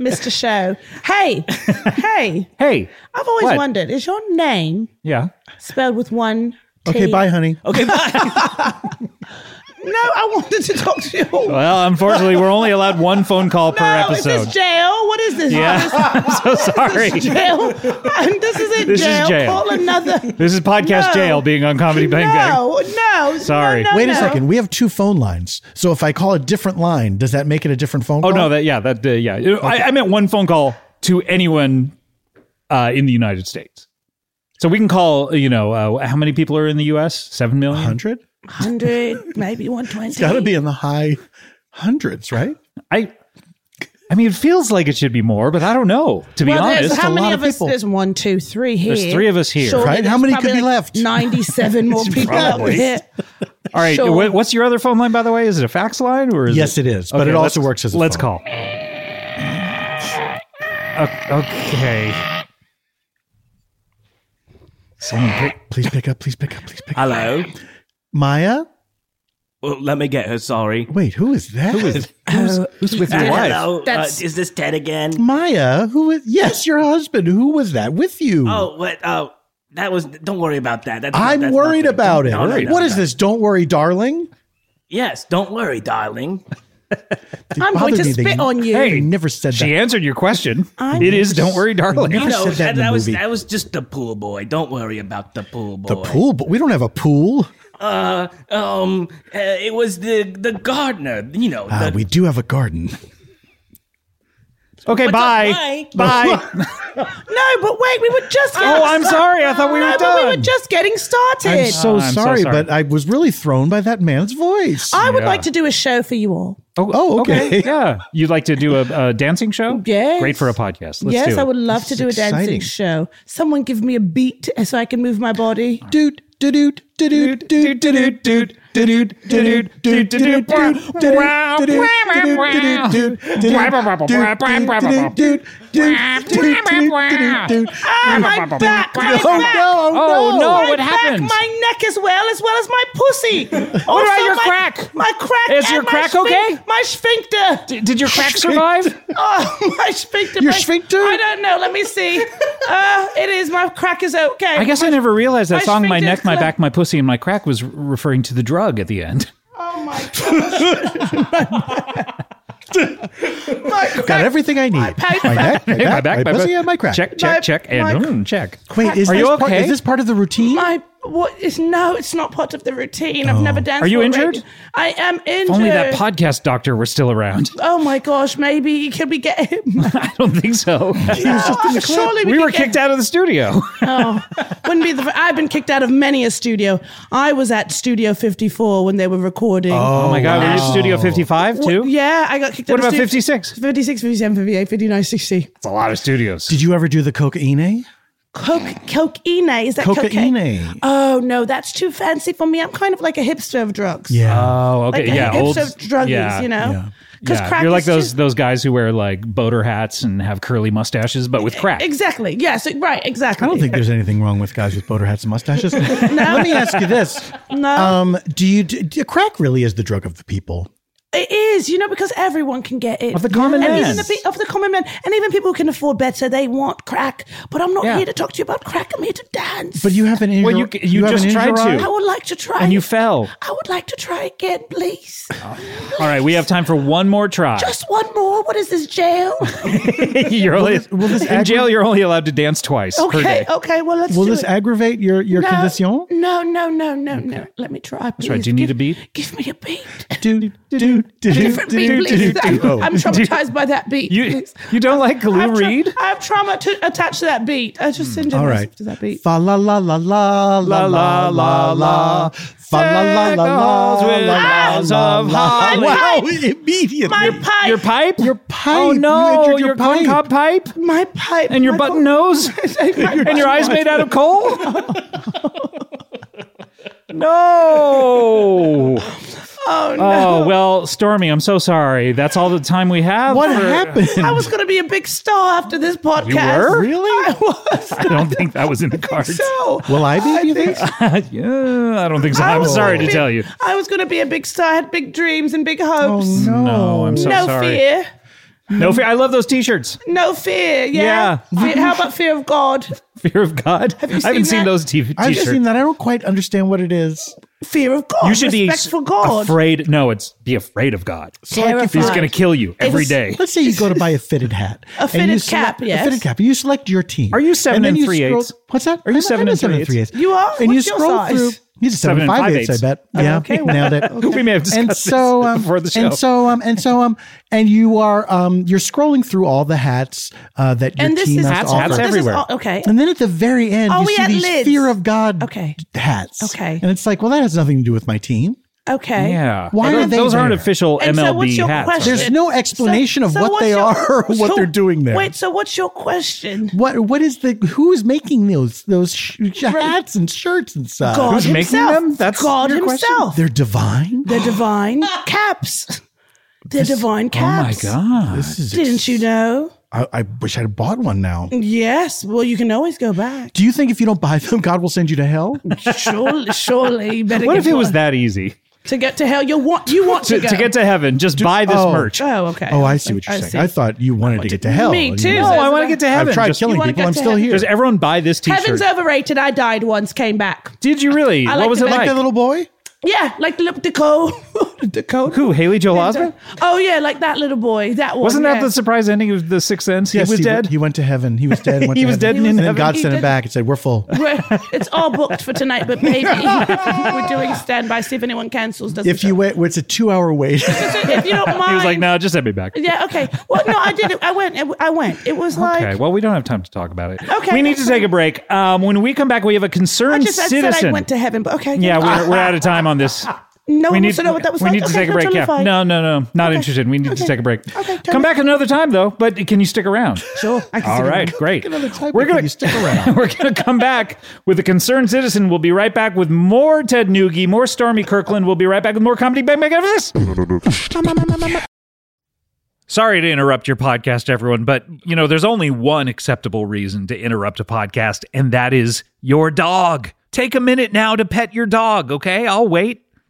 [SPEAKER 3] Mr. Show. Hey, hey,
[SPEAKER 1] Hey,
[SPEAKER 3] I've always
[SPEAKER 1] What?
[SPEAKER 3] wondered is your name
[SPEAKER 1] yeah.
[SPEAKER 3] spelled with one?
[SPEAKER 2] Okay,
[SPEAKER 3] T?
[SPEAKER 2] bye, honey.
[SPEAKER 5] Okay, bye.
[SPEAKER 3] No, I wanted to talk to you.
[SPEAKER 1] Well, unfortunately, we're only allowed one phone call per
[SPEAKER 3] no,
[SPEAKER 1] episode.
[SPEAKER 3] is this jail? What is this?
[SPEAKER 1] yeah, I'm so sorry.
[SPEAKER 3] This is jail. this isn't
[SPEAKER 1] This is
[SPEAKER 3] jail.
[SPEAKER 1] jail.
[SPEAKER 3] Call another.
[SPEAKER 1] This is podcast
[SPEAKER 3] No.
[SPEAKER 1] jail being on Comedy Bang Bang.
[SPEAKER 3] no, no.
[SPEAKER 1] Sorry.
[SPEAKER 3] No, no,
[SPEAKER 2] Wait a
[SPEAKER 3] no.
[SPEAKER 2] second. We have two phone lines. So if I call a different line, does that make it a different phone
[SPEAKER 1] Oh
[SPEAKER 2] call?
[SPEAKER 1] no, that yeah, that uh, yeah. I, I meant one phone call to anyone uh, in the United States. So we can call, you know, uh, how many people are in the U.S.? Seven million.
[SPEAKER 2] 100?
[SPEAKER 3] Hundred, maybe one twenty.
[SPEAKER 2] Got to be in the high hundreds, right?
[SPEAKER 1] I I mean, it feels like it should be more, but I don't know. To be
[SPEAKER 3] well,
[SPEAKER 1] honest,
[SPEAKER 3] there's, how
[SPEAKER 2] a lot
[SPEAKER 3] many
[SPEAKER 2] of
[SPEAKER 3] of us?
[SPEAKER 2] people.
[SPEAKER 3] There's one, two, three here.
[SPEAKER 1] There's three of us here.
[SPEAKER 3] Surely
[SPEAKER 2] Right? How
[SPEAKER 3] there's
[SPEAKER 2] many could
[SPEAKER 3] probably
[SPEAKER 2] be left?
[SPEAKER 3] Ninety-seven more people out
[SPEAKER 1] Probably.
[SPEAKER 3] there.
[SPEAKER 1] all right.
[SPEAKER 3] sure.
[SPEAKER 1] what- What's your other phone line, by the way? Is it a fax line or is
[SPEAKER 2] Yes,
[SPEAKER 1] it?
[SPEAKER 2] it is, but
[SPEAKER 1] Okay,
[SPEAKER 2] it also
[SPEAKER 1] let's-
[SPEAKER 2] works as a
[SPEAKER 1] Let's
[SPEAKER 2] phone.
[SPEAKER 1] call. O- okay. Someone pick.
[SPEAKER 2] Please pick up. Please pick up. Please pick up.
[SPEAKER 5] Hello.
[SPEAKER 2] Maya,
[SPEAKER 5] Well, let me get her. Sorry.
[SPEAKER 2] wait, who is that? Who is
[SPEAKER 1] Who's with your
[SPEAKER 3] Hello.
[SPEAKER 1] wife?
[SPEAKER 5] Hello. Uh,
[SPEAKER 3] That's-
[SPEAKER 5] is this Ted again?
[SPEAKER 2] Hmm. Maya? Who is? Yes, your husband. Who was that with you?
[SPEAKER 5] Oh, what? Oh, that was. Don't worry about that. That's,
[SPEAKER 2] I'm
[SPEAKER 5] that's
[SPEAKER 2] worried
[SPEAKER 5] nothing.
[SPEAKER 2] about it.
[SPEAKER 5] No,
[SPEAKER 2] What
[SPEAKER 5] no,
[SPEAKER 2] is
[SPEAKER 5] no, no.
[SPEAKER 2] this? Don't worry, darling.
[SPEAKER 5] Yes, don't worry, darling.
[SPEAKER 2] It
[SPEAKER 3] I'm going
[SPEAKER 2] bothered
[SPEAKER 3] to
[SPEAKER 2] me that
[SPEAKER 3] spit on you.
[SPEAKER 2] They never said
[SPEAKER 1] She
[SPEAKER 2] that.
[SPEAKER 1] answered your question. it is don't worry, darling.
[SPEAKER 2] Never
[SPEAKER 5] You know,
[SPEAKER 2] said that
[SPEAKER 5] that,
[SPEAKER 2] in the
[SPEAKER 5] was
[SPEAKER 2] movie.
[SPEAKER 5] that was just the pool boy. Don't worry about the pool boy.
[SPEAKER 2] The pool, but we don't have a pool.
[SPEAKER 5] Uh, um, uh, it was the the gardener. You know,
[SPEAKER 2] Uh,
[SPEAKER 5] the,
[SPEAKER 2] we do have a garden.
[SPEAKER 1] Okay,
[SPEAKER 5] What's up,
[SPEAKER 1] bye. Bye.
[SPEAKER 3] No, but wait, we were just.
[SPEAKER 1] oh, I'm sorry. I thought we were
[SPEAKER 3] No, but we
[SPEAKER 1] done.
[SPEAKER 3] were just getting started.
[SPEAKER 2] I'm
[SPEAKER 1] Oh,
[SPEAKER 2] so,
[SPEAKER 1] I'm so
[SPEAKER 2] sorry,
[SPEAKER 1] sorry.
[SPEAKER 2] but I was really thrown by that man's voice.
[SPEAKER 3] I would
[SPEAKER 1] Yeah.
[SPEAKER 3] like to do a show for you all.
[SPEAKER 2] Oh, okay.
[SPEAKER 1] yeah. You'd like to do a, a dancing show?
[SPEAKER 3] Yes.
[SPEAKER 1] Great for a podcast. Let's do
[SPEAKER 3] yes,
[SPEAKER 1] it.
[SPEAKER 3] I would love to
[SPEAKER 2] is
[SPEAKER 3] do a
[SPEAKER 2] exciting.
[SPEAKER 3] dancing show. Someone give me a beat so I can move my body.
[SPEAKER 2] Dude, dude, dude,
[SPEAKER 1] Oh,
[SPEAKER 2] dude, dude, dude, dude, dude, dude, dude, dude, dude, dude, dude, dude, dude, dude, dude, dude, dude, dude, dude, dude, dude, dude, dude, dude.
[SPEAKER 3] Ah, my back! My
[SPEAKER 2] Oh,
[SPEAKER 3] back!
[SPEAKER 2] no,
[SPEAKER 1] Oh, no,
[SPEAKER 3] my
[SPEAKER 1] what
[SPEAKER 3] back,
[SPEAKER 1] happened?
[SPEAKER 3] My neck as well, as well as my pussy. what
[SPEAKER 1] about your crack?
[SPEAKER 3] My crack.
[SPEAKER 1] Is
[SPEAKER 3] and
[SPEAKER 1] your
[SPEAKER 3] my
[SPEAKER 1] crack
[SPEAKER 3] sphin-
[SPEAKER 1] okay?
[SPEAKER 3] My sphincter.
[SPEAKER 1] D- Did your crack survive?
[SPEAKER 3] Oh, my sphincter.
[SPEAKER 2] Your
[SPEAKER 3] my-
[SPEAKER 2] sphincter?
[SPEAKER 3] I don't know. Let me see. Uh, it is. My crack is okay.
[SPEAKER 1] I guess I never realized that
[SPEAKER 3] my
[SPEAKER 1] song, My
[SPEAKER 3] sphincter's
[SPEAKER 1] Neck, My
[SPEAKER 3] closed.
[SPEAKER 1] Back, My Pussy, and My Crack, was r- referring to the drug at the end.
[SPEAKER 3] Oh my gosh. my crack.
[SPEAKER 2] Got everything I need. My neck, my
[SPEAKER 1] Hey,
[SPEAKER 2] back, my pussy,
[SPEAKER 1] bu-
[SPEAKER 2] and my crack.
[SPEAKER 1] Check,
[SPEAKER 3] My-
[SPEAKER 1] check, check, and
[SPEAKER 3] my-
[SPEAKER 1] mm, check.
[SPEAKER 2] Wait, is
[SPEAKER 1] Are
[SPEAKER 2] this
[SPEAKER 1] you
[SPEAKER 2] part-
[SPEAKER 1] okay?
[SPEAKER 2] is this part of the routine?
[SPEAKER 3] My what is no? It's not part of the routine. I've never danced.
[SPEAKER 1] Oh. Are you
[SPEAKER 3] for a
[SPEAKER 1] injured?
[SPEAKER 3] reg- I am
[SPEAKER 1] If
[SPEAKER 3] injured.
[SPEAKER 1] only that podcast doctor were still around.
[SPEAKER 3] Oh my gosh! Maybe can we get him?
[SPEAKER 1] I don't think so.
[SPEAKER 3] Oh, surely we,
[SPEAKER 1] we
[SPEAKER 3] can
[SPEAKER 1] were
[SPEAKER 3] get-
[SPEAKER 1] kicked out of the studio.
[SPEAKER 3] Oh, wouldn't be the. fir- I've been kicked out of many a studio. I was at Studio 54 when they were recording.
[SPEAKER 1] Oh my God, were you Studio 55 too?
[SPEAKER 3] Yeah, I got kicked
[SPEAKER 1] What
[SPEAKER 3] out.
[SPEAKER 1] about
[SPEAKER 3] of stu-
[SPEAKER 1] 56?
[SPEAKER 3] 56, 57, 58, 59, 60.
[SPEAKER 1] That's a lot of studios.
[SPEAKER 2] Did you ever do the cocaine?
[SPEAKER 3] Coke, cocaine. Is that cocaine?
[SPEAKER 2] Cocaine.
[SPEAKER 3] Oh no, that's too fancy for me. I'm kind of like a hipster of drugs.
[SPEAKER 2] Yeah.
[SPEAKER 1] Oh,
[SPEAKER 3] like
[SPEAKER 1] okay.
[SPEAKER 3] a
[SPEAKER 1] yeah,
[SPEAKER 3] hipster
[SPEAKER 1] old
[SPEAKER 3] of druggies.
[SPEAKER 1] yeah,
[SPEAKER 3] you know,
[SPEAKER 2] yeah.
[SPEAKER 3] because
[SPEAKER 1] yeah.
[SPEAKER 3] crack
[SPEAKER 1] You're like
[SPEAKER 3] is
[SPEAKER 1] those
[SPEAKER 3] just-
[SPEAKER 1] those guys who wear like boater hats and have curly mustaches, but with crack.
[SPEAKER 3] E-, Exactly. Yes. Right. Exactly.
[SPEAKER 2] I don't think there's anything wrong with guys with boater hats and mustaches. Let me ask you this:
[SPEAKER 3] No.
[SPEAKER 2] um, Do you do, do- crack really is the drug of the people?
[SPEAKER 3] It is, you know, because everyone can get it.
[SPEAKER 1] Of the common
[SPEAKER 3] and
[SPEAKER 1] man.
[SPEAKER 3] Even the, pe- of the common man. And even people who can afford better, they want crack. But I'm not
[SPEAKER 1] Yeah.
[SPEAKER 3] here to talk to you about crack. I'm here to dance.
[SPEAKER 2] But you have an injury.
[SPEAKER 1] Well, you- you
[SPEAKER 2] have an
[SPEAKER 1] just tried
[SPEAKER 2] injury.
[SPEAKER 3] I
[SPEAKER 1] to.
[SPEAKER 3] would like to try.
[SPEAKER 1] And you
[SPEAKER 3] it.
[SPEAKER 1] fell.
[SPEAKER 3] I would like to try again, please.
[SPEAKER 1] All right, we have time for one more try.
[SPEAKER 3] Just one more. What is this, jail?
[SPEAKER 1] you're only
[SPEAKER 2] will this
[SPEAKER 1] in
[SPEAKER 2] aggravate-
[SPEAKER 1] jail. You're only allowed to dance twice per
[SPEAKER 3] okay, oh,
[SPEAKER 1] day.
[SPEAKER 3] okay. Well, let's
[SPEAKER 2] Will
[SPEAKER 3] do
[SPEAKER 2] this
[SPEAKER 3] it.
[SPEAKER 2] aggravate your your
[SPEAKER 3] no,
[SPEAKER 2] condition?
[SPEAKER 3] no, no, no, no, no. Let me try, please.
[SPEAKER 1] right. Do you need
[SPEAKER 3] Give-
[SPEAKER 1] a beat?
[SPEAKER 3] Give me a beat.
[SPEAKER 2] Do do do do
[SPEAKER 3] Different beat, please. I'm, I'm traumatized by that beat.
[SPEAKER 1] You
[SPEAKER 3] please.
[SPEAKER 1] you don't like Lou
[SPEAKER 3] I have tra-
[SPEAKER 1] Reed?
[SPEAKER 3] I have trauma to attach to that beat. I just enjoy
[SPEAKER 2] All
[SPEAKER 3] myself
[SPEAKER 2] right.
[SPEAKER 3] to that beat.
[SPEAKER 2] Oh. Fa la la la la la la la la. Fa la la la
[SPEAKER 1] Circles
[SPEAKER 2] la la
[SPEAKER 1] with
[SPEAKER 2] la
[SPEAKER 1] eyes
[SPEAKER 2] la
[SPEAKER 1] of
[SPEAKER 2] la.
[SPEAKER 1] holly.
[SPEAKER 2] Wow! Immediately.
[SPEAKER 3] My pipe.
[SPEAKER 1] Your pipe? Your
[SPEAKER 2] pipe.
[SPEAKER 1] Oh
[SPEAKER 2] You
[SPEAKER 1] no!
[SPEAKER 2] injured your
[SPEAKER 1] your corn
[SPEAKER 2] pipe.
[SPEAKER 1] cob pipe
[SPEAKER 3] my pipe.
[SPEAKER 1] and your
[SPEAKER 3] my
[SPEAKER 1] button
[SPEAKER 3] God.
[SPEAKER 1] nose and your eyes made out of coal. No.
[SPEAKER 3] Oh no!
[SPEAKER 1] Oh well, Stormy, I'm so sorry. That's all the time we have.
[SPEAKER 2] What
[SPEAKER 1] for-
[SPEAKER 2] happened?
[SPEAKER 3] I was going to be a big star after this podcast.
[SPEAKER 1] were?
[SPEAKER 3] Really? I was.
[SPEAKER 1] I don't think that was in the cards.
[SPEAKER 3] So
[SPEAKER 2] Will I be? Do you think?
[SPEAKER 1] yeah, I don't think so.
[SPEAKER 3] I
[SPEAKER 1] I'm
[SPEAKER 3] was
[SPEAKER 1] sorry to
[SPEAKER 3] gonna be-
[SPEAKER 1] tell you.
[SPEAKER 3] I was going to be a big star. I had big dreams and big
[SPEAKER 2] Oh,
[SPEAKER 3] hopes.
[SPEAKER 1] No, I'm so
[SPEAKER 3] no
[SPEAKER 1] sorry.
[SPEAKER 3] fear.
[SPEAKER 1] No fear. I love those T-shirts.
[SPEAKER 3] No fear. Yeah. Fear- how about fear of God?
[SPEAKER 1] Fear of God. I haven't
[SPEAKER 3] seen
[SPEAKER 1] seen
[SPEAKER 3] that?
[SPEAKER 1] those t- T-shirts.
[SPEAKER 2] I've seen that. I don't quite understand what it is.
[SPEAKER 3] Fear of God.
[SPEAKER 1] You should be
[SPEAKER 3] respect for God.
[SPEAKER 1] afraid. No, it's be afraid of God.
[SPEAKER 2] if
[SPEAKER 1] He's
[SPEAKER 3] Terrified.
[SPEAKER 1] going to kill you every day.
[SPEAKER 2] Let's say you go to buy a fitted hat.
[SPEAKER 3] A
[SPEAKER 2] and
[SPEAKER 3] fitted
[SPEAKER 2] you select-
[SPEAKER 3] cap, yes.
[SPEAKER 2] A fitted cap. You select your team.
[SPEAKER 1] Are you seven
[SPEAKER 2] then
[SPEAKER 1] and
[SPEAKER 2] you
[SPEAKER 1] three-eighths?
[SPEAKER 2] scroll- What's that?
[SPEAKER 1] Are you
[SPEAKER 2] I'm-
[SPEAKER 1] seven
[SPEAKER 2] I'm a
[SPEAKER 1] and
[SPEAKER 2] seven and
[SPEAKER 1] three-eighths?
[SPEAKER 2] three-eighths.
[SPEAKER 3] You are?
[SPEAKER 2] And
[SPEAKER 3] What's
[SPEAKER 2] you
[SPEAKER 3] your
[SPEAKER 2] scroll
[SPEAKER 3] size?
[SPEAKER 2] through. He's a seven,
[SPEAKER 1] Seven and
[SPEAKER 2] and five eighths,
[SPEAKER 1] five-eighths.
[SPEAKER 2] I bet. Yeah,
[SPEAKER 3] okay,
[SPEAKER 2] you
[SPEAKER 3] well,
[SPEAKER 2] nailed it.
[SPEAKER 1] We may have discussed
[SPEAKER 2] and so,
[SPEAKER 1] this
[SPEAKER 2] um,
[SPEAKER 1] before the show.
[SPEAKER 2] And so, um, and so, um, and you are, um, you're scrolling through all the hats uh, that your
[SPEAKER 3] And this
[SPEAKER 2] team
[SPEAKER 3] is
[SPEAKER 2] has
[SPEAKER 1] Hats,
[SPEAKER 2] to
[SPEAKER 1] hats
[SPEAKER 2] offer.
[SPEAKER 3] This is
[SPEAKER 1] everywhere.
[SPEAKER 3] all- okay.
[SPEAKER 2] And then at the very end,
[SPEAKER 3] Are
[SPEAKER 2] you
[SPEAKER 3] Oh, we
[SPEAKER 2] see
[SPEAKER 3] at
[SPEAKER 2] these
[SPEAKER 3] Lids?
[SPEAKER 2] fear of God
[SPEAKER 3] Okay.
[SPEAKER 2] hats.
[SPEAKER 3] Okay.
[SPEAKER 2] And it's like, well, that has nothing to do with my team.
[SPEAKER 3] Okay.
[SPEAKER 6] Yeah.
[SPEAKER 2] Why
[SPEAKER 6] Those-
[SPEAKER 2] are they
[SPEAKER 6] Those aren't
[SPEAKER 2] there?
[SPEAKER 6] official
[SPEAKER 3] And so
[SPEAKER 6] MLB
[SPEAKER 3] what's your
[SPEAKER 6] hats.
[SPEAKER 3] question?
[SPEAKER 2] There's no explanation of what
[SPEAKER 3] what's
[SPEAKER 2] they are or what they're doing there.
[SPEAKER 3] Wait, so what's your question?
[SPEAKER 2] What what is the who's making those those sh- hats and shirts and stuff?
[SPEAKER 3] God
[SPEAKER 6] making
[SPEAKER 3] himself.
[SPEAKER 6] them? That's
[SPEAKER 3] God
[SPEAKER 6] your question?
[SPEAKER 3] himself.
[SPEAKER 2] They're divine.
[SPEAKER 3] The divine caps. The divine
[SPEAKER 6] Oh my
[SPEAKER 3] caps.
[SPEAKER 6] god.
[SPEAKER 2] This is
[SPEAKER 3] Didn't you know?
[SPEAKER 2] I, I wish I had bought one now.
[SPEAKER 3] Yes. Well, you can always go back.
[SPEAKER 2] Do you think if you don't buy them, God will send you to hell?
[SPEAKER 3] Surely, surely. You better
[SPEAKER 6] What if
[SPEAKER 3] get
[SPEAKER 6] it was
[SPEAKER 3] one.
[SPEAKER 6] that easy
[SPEAKER 3] to get to hell? You want you want to,
[SPEAKER 6] to,
[SPEAKER 3] go.
[SPEAKER 6] to get to heaven? Just buy this
[SPEAKER 2] oh.
[SPEAKER 6] merch.
[SPEAKER 3] Oh, okay.
[SPEAKER 2] oh, I see what you're saying. I thought you wanted to get to hell.
[SPEAKER 3] Me
[SPEAKER 2] You
[SPEAKER 3] too.
[SPEAKER 2] know,
[SPEAKER 6] No, I want to get to heaven.
[SPEAKER 2] I've tried
[SPEAKER 6] Just-
[SPEAKER 2] killing
[SPEAKER 3] wanna
[SPEAKER 2] people.
[SPEAKER 3] get
[SPEAKER 2] I'm
[SPEAKER 3] to
[SPEAKER 2] still
[SPEAKER 3] heaven.
[SPEAKER 2] here.
[SPEAKER 6] Just everyone buy this T-shirt.
[SPEAKER 3] Heaven's overrated. I died once, came back.
[SPEAKER 6] Did you really?
[SPEAKER 3] I
[SPEAKER 6] what
[SPEAKER 3] like
[SPEAKER 6] was
[SPEAKER 3] to
[SPEAKER 6] it
[SPEAKER 3] make
[SPEAKER 6] like?
[SPEAKER 2] the little boy.
[SPEAKER 3] Yeah, like look the code. the code.
[SPEAKER 6] Who? Haley Joel Osment?
[SPEAKER 3] Oh yeah, like that little boy. That one.
[SPEAKER 6] Wasn't that
[SPEAKER 3] yeah.
[SPEAKER 6] the surprise ending of The Sixth Sense?
[SPEAKER 2] Yes,
[SPEAKER 6] he was
[SPEAKER 2] w-
[SPEAKER 6] dead.
[SPEAKER 2] He went to heaven. He was dead. and Went
[SPEAKER 6] He
[SPEAKER 2] to
[SPEAKER 6] was
[SPEAKER 2] heaven.
[SPEAKER 6] dead and in
[SPEAKER 2] and then
[SPEAKER 6] heaven.
[SPEAKER 2] God
[SPEAKER 3] He
[SPEAKER 2] sent him
[SPEAKER 3] did-
[SPEAKER 2] back and said, "We're full."
[SPEAKER 3] We're- it's all booked for tonight, but maybe we're doing standby. See if anyone cancels. doesn't
[SPEAKER 2] If you
[SPEAKER 3] show.
[SPEAKER 2] wait, well, it's a two-hour wait.
[SPEAKER 3] So if you don't mind,
[SPEAKER 6] He was like, no, just send me back.
[SPEAKER 3] Yeah, okay. Well, no, I did. it. I went. It- I went. It was
[SPEAKER 6] Okay,
[SPEAKER 3] like
[SPEAKER 6] well, we don't have time to talk about it.
[SPEAKER 3] Okay,
[SPEAKER 6] we need
[SPEAKER 3] that's
[SPEAKER 6] to take a break. Um, when we come back, we have a
[SPEAKER 3] I
[SPEAKER 6] concerned
[SPEAKER 3] just I
[SPEAKER 6] citizen.
[SPEAKER 3] said I went to heaven, but okay.
[SPEAKER 6] yeah, we're, we're out of time on this.
[SPEAKER 3] no
[SPEAKER 6] we
[SPEAKER 3] one
[SPEAKER 6] need,
[SPEAKER 3] wants to know what that was
[SPEAKER 6] we
[SPEAKER 3] like.
[SPEAKER 6] need to
[SPEAKER 3] Okay,
[SPEAKER 6] take a
[SPEAKER 3] that's
[SPEAKER 6] break. Yeah.
[SPEAKER 3] totally fine.
[SPEAKER 6] No, no, no. Not
[SPEAKER 3] Okay.
[SPEAKER 6] interested. We need to
[SPEAKER 3] Okay.
[SPEAKER 6] take a break.
[SPEAKER 3] Okay, totally.
[SPEAKER 6] Come back another time, though, but can you stick around?
[SPEAKER 3] Sure. I can
[SPEAKER 6] All
[SPEAKER 3] sit
[SPEAKER 6] right,
[SPEAKER 3] down.
[SPEAKER 6] great.
[SPEAKER 2] Another time,
[SPEAKER 6] We're
[SPEAKER 2] but can
[SPEAKER 6] gonna
[SPEAKER 2] you stick around.
[SPEAKER 6] We're gonna come back with the concerned citizen. We'll be right back with more Ted Noogie, more Stormy Kirkland. We'll be right back with more comedy. Bang bang after this.
[SPEAKER 1] Sorry to interrupt your podcast, everyone, but you know, there's only one acceptable reason to interrupt a podcast, and that is your dog. Take a minute now to pet your dog, okay? I'll wait.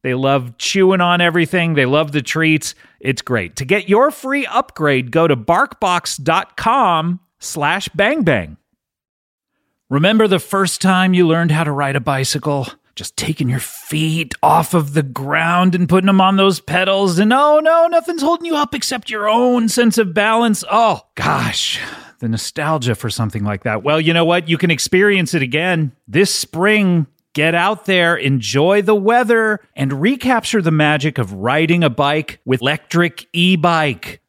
[SPEAKER 1] They love chewing on everything. They love the treats. It's great. To get your free upgrade, go to barkbox.com slash bangbang. Remember the first time you learned how to ride a bicycle? Just taking your feet off of the ground and putting them on those pedals, and oh no, nothing's holding you up except your own sense of balance. Oh gosh, the nostalgia for something like that. Well, you know what? You can experience it again this spring. Get out there, enjoy the weather, and recapture the magic of riding a bike with electric e bike.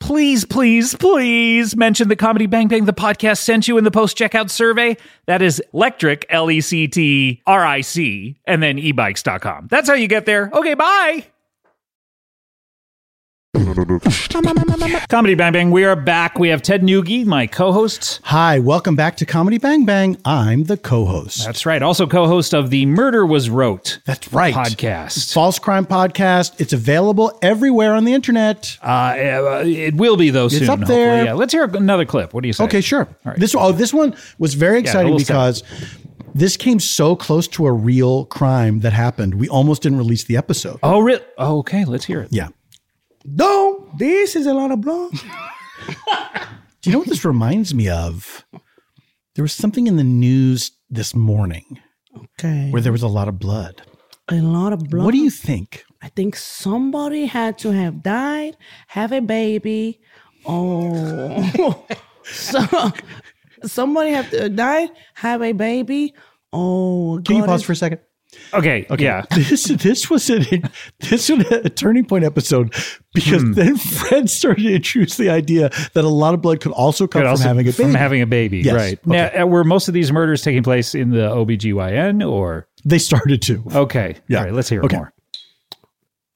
[SPEAKER 1] Please, please, please mention the Comedy Bang Bang the podcast sent you in the post checkout survey. That is electric, L E C T R I C, and e then ebikes.com. That's how you get there. Okay, bye. Comedy Bang Bang, we are back. We have Ted Nugent, my co host.
[SPEAKER 2] Hi, welcome back to Comedy Bang Bang. I'm the co-host.
[SPEAKER 1] That's right. Also co host of the Murder Was Wrote
[SPEAKER 2] That's right.
[SPEAKER 1] podcast.
[SPEAKER 2] False Crime Podcast. It's available everywhere on the internet.
[SPEAKER 1] Uh, it will be, though, soon.
[SPEAKER 2] up
[SPEAKER 1] hopefully.
[SPEAKER 2] there.
[SPEAKER 1] Yeah. Let's hear another clip. What do you say?
[SPEAKER 2] Okay, sure.
[SPEAKER 1] right.
[SPEAKER 2] This oh, this one was very exciting
[SPEAKER 1] little
[SPEAKER 2] because this came so close to a real crime that happened. We almost didn't release the episode.
[SPEAKER 1] Oh, really? Oh, okay. Let's hear it.
[SPEAKER 2] Yeah.
[SPEAKER 3] No, this is a lot of blood.
[SPEAKER 2] Do you know what this reminds me of? There was something in the news this morning
[SPEAKER 3] Okay.
[SPEAKER 2] where there was a lot of blood.
[SPEAKER 3] a lot of blood.
[SPEAKER 2] What do you think?
[SPEAKER 3] I think somebody had to have died, have a baby. Oh, so somebody have to die, have a baby. Oh,
[SPEAKER 2] Can you
[SPEAKER 3] God
[SPEAKER 2] pause
[SPEAKER 3] is-
[SPEAKER 2] for a second?
[SPEAKER 1] Okay. Yeah.
[SPEAKER 2] This this was an this was a turning point episode because
[SPEAKER 1] Hmm.
[SPEAKER 2] then Fred started to introduce the idea that a lot of blood could also come
[SPEAKER 1] But
[SPEAKER 2] from
[SPEAKER 1] also
[SPEAKER 2] having a baby.
[SPEAKER 1] From having a baby.
[SPEAKER 2] Yes.
[SPEAKER 1] Right. Now, uh, were most of these murders taking place in the OBGYN or?
[SPEAKER 2] they started to.
[SPEAKER 1] Okay.
[SPEAKER 2] Yeah.
[SPEAKER 1] All right. Let's hear
[SPEAKER 2] Okay.
[SPEAKER 1] it more.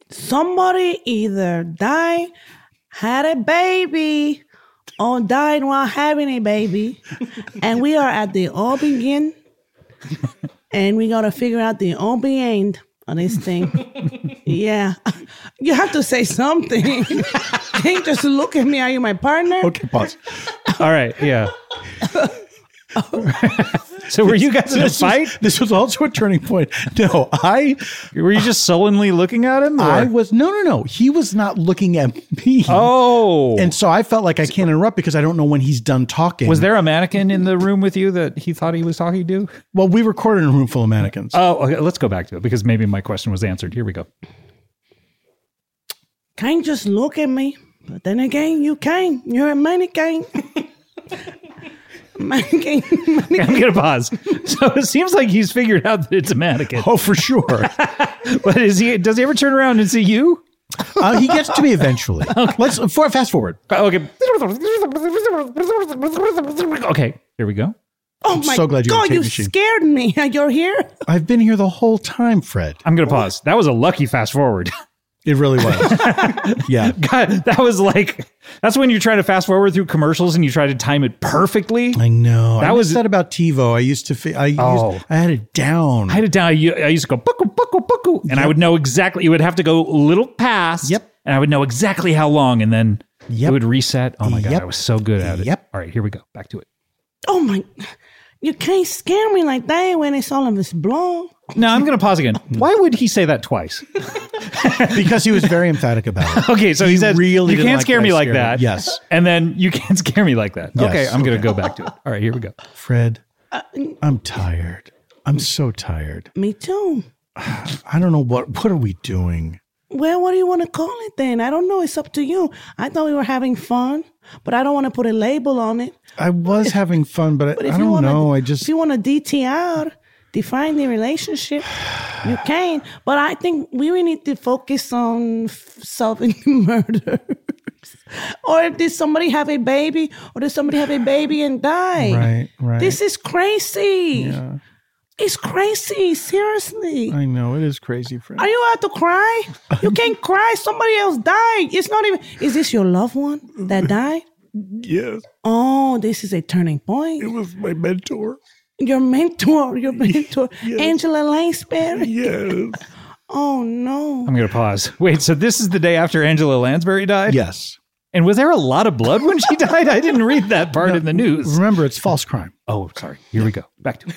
[SPEAKER 3] somebody either died, had a baby, or died while having a baby. and we are at the all begin, and we gotta figure out the all be end on this thing. yeah, you have to say something. you can't just look at me. Are you my partner?
[SPEAKER 2] Okay, pause.
[SPEAKER 1] All right. Yeah. so were you guys in a
[SPEAKER 2] this
[SPEAKER 1] fight?
[SPEAKER 2] Was, this was also a turning point. No, I
[SPEAKER 1] Were you just sullenly looking at him? or-
[SPEAKER 2] I was no no no. He was not looking at me.
[SPEAKER 1] oh.
[SPEAKER 2] And so I felt like I can't interrupt because I don't know when he's done talking.
[SPEAKER 1] was there a mannequin in the room with you that he thought he was talking to?
[SPEAKER 2] Well, we recorded in a room full of mannequins.
[SPEAKER 1] Oh, okay. Let's go back to it because maybe my question was answered. Here we go.
[SPEAKER 3] Can't just look at me. But then again, you can. You're a mannequin. mannequin. mannequin.
[SPEAKER 1] I'm gonna pause. So it seems like he's figured out that it's a mannequin.
[SPEAKER 2] oh, for sure.
[SPEAKER 1] But is he? Does he ever turn around and see you?
[SPEAKER 2] uh, he gets to me eventually. Let's for, fast forward.
[SPEAKER 1] Okay. Okay. Here we go.
[SPEAKER 3] Oh
[SPEAKER 2] I'm
[SPEAKER 3] my
[SPEAKER 2] so glad you were
[SPEAKER 3] God,
[SPEAKER 2] tape
[SPEAKER 3] you
[SPEAKER 2] machine.
[SPEAKER 3] scared me. You're here?
[SPEAKER 2] I've been here the whole time, Fred.
[SPEAKER 1] I'm gonna pause. That was a lucky fast forward.
[SPEAKER 2] It really was. yeah.
[SPEAKER 1] God, that was like that's when you try to fast forward through commercials and you try to time it perfectly.
[SPEAKER 2] I know. I
[SPEAKER 1] That
[SPEAKER 2] was
[SPEAKER 1] was-
[SPEAKER 2] that about TiVo. I used to. Fi- I used,
[SPEAKER 1] Oh.
[SPEAKER 2] I had it down.
[SPEAKER 1] I had it down. I u- I used to go buckle, buckle, buckle, and I would know exactly. It would have to go a little past.
[SPEAKER 2] Yep.
[SPEAKER 1] And I would know exactly how long, and then
[SPEAKER 2] Yep.
[SPEAKER 1] it would reset. Oh my god,
[SPEAKER 2] Yep.
[SPEAKER 1] I was so good at it.
[SPEAKER 2] Yep.
[SPEAKER 1] All right, here we go. Back to it.
[SPEAKER 3] Oh my. You can't scare me like that when it's all of this blown.
[SPEAKER 1] Now I'm going to pause again. Why would he say that twice?
[SPEAKER 2] because he was very emphatic about it.
[SPEAKER 1] Okay, so he, says
[SPEAKER 2] really
[SPEAKER 1] you
[SPEAKER 2] didn't
[SPEAKER 1] can't
[SPEAKER 2] like
[SPEAKER 1] scare
[SPEAKER 2] that I
[SPEAKER 1] me like
[SPEAKER 2] scared him."
[SPEAKER 1] that.
[SPEAKER 2] Yes.
[SPEAKER 1] And then you can't scare me like that.
[SPEAKER 2] Yes.
[SPEAKER 1] Okay, I'm going to go back to it. All right, here we go.
[SPEAKER 2] Fred, I'm tired. I'm so tired.
[SPEAKER 3] Me too.
[SPEAKER 2] I don't know what what are we doing?
[SPEAKER 3] Well, what do you want to call it then? I don't know. It's up to you. I thought we were having fun, but I don't want to put a label on it.
[SPEAKER 2] I was having fun, but,
[SPEAKER 3] But
[SPEAKER 2] I,
[SPEAKER 3] if
[SPEAKER 2] I
[SPEAKER 3] you
[SPEAKER 2] don't
[SPEAKER 3] wanna,
[SPEAKER 2] know. I
[SPEAKER 3] if
[SPEAKER 2] just
[SPEAKER 3] you want to DTR, define the relationship, you can. But I think we really need to focus on f- solving the murder. or did somebody have a baby? Or did somebody have a baby and die?
[SPEAKER 2] right, right.
[SPEAKER 3] This is crazy. It's crazy. Seriously.
[SPEAKER 2] I know it is crazy, Fred.
[SPEAKER 3] Are you out to cry? You can't cry. Somebody else died. It's not even. Is this your loved one that died?
[SPEAKER 2] yes,
[SPEAKER 3] Oh, this is a turning point.
[SPEAKER 2] was my mentor.
[SPEAKER 3] Your mentor, your mentor, Angela Lansbury.
[SPEAKER 2] Yes,
[SPEAKER 3] Oh no.
[SPEAKER 1] I'm going to pause. Wait, so this is the day after Angela Lansbury died?
[SPEAKER 2] yes.
[SPEAKER 1] And was there a lot of blood when she died? I didn't read that part in the news.
[SPEAKER 2] Remember, it's false crime.
[SPEAKER 1] Oh, sorry. Here we go. Back to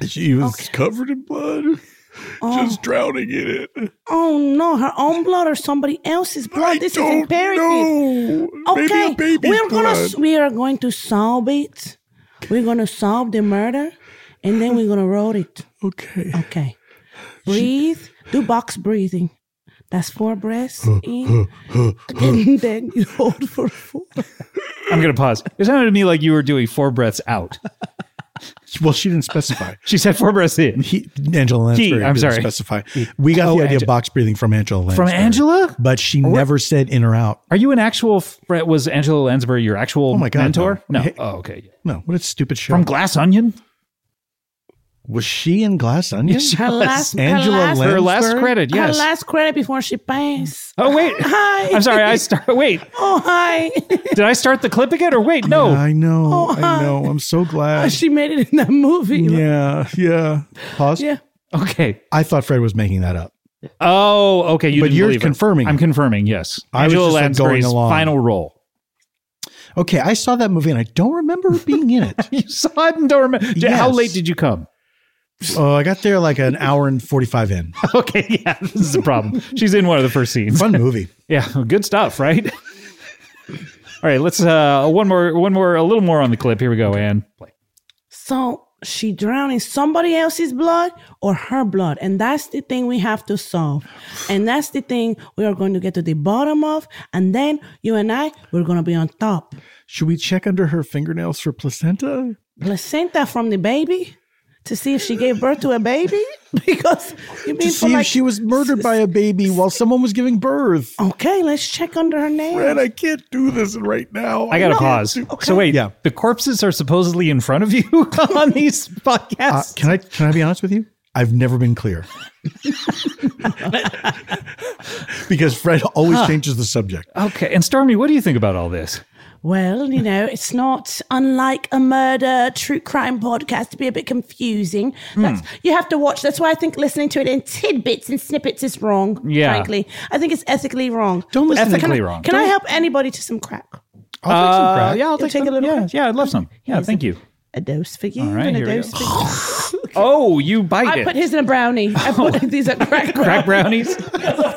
[SPEAKER 1] it.
[SPEAKER 2] She was covered in blood, just drowning in it.
[SPEAKER 3] Oh no, her own blood or somebody else's blood. this is imperative.
[SPEAKER 2] know.
[SPEAKER 3] Okay, we're gonna we are going to solve it. We're gonna solve the murder, and then we're gonna roll it.
[SPEAKER 2] Okay.
[SPEAKER 3] Okay, breathe. Do box breathing. That's four breaths in, and then you hold for four.
[SPEAKER 1] I'm going to pause. It sounded to me like you were doing four breaths out.
[SPEAKER 2] Well, she didn't specify.
[SPEAKER 1] She said four breaths in.
[SPEAKER 2] He, Angela
[SPEAKER 1] He,
[SPEAKER 2] Lansbury.
[SPEAKER 1] I'm
[SPEAKER 2] didn't
[SPEAKER 1] sorry.
[SPEAKER 2] Specify. We got
[SPEAKER 1] Oh,
[SPEAKER 2] the idea
[SPEAKER 1] Ange-
[SPEAKER 2] of box breathing from Angela Lansbury.
[SPEAKER 1] From Angela?
[SPEAKER 2] but she never said in or out.
[SPEAKER 1] Are you an actual friend? Was Angela Lansbury your actual
[SPEAKER 2] Oh my God,
[SPEAKER 1] mentor?
[SPEAKER 2] no.
[SPEAKER 1] No.
[SPEAKER 2] Hey-
[SPEAKER 1] Oh, okay.
[SPEAKER 2] No, what a stupid show.
[SPEAKER 1] From Glass Onion?
[SPEAKER 2] Was she in Glass Onion?
[SPEAKER 3] Her last,
[SPEAKER 2] Angela
[SPEAKER 3] her last,
[SPEAKER 2] Lansbury?
[SPEAKER 1] Her last credit, yes.
[SPEAKER 3] Her last credit before she passed.
[SPEAKER 1] Oh wait,
[SPEAKER 3] Hi.
[SPEAKER 1] I'm sorry. I start. Wait,
[SPEAKER 3] Oh, hi.
[SPEAKER 1] did I start the clip again? Or wait, no.
[SPEAKER 2] I know.
[SPEAKER 3] Oh,
[SPEAKER 2] I know. I'm so glad.
[SPEAKER 3] she made it in that movie.
[SPEAKER 2] yeah. Yeah. Pause.
[SPEAKER 3] Yeah.
[SPEAKER 1] okay.
[SPEAKER 2] I thought Fred was making that up.
[SPEAKER 1] Oh, okay. You
[SPEAKER 2] But
[SPEAKER 1] didn't
[SPEAKER 2] you're
[SPEAKER 1] believe it.
[SPEAKER 2] confirming
[SPEAKER 1] I'm
[SPEAKER 2] it.
[SPEAKER 1] confirming. Yes.
[SPEAKER 2] I was
[SPEAKER 1] Angela
[SPEAKER 2] just, like, going
[SPEAKER 1] Lansbury's
[SPEAKER 2] along.
[SPEAKER 1] final role.
[SPEAKER 2] Okay. I saw that movie and I don't remember her being in it.
[SPEAKER 1] You saw it and don't remember. J- How
[SPEAKER 2] Yes.
[SPEAKER 1] late did you come?
[SPEAKER 2] Oh, I got there like an hour and 45 in.
[SPEAKER 1] Okay, yeah, this is a problem. She's in one of the first scenes.
[SPEAKER 2] Fun movie.
[SPEAKER 1] Yeah, good stuff, right? All right, let's uh one more one more a little more on the clip. Here we go, Anne. Play.
[SPEAKER 3] So she drowned in somebody else's blood or her blood. And that's the thing we have to solve. And that's the thing we are going to get to the bottom of. And then you and I, we're going to be on top.
[SPEAKER 2] Should we check under her fingernails for placenta?
[SPEAKER 3] Placenta from the baby to see if she gave birth to a baby? Because you mean
[SPEAKER 2] To
[SPEAKER 3] for
[SPEAKER 2] see
[SPEAKER 3] like,
[SPEAKER 2] if she was murdered by a baby while someone was giving birth.
[SPEAKER 3] Okay, let's check under her name.
[SPEAKER 2] Fred, I can't do this right now.
[SPEAKER 1] I gotta pause. So wait,
[SPEAKER 2] Yeah.
[SPEAKER 1] the corpses are supposedly in front of you on these
[SPEAKER 2] Uh,
[SPEAKER 1] podcasts.
[SPEAKER 2] can I can I be honest with you? I've never been clear. because Fred always changes the subject.
[SPEAKER 1] okay, and Stormy, what do you think about all this?
[SPEAKER 3] Well, you know, it's not unlike a murder true crime podcast to be a bit confusing. That's, You have to watch. That's why I think listening to it in tidbits and snippets is wrong.
[SPEAKER 1] Yeah.
[SPEAKER 3] frankly, I think it's ethically wrong.
[SPEAKER 2] Don't listen to
[SPEAKER 3] Can I,
[SPEAKER 1] Ethically wrong.
[SPEAKER 3] Can I help anybody to some crack?
[SPEAKER 2] I'll take
[SPEAKER 3] Uh,
[SPEAKER 2] some crack.
[SPEAKER 1] Uh, yeah, I'll take,
[SPEAKER 3] take a
[SPEAKER 1] some-
[SPEAKER 3] little
[SPEAKER 1] Yeah,
[SPEAKER 3] crack?
[SPEAKER 1] yeah, I'd love some. Yeah, thank you.
[SPEAKER 3] A dose for you
[SPEAKER 1] All right,
[SPEAKER 3] and a
[SPEAKER 1] here we
[SPEAKER 3] dose
[SPEAKER 1] go.
[SPEAKER 3] for you.
[SPEAKER 1] Oh, you bite
[SPEAKER 3] I
[SPEAKER 1] it.
[SPEAKER 3] put his in a brownie. I put these at crack.
[SPEAKER 1] crack brownies.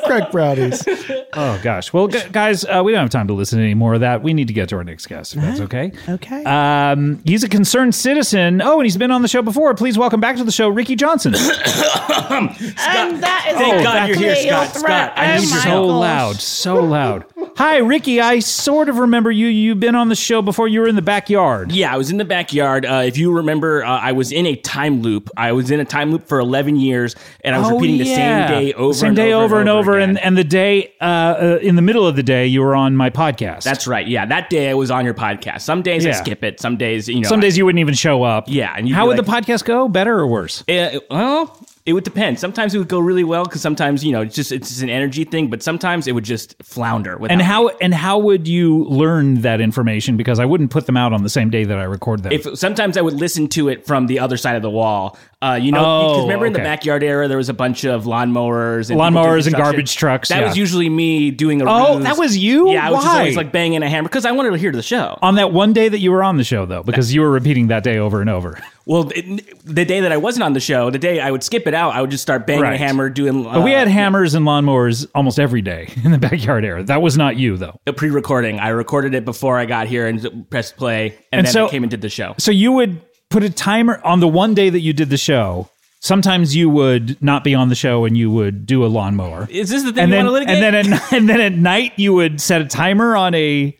[SPEAKER 2] Crack brownies.
[SPEAKER 1] Oh gosh. Well, gu guys, uh, we don't have time to listen to any more of that. We need to get to our next guest, if that's okay.
[SPEAKER 3] Okay.
[SPEAKER 1] Um, he's a concerned citizen. Oh, and he's been on the show before. Please welcome back to the show, Ricky Johnson.
[SPEAKER 3] and that is
[SPEAKER 5] Thank
[SPEAKER 3] a
[SPEAKER 5] God you're here,
[SPEAKER 3] clear
[SPEAKER 5] Scott.
[SPEAKER 3] threat.
[SPEAKER 5] Scott, I
[SPEAKER 3] Oh
[SPEAKER 5] need your
[SPEAKER 3] my
[SPEAKER 1] so
[SPEAKER 5] help.
[SPEAKER 3] gosh.
[SPEAKER 1] loud, so loud. Hi, Ricky. I sort of remember you. You've been on the show before. You were in the backyard.
[SPEAKER 5] Yeah, I was in the backyard. Uh, if you remember, uh, I was in a time loop. I was in a time loop for 11 years, and I was
[SPEAKER 1] Oh,
[SPEAKER 5] repeating
[SPEAKER 1] yeah.
[SPEAKER 5] the same day over,
[SPEAKER 1] same
[SPEAKER 5] and
[SPEAKER 1] day
[SPEAKER 5] over,
[SPEAKER 1] and over, and,
[SPEAKER 5] again.
[SPEAKER 1] and the day uh, uh, in the middle of the day, you were on my podcast.
[SPEAKER 5] that's right. Yeah, that day I was on your podcast. Some days I
[SPEAKER 1] Yeah.
[SPEAKER 5] skip it. Some days, you know,
[SPEAKER 1] some days you wouldn't even show up.
[SPEAKER 5] Yeah, and you'd
[SPEAKER 1] how
[SPEAKER 5] be
[SPEAKER 1] would
[SPEAKER 5] like-
[SPEAKER 1] the podcast go? Better or worse?
[SPEAKER 5] Uh, well, it would depend. Sometimes it would go really well because sometimes you know it's just it's just an energy thing. But sometimes it would just flounder. Without
[SPEAKER 1] And how and how would you learn that information? Because I wouldn't put them out on the same day that I record them.
[SPEAKER 5] If sometimes I would listen to it from the other side of the wall. Uh, you know,
[SPEAKER 1] Oh,
[SPEAKER 5] because remember in the
[SPEAKER 1] okay.
[SPEAKER 5] backyard era there was a bunch of lawnmowers, and people
[SPEAKER 1] Lawnmowers and
[SPEAKER 5] doing construction.
[SPEAKER 1] garbage trucks,
[SPEAKER 5] That
[SPEAKER 1] yeah.
[SPEAKER 5] was usually me doing a.
[SPEAKER 1] Oh,
[SPEAKER 5] ruse.
[SPEAKER 1] that was you?
[SPEAKER 5] Yeah, I was just
[SPEAKER 1] Why? Uh,
[SPEAKER 5] always like banging a hammer because I wanted to hear the show.
[SPEAKER 1] on that one day that you were on the show, though, because you were repeating that day over and over.
[SPEAKER 5] Well, it, the day that I wasn't on the show, the day I would skip it out, I would just start banging a
[SPEAKER 1] Right.
[SPEAKER 5] hammer, doing. Uh,
[SPEAKER 1] But we had hammers and lawnmowers almost every day in the backyard era. That was not you, though.
[SPEAKER 5] a pre-recording. I recorded it before I got here and pressed play, and,
[SPEAKER 1] And
[SPEAKER 5] then
[SPEAKER 1] so-
[SPEAKER 5] I came and did the show.
[SPEAKER 1] So you would put a timer on the one day that you did the show. Sometimes you would not be on the show and you would do a lawnmower.
[SPEAKER 5] Is this the thing
[SPEAKER 1] and
[SPEAKER 5] you
[SPEAKER 1] then,
[SPEAKER 5] want to litigate?
[SPEAKER 1] and then, at, and then at night you would set a timer on a.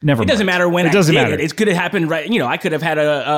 [SPEAKER 1] Never.
[SPEAKER 5] It doesn't matter when
[SPEAKER 1] It doesn't
[SPEAKER 5] I did
[SPEAKER 1] matter.
[SPEAKER 5] it. It could have happened right. You know, I could have had a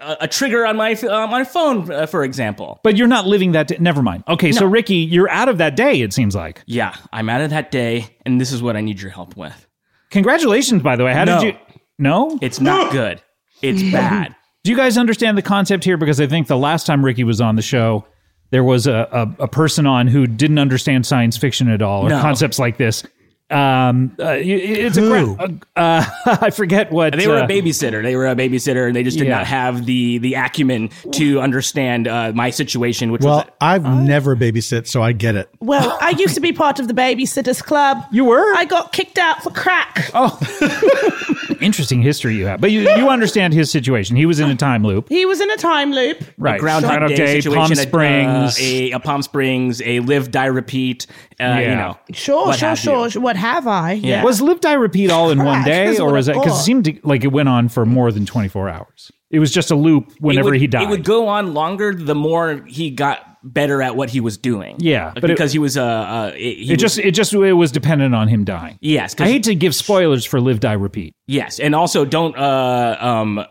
[SPEAKER 5] a, a- a trigger on my uh, my phone, uh, for example.
[SPEAKER 1] But you're not living that. Day. Never mind. Okay, so Ricky, you're out of that day. It seems like.
[SPEAKER 5] Yeah, I'm out of that day, and this is what I need your help with.
[SPEAKER 1] Congratulations, by the way. How
[SPEAKER 5] No.
[SPEAKER 1] did you? No.
[SPEAKER 5] It's not good. It's bad.
[SPEAKER 1] Do you guys understand the concept here? Because I think the last time Ricky was on the show, there was a a, a person on who didn't understand science fiction at all or
[SPEAKER 5] No.
[SPEAKER 1] concepts like this. Um, uh, it- it's
[SPEAKER 2] Who?
[SPEAKER 1] a crap. Uh, I forget what
[SPEAKER 5] They were
[SPEAKER 1] uh,
[SPEAKER 5] a babysitter. They were a babysitter, and they just did
[SPEAKER 1] Yeah.
[SPEAKER 5] not have the the acumen to understand uh, my situation, which
[SPEAKER 2] Well,
[SPEAKER 5] was
[SPEAKER 2] I've never babysit, so I get it.
[SPEAKER 3] Well, I used to be part of the babysitters club.
[SPEAKER 1] You were?
[SPEAKER 3] I got kicked out for crack.
[SPEAKER 1] interesting history you have, but you you understand his situation. He was in a time loop,
[SPEAKER 3] He was in a time loop.
[SPEAKER 1] right?
[SPEAKER 5] Groundhog
[SPEAKER 1] Groundhog
[SPEAKER 5] Day, situation,
[SPEAKER 1] Palm
[SPEAKER 5] a- uh,
[SPEAKER 1] Springs.
[SPEAKER 5] a, a Palm Springs, a live, die, repeat. Uh,
[SPEAKER 1] Yeah.
[SPEAKER 5] You know,
[SPEAKER 3] Sure,
[SPEAKER 5] what
[SPEAKER 3] sure,
[SPEAKER 5] have
[SPEAKER 3] sure.
[SPEAKER 5] you.
[SPEAKER 3] What have I? Yeah.
[SPEAKER 1] Was Live Die Repeat all in one
[SPEAKER 3] Crack
[SPEAKER 1] day,
[SPEAKER 3] is
[SPEAKER 1] or
[SPEAKER 3] what
[SPEAKER 1] was
[SPEAKER 3] I
[SPEAKER 1] that because it
[SPEAKER 3] thought.
[SPEAKER 1] seemed to, like it went on for more than twenty four hours? It was just a loop whenever
[SPEAKER 5] it would,
[SPEAKER 1] he died.
[SPEAKER 5] It would go on longer the more he got better at what he was doing.
[SPEAKER 1] Yeah, but it-
[SPEAKER 5] because he was uh, uh he
[SPEAKER 1] it
[SPEAKER 5] was-
[SPEAKER 1] just it just it was dependent on him dying.
[SPEAKER 5] yes,
[SPEAKER 1] I
[SPEAKER 5] 'cause-
[SPEAKER 1] hate to give spoilers for Live Die Repeat.
[SPEAKER 5] yes, and also don't uh um.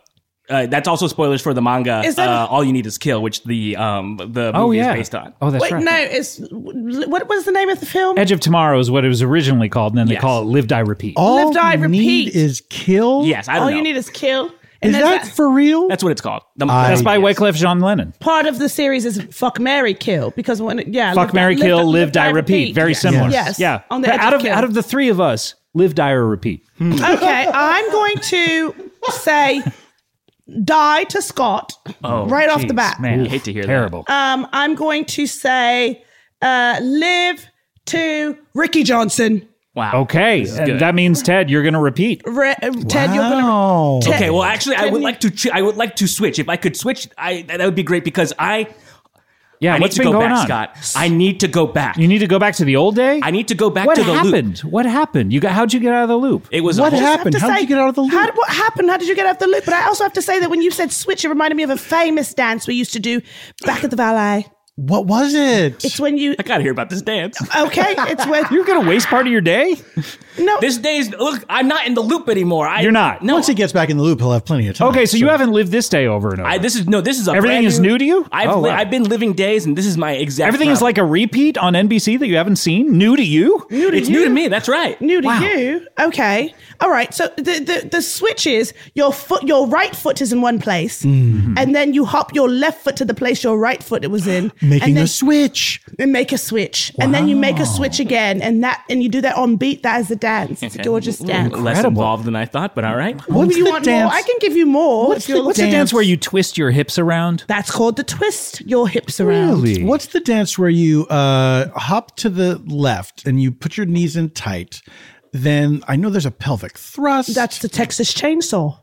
[SPEAKER 5] Uh, that's also spoilers for the manga.
[SPEAKER 3] Is that-
[SPEAKER 5] uh, All you need is kill, which the um the movie
[SPEAKER 1] Oh
[SPEAKER 5] is
[SPEAKER 1] yeah,
[SPEAKER 5] based on.
[SPEAKER 1] Oh, that's
[SPEAKER 3] Wait,
[SPEAKER 1] right.
[SPEAKER 3] no, it's what was the name of the film?
[SPEAKER 1] Edge of Tomorrow is what it was originally called, and then they
[SPEAKER 5] Yes.
[SPEAKER 1] call it Live Die Repeat.
[SPEAKER 2] All
[SPEAKER 3] die,
[SPEAKER 2] you
[SPEAKER 3] repeat.
[SPEAKER 2] need is kill.
[SPEAKER 5] Yes, I don't
[SPEAKER 3] All
[SPEAKER 5] know.
[SPEAKER 3] you need is kill. And
[SPEAKER 2] Is that
[SPEAKER 3] that's,
[SPEAKER 2] for real?
[SPEAKER 5] That's what it's called. The,
[SPEAKER 1] That's by
[SPEAKER 5] yes.
[SPEAKER 1] Wyclef Jean Lennon.
[SPEAKER 3] part of the series is fuck Mary Kill because when yeah
[SPEAKER 1] Fuck,
[SPEAKER 3] Live-
[SPEAKER 1] Mary,
[SPEAKER 3] Live-
[SPEAKER 1] Kill,
[SPEAKER 3] Live-
[SPEAKER 1] Live, Die, Repeat. Very
[SPEAKER 3] Yes.
[SPEAKER 1] similar.
[SPEAKER 3] Yes.
[SPEAKER 1] Yeah.
[SPEAKER 3] On the
[SPEAKER 1] But
[SPEAKER 3] edge
[SPEAKER 1] out
[SPEAKER 3] of
[SPEAKER 1] of
[SPEAKER 3] kill.
[SPEAKER 1] out of the three of us, Live Die or Repeat.
[SPEAKER 3] Okay, I'm going to say die to Scott right off the
[SPEAKER 1] Oh, Jeez,
[SPEAKER 3] bat.
[SPEAKER 1] Man,
[SPEAKER 5] I hate to hear that. Uh,
[SPEAKER 1] Terrible.
[SPEAKER 3] Um, I'm going to say uh, live to Ricky Johnson.
[SPEAKER 5] Wow.
[SPEAKER 1] Okay,
[SPEAKER 5] good.
[SPEAKER 1] and that means Ted, you're going to repeat.
[SPEAKER 3] Re- uh, Ted, you're gonna.
[SPEAKER 2] Oh,
[SPEAKER 3] Ted-
[SPEAKER 5] Okay, well, actually, I
[SPEAKER 3] Ted,
[SPEAKER 5] would
[SPEAKER 3] you-
[SPEAKER 5] like to. Ch- I would like to switch. If I could switch, I that would be great because I
[SPEAKER 1] Yeah,
[SPEAKER 5] I need
[SPEAKER 1] what's
[SPEAKER 5] to
[SPEAKER 1] been
[SPEAKER 5] go
[SPEAKER 1] going
[SPEAKER 5] back,
[SPEAKER 1] on,
[SPEAKER 5] Scott. I need to go back.
[SPEAKER 1] You need to go back to the old day.
[SPEAKER 5] I need to go back
[SPEAKER 1] what
[SPEAKER 5] to the loop.
[SPEAKER 1] happened? What happened? You got? How'd you get out of the loop?
[SPEAKER 5] It was
[SPEAKER 2] What
[SPEAKER 5] a whole-
[SPEAKER 3] I have
[SPEAKER 2] happened?
[SPEAKER 3] to
[SPEAKER 2] How
[SPEAKER 3] say-
[SPEAKER 2] did you get out of the loop?
[SPEAKER 3] How did- what happened? How did you get out of the loop? But I also have to say that when you said switch, it reminded me of a famous dance we used to do back at the valet.
[SPEAKER 2] what was it?
[SPEAKER 3] It's when you
[SPEAKER 5] I gotta hear about this dance.
[SPEAKER 3] okay, it's when
[SPEAKER 1] You're going to waste part of your day.
[SPEAKER 3] no
[SPEAKER 5] This day's look. I'm not in the loop anymore. I,
[SPEAKER 1] You're not.
[SPEAKER 5] No,
[SPEAKER 2] Once he gets back in the loop, he'll have plenty of time.
[SPEAKER 1] Okay, so you haven't lived this day over and over.
[SPEAKER 5] I, this is no. This is a
[SPEAKER 1] Everything
[SPEAKER 5] brand
[SPEAKER 1] is new to you?
[SPEAKER 5] I've
[SPEAKER 1] Oh,
[SPEAKER 5] li-
[SPEAKER 1] wow.
[SPEAKER 5] I've been living days, and this is my exact.
[SPEAKER 1] Everything is
[SPEAKER 5] problem.
[SPEAKER 1] like a repeat on NBC that you haven't seen. New to you?
[SPEAKER 3] new to
[SPEAKER 5] it's
[SPEAKER 3] you.
[SPEAKER 5] new to me. That's right.
[SPEAKER 3] New to you? Okay. All right. So the, the the switch is your foot, your right foot is in one place,
[SPEAKER 2] Mm-hmm.
[SPEAKER 3] and then you hop your left foot to the place your right foot was in,
[SPEAKER 2] making
[SPEAKER 3] and then,
[SPEAKER 2] a switch.
[SPEAKER 3] and make a switch, and then you make a switch again, and that and you do that on beat. That is the dance. It's a
[SPEAKER 5] Okay.
[SPEAKER 3] gorgeous dance.
[SPEAKER 5] Less involved than I thought, but all right.
[SPEAKER 2] What's
[SPEAKER 3] you
[SPEAKER 2] the
[SPEAKER 3] want
[SPEAKER 2] dance?
[SPEAKER 3] more? I can give you more.
[SPEAKER 2] What's
[SPEAKER 3] if you're
[SPEAKER 2] the-
[SPEAKER 3] looking-
[SPEAKER 2] what's
[SPEAKER 1] It's a dance
[SPEAKER 2] Dance.
[SPEAKER 1] where you twist your hips around.
[SPEAKER 3] That's called the twist your hips around.
[SPEAKER 1] Really?
[SPEAKER 2] What's the dance where you uh, hop to the left and you put your knees in tight? Then I know there's a pelvic thrust.
[SPEAKER 3] That's the Texas chainsaw.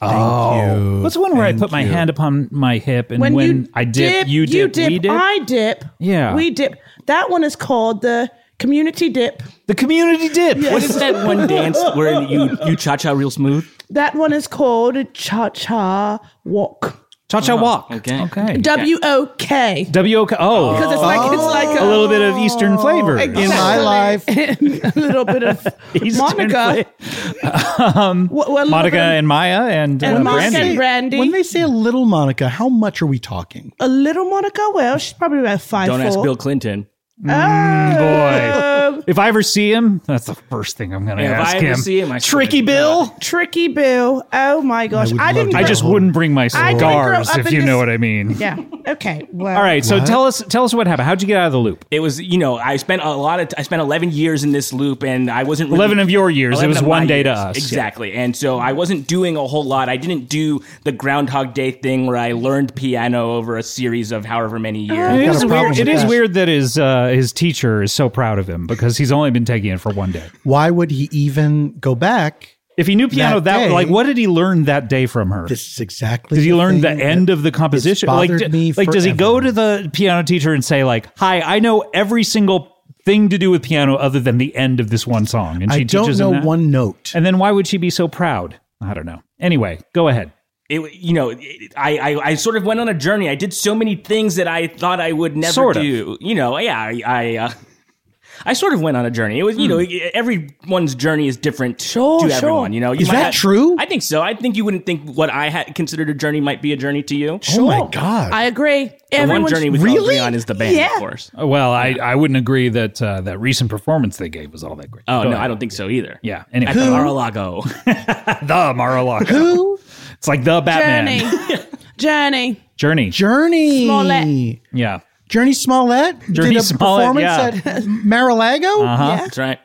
[SPEAKER 2] Thank you.
[SPEAKER 1] What's the one where I put my
[SPEAKER 2] you.
[SPEAKER 1] hand upon my hip and when, I dip, you dip, we dip?
[SPEAKER 3] I dip.
[SPEAKER 1] Yeah.
[SPEAKER 3] We dip. That one is called the community dip.
[SPEAKER 1] the community dip.
[SPEAKER 5] What is that one dance where you you cha cha real smooth?
[SPEAKER 3] That one is called a cha cha walk.
[SPEAKER 1] Cha cha walk.
[SPEAKER 5] Oh, okay.
[SPEAKER 1] Okay.
[SPEAKER 3] W O K.
[SPEAKER 1] W O K. Oh,
[SPEAKER 3] Because it's like it's like
[SPEAKER 1] a little bit of Eastern flavor.
[SPEAKER 2] In my life,
[SPEAKER 3] a little bit of
[SPEAKER 1] Eastern
[SPEAKER 3] Monica. um,
[SPEAKER 1] Monica and Maya and,
[SPEAKER 3] And
[SPEAKER 1] uh,
[SPEAKER 3] Monica
[SPEAKER 1] Brandy.
[SPEAKER 3] and Brandy.
[SPEAKER 2] when they say a little Monica, how much are we talking?
[SPEAKER 3] a little Monica. Well, she's probably about five.
[SPEAKER 5] Don't ask
[SPEAKER 3] four.
[SPEAKER 5] Bill Clinton.
[SPEAKER 1] Boy, if I ever see him, that's the first thing I'm going to
[SPEAKER 5] If I
[SPEAKER 1] ask
[SPEAKER 5] ever
[SPEAKER 1] him.
[SPEAKER 5] see him, I swear
[SPEAKER 1] Tricky
[SPEAKER 5] to
[SPEAKER 1] Bill.
[SPEAKER 3] Tricky Bill. Oh my gosh,
[SPEAKER 2] would
[SPEAKER 3] I,
[SPEAKER 2] love
[SPEAKER 3] didn't.
[SPEAKER 2] to
[SPEAKER 1] I
[SPEAKER 3] grow-
[SPEAKER 1] just wouldn't bring my
[SPEAKER 3] I didn't grow
[SPEAKER 1] scars,
[SPEAKER 3] up
[SPEAKER 1] if
[SPEAKER 3] in
[SPEAKER 1] you
[SPEAKER 3] this-
[SPEAKER 1] know what I mean.
[SPEAKER 3] Yeah. Okay. Well.
[SPEAKER 1] All right, so tell us tell us what happened. How'd you get out of the loop?
[SPEAKER 5] It was you know I spent a lot of t- I spent 11 years in this loop, and I wasn't really,
[SPEAKER 1] 11 of your years. It
[SPEAKER 5] 11
[SPEAKER 1] was
[SPEAKER 5] of
[SPEAKER 1] one
[SPEAKER 5] my
[SPEAKER 1] day to
[SPEAKER 5] years.
[SPEAKER 1] us.
[SPEAKER 5] exactly. And so I wasn't doing a whole lot. I didn't do the Groundhog Day thing where I learned piano over a series of however many years.
[SPEAKER 1] It
[SPEAKER 2] got
[SPEAKER 1] is
[SPEAKER 2] a problem
[SPEAKER 1] weird. It
[SPEAKER 2] with
[SPEAKER 1] is
[SPEAKER 2] that.
[SPEAKER 1] weird that his uh, his teacher is so proud of him because he's only been taking it for one day.
[SPEAKER 2] Why would he even go back?
[SPEAKER 1] If he knew piano that,
[SPEAKER 2] That day-
[SPEAKER 1] like, what did he learn that day from her?
[SPEAKER 2] This is exactly.
[SPEAKER 1] did he learn the
[SPEAKER 2] thing
[SPEAKER 1] end
[SPEAKER 2] that-
[SPEAKER 1] of the composition? Like,
[SPEAKER 2] bothered
[SPEAKER 1] d-
[SPEAKER 2] me
[SPEAKER 1] like does he go
[SPEAKER 2] forever.
[SPEAKER 1] to the piano teacher and say, like, "Hi, I know every single thing to do with piano other than the end of this one song," and she
[SPEAKER 2] I don't
[SPEAKER 1] teaches him
[SPEAKER 2] know
[SPEAKER 1] that?
[SPEAKER 2] one note.
[SPEAKER 1] And then why would she be so proud? I don't know. Anyway, go ahead.
[SPEAKER 5] It, you know, it, I, I I sort of went on a journey. I did so many things that I thought I would never
[SPEAKER 1] Sort of.
[SPEAKER 5] do. You know, yeah, I I, uh, I sort of went on a journey. It was you know everyone's journey is different
[SPEAKER 3] Sure,
[SPEAKER 5] to
[SPEAKER 3] sure.
[SPEAKER 5] everyone. You know, you
[SPEAKER 2] Is
[SPEAKER 5] might
[SPEAKER 2] that true?
[SPEAKER 5] I think so. I think you wouldn't think what I had considered a journey might be a journey to you.
[SPEAKER 2] oh my god!
[SPEAKER 3] I agree.
[SPEAKER 5] The
[SPEAKER 3] Everyone
[SPEAKER 5] one journey we can all agree on is the band,
[SPEAKER 3] Yeah.
[SPEAKER 5] of course.
[SPEAKER 1] Uh, Well, I, I wouldn't agree that uh, that recent performance they gave was all that great.
[SPEAKER 5] Oh
[SPEAKER 1] Go
[SPEAKER 5] no,
[SPEAKER 1] ahead.
[SPEAKER 5] I don't think so either.
[SPEAKER 1] Yeah. Anyway,
[SPEAKER 5] At the Mar-a-Lago.
[SPEAKER 1] the Mar-a-Lago.
[SPEAKER 2] Who?
[SPEAKER 1] It's like the
[SPEAKER 3] Journey.
[SPEAKER 1] Batman
[SPEAKER 3] Journey.
[SPEAKER 1] journey.
[SPEAKER 2] Journey.
[SPEAKER 3] Smollett.
[SPEAKER 1] Yeah.
[SPEAKER 2] Journey Smollett
[SPEAKER 1] Journey
[SPEAKER 2] did a
[SPEAKER 1] Smollett,
[SPEAKER 2] performance
[SPEAKER 1] yeah. Uh-huh.
[SPEAKER 2] at Mar-a-Lago,
[SPEAKER 5] That's right.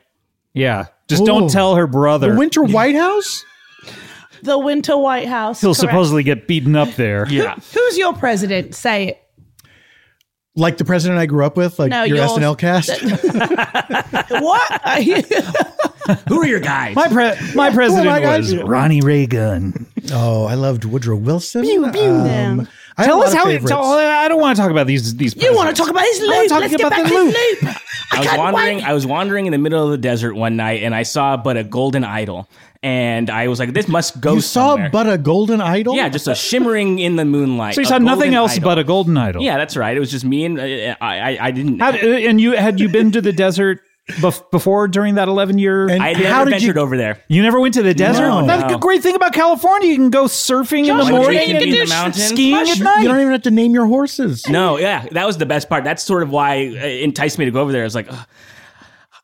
[SPEAKER 1] Yeah. Just don't
[SPEAKER 2] Ooh.
[SPEAKER 1] tell her brother.
[SPEAKER 2] the Winter White House.
[SPEAKER 3] The Winter White House.
[SPEAKER 1] He'll
[SPEAKER 3] correct.
[SPEAKER 1] supposedly get beaten up there.
[SPEAKER 5] Yeah.
[SPEAKER 3] Who's your president? Say it.
[SPEAKER 2] Like the president I grew up with, like
[SPEAKER 3] No,
[SPEAKER 2] your
[SPEAKER 3] yours.
[SPEAKER 2] SNL cast.
[SPEAKER 3] What?
[SPEAKER 5] Who are your guys?
[SPEAKER 1] My pre- my president
[SPEAKER 2] my God.
[SPEAKER 1] was Ronnie Reagan.
[SPEAKER 2] oh, I loved Woodrow Wilson. Uh,
[SPEAKER 3] Yeah.
[SPEAKER 2] I
[SPEAKER 1] Tell
[SPEAKER 2] had a
[SPEAKER 1] us
[SPEAKER 2] lot of
[SPEAKER 1] how. It,
[SPEAKER 2] favorites.
[SPEAKER 1] tell, I don't want to talk about these. These.
[SPEAKER 3] You want
[SPEAKER 1] presidents.
[SPEAKER 3] to talk about his
[SPEAKER 1] wanna
[SPEAKER 3] loop?
[SPEAKER 1] talk
[SPEAKER 3] Let's get
[SPEAKER 1] about
[SPEAKER 3] back
[SPEAKER 1] the
[SPEAKER 3] to his
[SPEAKER 1] loop.
[SPEAKER 3] loop. I,
[SPEAKER 5] I was
[SPEAKER 3] can't
[SPEAKER 5] wandering.
[SPEAKER 3] wait.
[SPEAKER 5] I was wandering in the middle of the desert one night, and I saw but a golden idol, and I was like, "This must go
[SPEAKER 2] you saw
[SPEAKER 5] Oh, somewhere."
[SPEAKER 2] but a golden idol.
[SPEAKER 5] yeah, just a shimmering in the moonlight.
[SPEAKER 1] So you
[SPEAKER 5] a
[SPEAKER 1] saw nothing
[SPEAKER 5] golden
[SPEAKER 1] else
[SPEAKER 5] idol.
[SPEAKER 1] but a golden idol.
[SPEAKER 5] Yeah, that's right. It was just me and uh, I. I, I didn't.
[SPEAKER 1] How, and you had you been to the desert bef- before during that eleven year?
[SPEAKER 2] And
[SPEAKER 5] I
[SPEAKER 2] how
[SPEAKER 5] never
[SPEAKER 2] did
[SPEAKER 5] ventured
[SPEAKER 2] you?
[SPEAKER 5] over there.
[SPEAKER 1] you never went to the desert.
[SPEAKER 2] No.
[SPEAKER 1] That's the great thing about California. You can go surfing in
[SPEAKER 3] Josh,
[SPEAKER 1] the
[SPEAKER 3] what do
[SPEAKER 1] morning
[SPEAKER 3] you
[SPEAKER 1] and
[SPEAKER 3] need to do?
[SPEAKER 1] skiing at
[SPEAKER 3] Mushroom.
[SPEAKER 1] night.
[SPEAKER 2] You don't even have to name your horses.
[SPEAKER 5] No, yeah, that was the best part. That's sort of why it enticed me to go over there. I was like, ugh.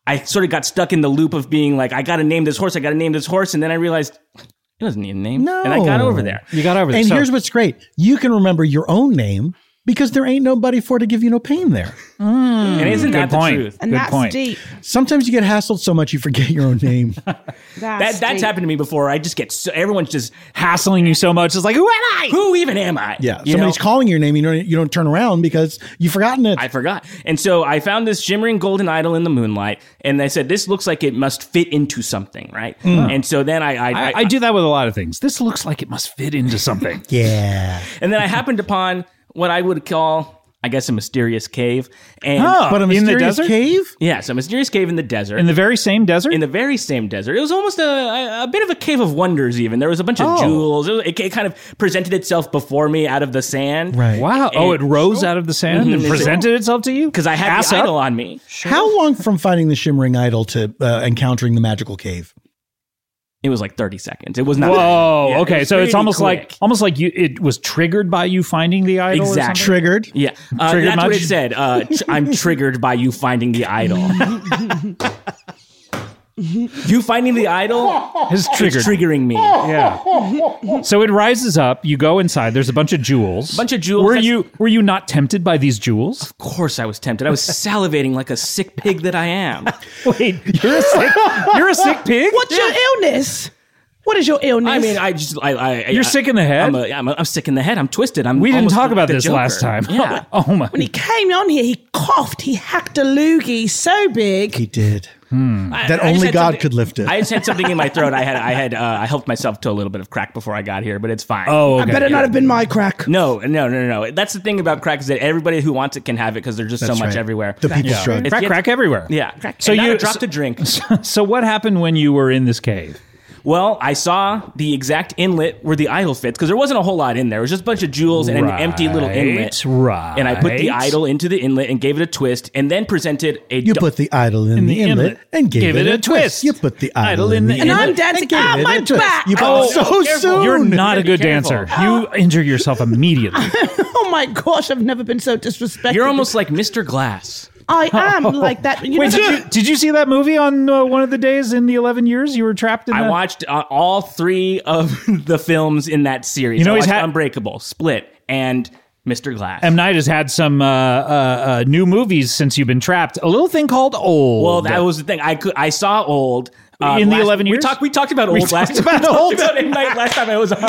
[SPEAKER 5] I sort of got stuck in the loop of being like, I got to name this horse. I got to name this horse, and then I realized It doesn't need a name. And I got over there.
[SPEAKER 7] You got over there.
[SPEAKER 2] And
[SPEAKER 7] So-
[SPEAKER 2] here's what's great: you can remember your own name because there ain't nobody for to give you no pain there.
[SPEAKER 5] and isn't
[SPEAKER 1] Hmm, Good
[SPEAKER 5] that
[SPEAKER 1] point.
[SPEAKER 5] the truth?
[SPEAKER 3] And
[SPEAKER 1] Good
[SPEAKER 3] that's
[SPEAKER 1] point.
[SPEAKER 3] deep.
[SPEAKER 2] Sometimes you get hassled so much you forget your own name.
[SPEAKER 3] That's,
[SPEAKER 5] That, that's
[SPEAKER 3] deep.
[SPEAKER 5] happened to me before. I just get so, everyone's just
[SPEAKER 1] hassling you so much. It's like, who am I?
[SPEAKER 5] who even am I?
[SPEAKER 2] Yeah,
[SPEAKER 5] You
[SPEAKER 2] somebody's
[SPEAKER 5] know?
[SPEAKER 2] calling your name. You don't you don't turn around because you've forgotten it.
[SPEAKER 5] I forgot. And so I found this shimmering golden idol in the moonlight, and I said, "This looks like it must fit into something, right?" And so then I, I,
[SPEAKER 1] Hmm. I, I do that with a lot of things. This looks like it must fit into something.
[SPEAKER 2] yeah,
[SPEAKER 5] and then I happened upon what I would call, I guess, a mysterious cave, and
[SPEAKER 2] but a
[SPEAKER 1] in the
[SPEAKER 2] mysterious
[SPEAKER 1] desert?
[SPEAKER 2] cave.
[SPEAKER 5] yes, a mysterious cave in the desert.
[SPEAKER 1] In the very same desert?
[SPEAKER 5] in the very same desert. It was almost a, a, a bit of a cave of wonders, even. There was a bunch
[SPEAKER 1] Oh.
[SPEAKER 5] of jewels. It, was- it- it kind of presented itself before me out of the sand.
[SPEAKER 2] Right.
[SPEAKER 1] wow. Oh, it
[SPEAKER 5] It-
[SPEAKER 1] rose out of the sand and presented itself to you?
[SPEAKER 5] Because I had
[SPEAKER 1] Ass
[SPEAKER 5] the
[SPEAKER 1] up?
[SPEAKER 5] idol on me.
[SPEAKER 2] How long from finding the shimmering idol to uh, encountering the magical cave?
[SPEAKER 5] It was like 30 seconds. It was not.
[SPEAKER 1] Whoa.
[SPEAKER 5] Yeah, it
[SPEAKER 1] okay.
[SPEAKER 5] was
[SPEAKER 1] So it's
[SPEAKER 5] pretty
[SPEAKER 1] almost like
[SPEAKER 5] quick.
[SPEAKER 1] almost like you it was triggered by you finding the idol. or
[SPEAKER 5] Exact-
[SPEAKER 1] something?
[SPEAKER 2] Triggered.
[SPEAKER 5] Yeah, uh,
[SPEAKER 1] Triggered
[SPEAKER 5] that's what
[SPEAKER 1] much?
[SPEAKER 5] it said. Uh, tr- I'm triggered by you finding the idol. you finding the idol
[SPEAKER 1] It's
[SPEAKER 5] is
[SPEAKER 1] triggered.
[SPEAKER 5] triggering me. A
[SPEAKER 1] yeah. so it rises up. You go inside. There's a bunch of jewels.
[SPEAKER 5] bunch of jewels.
[SPEAKER 1] Were
[SPEAKER 5] That's-
[SPEAKER 1] you were you not tempted by these jewels?
[SPEAKER 5] Of course, I was tempted. I was salivating like a sick pig that I am.
[SPEAKER 1] Wait, you're a sick you're a sick pig.
[SPEAKER 3] What's your illness? What is your illness?
[SPEAKER 5] I mean, I just I, I
[SPEAKER 1] You're sick in the head?
[SPEAKER 5] I'm, a, I'm, a, I'm sick in the head. I'm twisted. I'm.
[SPEAKER 1] We didn't
[SPEAKER 5] almost
[SPEAKER 1] talk
[SPEAKER 5] like
[SPEAKER 1] about
[SPEAKER 5] the
[SPEAKER 1] this
[SPEAKER 5] Joker.
[SPEAKER 1] last time.
[SPEAKER 5] Yeah.
[SPEAKER 1] oh my.
[SPEAKER 3] when he came on here, he coughed. He hacked a loogie so big.
[SPEAKER 2] He did. That
[SPEAKER 5] I just
[SPEAKER 2] only
[SPEAKER 5] had
[SPEAKER 2] God
[SPEAKER 5] something-
[SPEAKER 2] could lift it.
[SPEAKER 5] I just had something in my throat. I had I had uh, I helped myself to a little bit of crack before I got here, but it's fine.
[SPEAKER 1] Oh, okay.
[SPEAKER 3] Better not have been my crack.
[SPEAKER 5] No, no, no, no. That's the thing about crack is that everybody who wants it can have it because there's just so
[SPEAKER 2] That's
[SPEAKER 5] much
[SPEAKER 2] right.
[SPEAKER 5] everywhere.
[SPEAKER 2] The people's
[SPEAKER 1] Yeah.
[SPEAKER 2] drug.
[SPEAKER 1] Crack,
[SPEAKER 5] It's-
[SPEAKER 1] crack everywhere.
[SPEAKER 5] yeah.
[SPEAKER 1] So
[SPEAKER 5] So you
[SPEAKER 1] you-
[SPEAKER 5] dropped a drink.
[SPEAKER 1] So what happened when you were in this cave?
[SPEAKER 5] Well, I saw the exact inlet where the idol fits because there wasn't a whole lot in there. It was just a bunch of jewels and an empty little inlet.
[SPEAKER 1] Right, right.
[SPEAKER 5] And I put the idol into the inlet and gave it a twist, and then presented a.
[SPEAKER 2] You
[SPEAKER 5] do-
[SPEAKER 2] put the idol in, the, inlet, and gave, it, a twist. You put the idol, in the
[SPEAKER 3] And
[SPEAKER 2] inlet.
[SPEAKER 3] I'm dancing
[SPEAKER 2] gave
[SPEAKER 3] out
[SPEAKER 2] it
[SPEAKER 3] my
[SPEAKER 2] a twist.
[SPEAKER 3] back.
[SPEAKER 2] You put
[SPEAKER 3] Oh,
[SPEAKER 2] so soon.
[SPEAKER 1] You're not a good
[SPEAKER 5] careful.
[SPEAKER 1] dancer. You injure yourself immediately.
[SPEAKER 3] Oh my gosh, I've never been so disrespected.
[SPEAKER 5] You're almost like Mr. Glass.
[SPEAKER 3] I am like that. You
[SPEAKER 1] oh. Wait,
[SPEAKER 3] know,
[SPEAKER 1] did you, did you see that movie on uh, one of the days in the 11 years you were trapped in?
[SPEAKER 5] I
[SPEAKER 1] that?
[SPEAKER 5] watched uh, all three of the films in that series.
[SPEAKER 1] You know
[SPEAKER 5] I
[SPEAKER 1] he's
[SPEAKER 5] watched
[SPEAKER 1] had-
[SPEAKER 5] Unbreakable, Split, and Mr. Glass.
[SPEAKER 1] M. Night has had some uh, uh, uh, new movies since you've been trapped. A little thing called Old. uh,
[SPEAKER 5] well, that was the thing. I could I saw Old uh,
[SPEAKER 1] In the
[SPEAKER 5] last-
[SPEAKER 1] 11 years?
[SPEAKER 5] We talked. We talked about Old last.
[SPEAKER 1] talked about
[SPEAKER 5] we talked
[SPEAKER 1] Old.
[SPEAKER 5] about M Night last time I was on.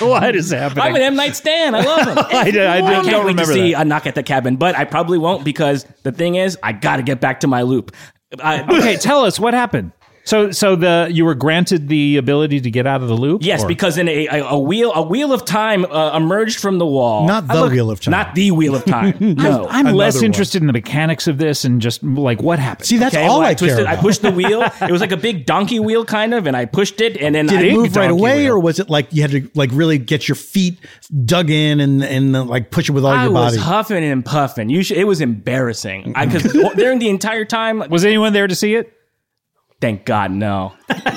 [SPEAKER 1] what is
[SPEAKER 5] I'm an
[SPEAKER 1] happening.
[SPEAKER 5] M Night stan. I love him.
[SPEAKER 1] I, did- I, did-
[SPEAKER 5] I
[SPEAKER 1] don't
[SPEAKER 5] can't wait to
[SPEAKER 1] remember
[SPEAKER 5] see
[SPEAKER 1] that.
[SPEAKER 5] a knock at the cabin, but I probably won't because the thing is, I got to get back to my loop. Uh, I,
[SPEAKER 1] Okay, tell us what happened. So, so the you were granted the ability to get out of the loop.
[SPEAKER 5] Yes,
[SPEAKER 1] or-
[SPEAKER 5] because in a, a, a wheel a wheel of time uh, emerged from the wall.
[SPEAKER 2] Not the wheel of time.
[SPEAKER 5] Not the wheel of time. No,
[SPEAKER 1] Oh, I'm less
[SPEAKER 2] one.
[SPEAKER 1] interested in the mechanics of this and just like what happened.
[SPEAKER 2] See, that's
[SPEAKER 5] Okay,
[SPEAKER 2] all
[SPEAKER 5] well,
[SPEAKER 2] I,
[SPEAKER 5] I,
[SPEAKER 2] care
[SPEAKER 5] twisted. I
[SPEAKER 2] about.
[SPEAKER 5] pushed the wheel. It was like a big donkey wheel, kind of, and I pushed it, and then
[SPEAKER 2] Did
[SPEAKER 5] I
[SPEAKER 2] it move right
[SPEAKER 5] donkey
[SPEAKER 2] away,
[SPEAKER 5] wheel.
[SPEAKER 2] or was it like you had to like really get your feet dug in and and uh, like push it with all
[SPEAKER 5] I
[SPEAKER 2] your
[SPEAKER 5] was
[SPEAKER 2] body?
[SPEAKER 5] huffing and puffing. You should, it was embarrassing because during the entire time,
[SPEAKER 1] was anyone there to see it?
[SPEAKER 5] thank God, no.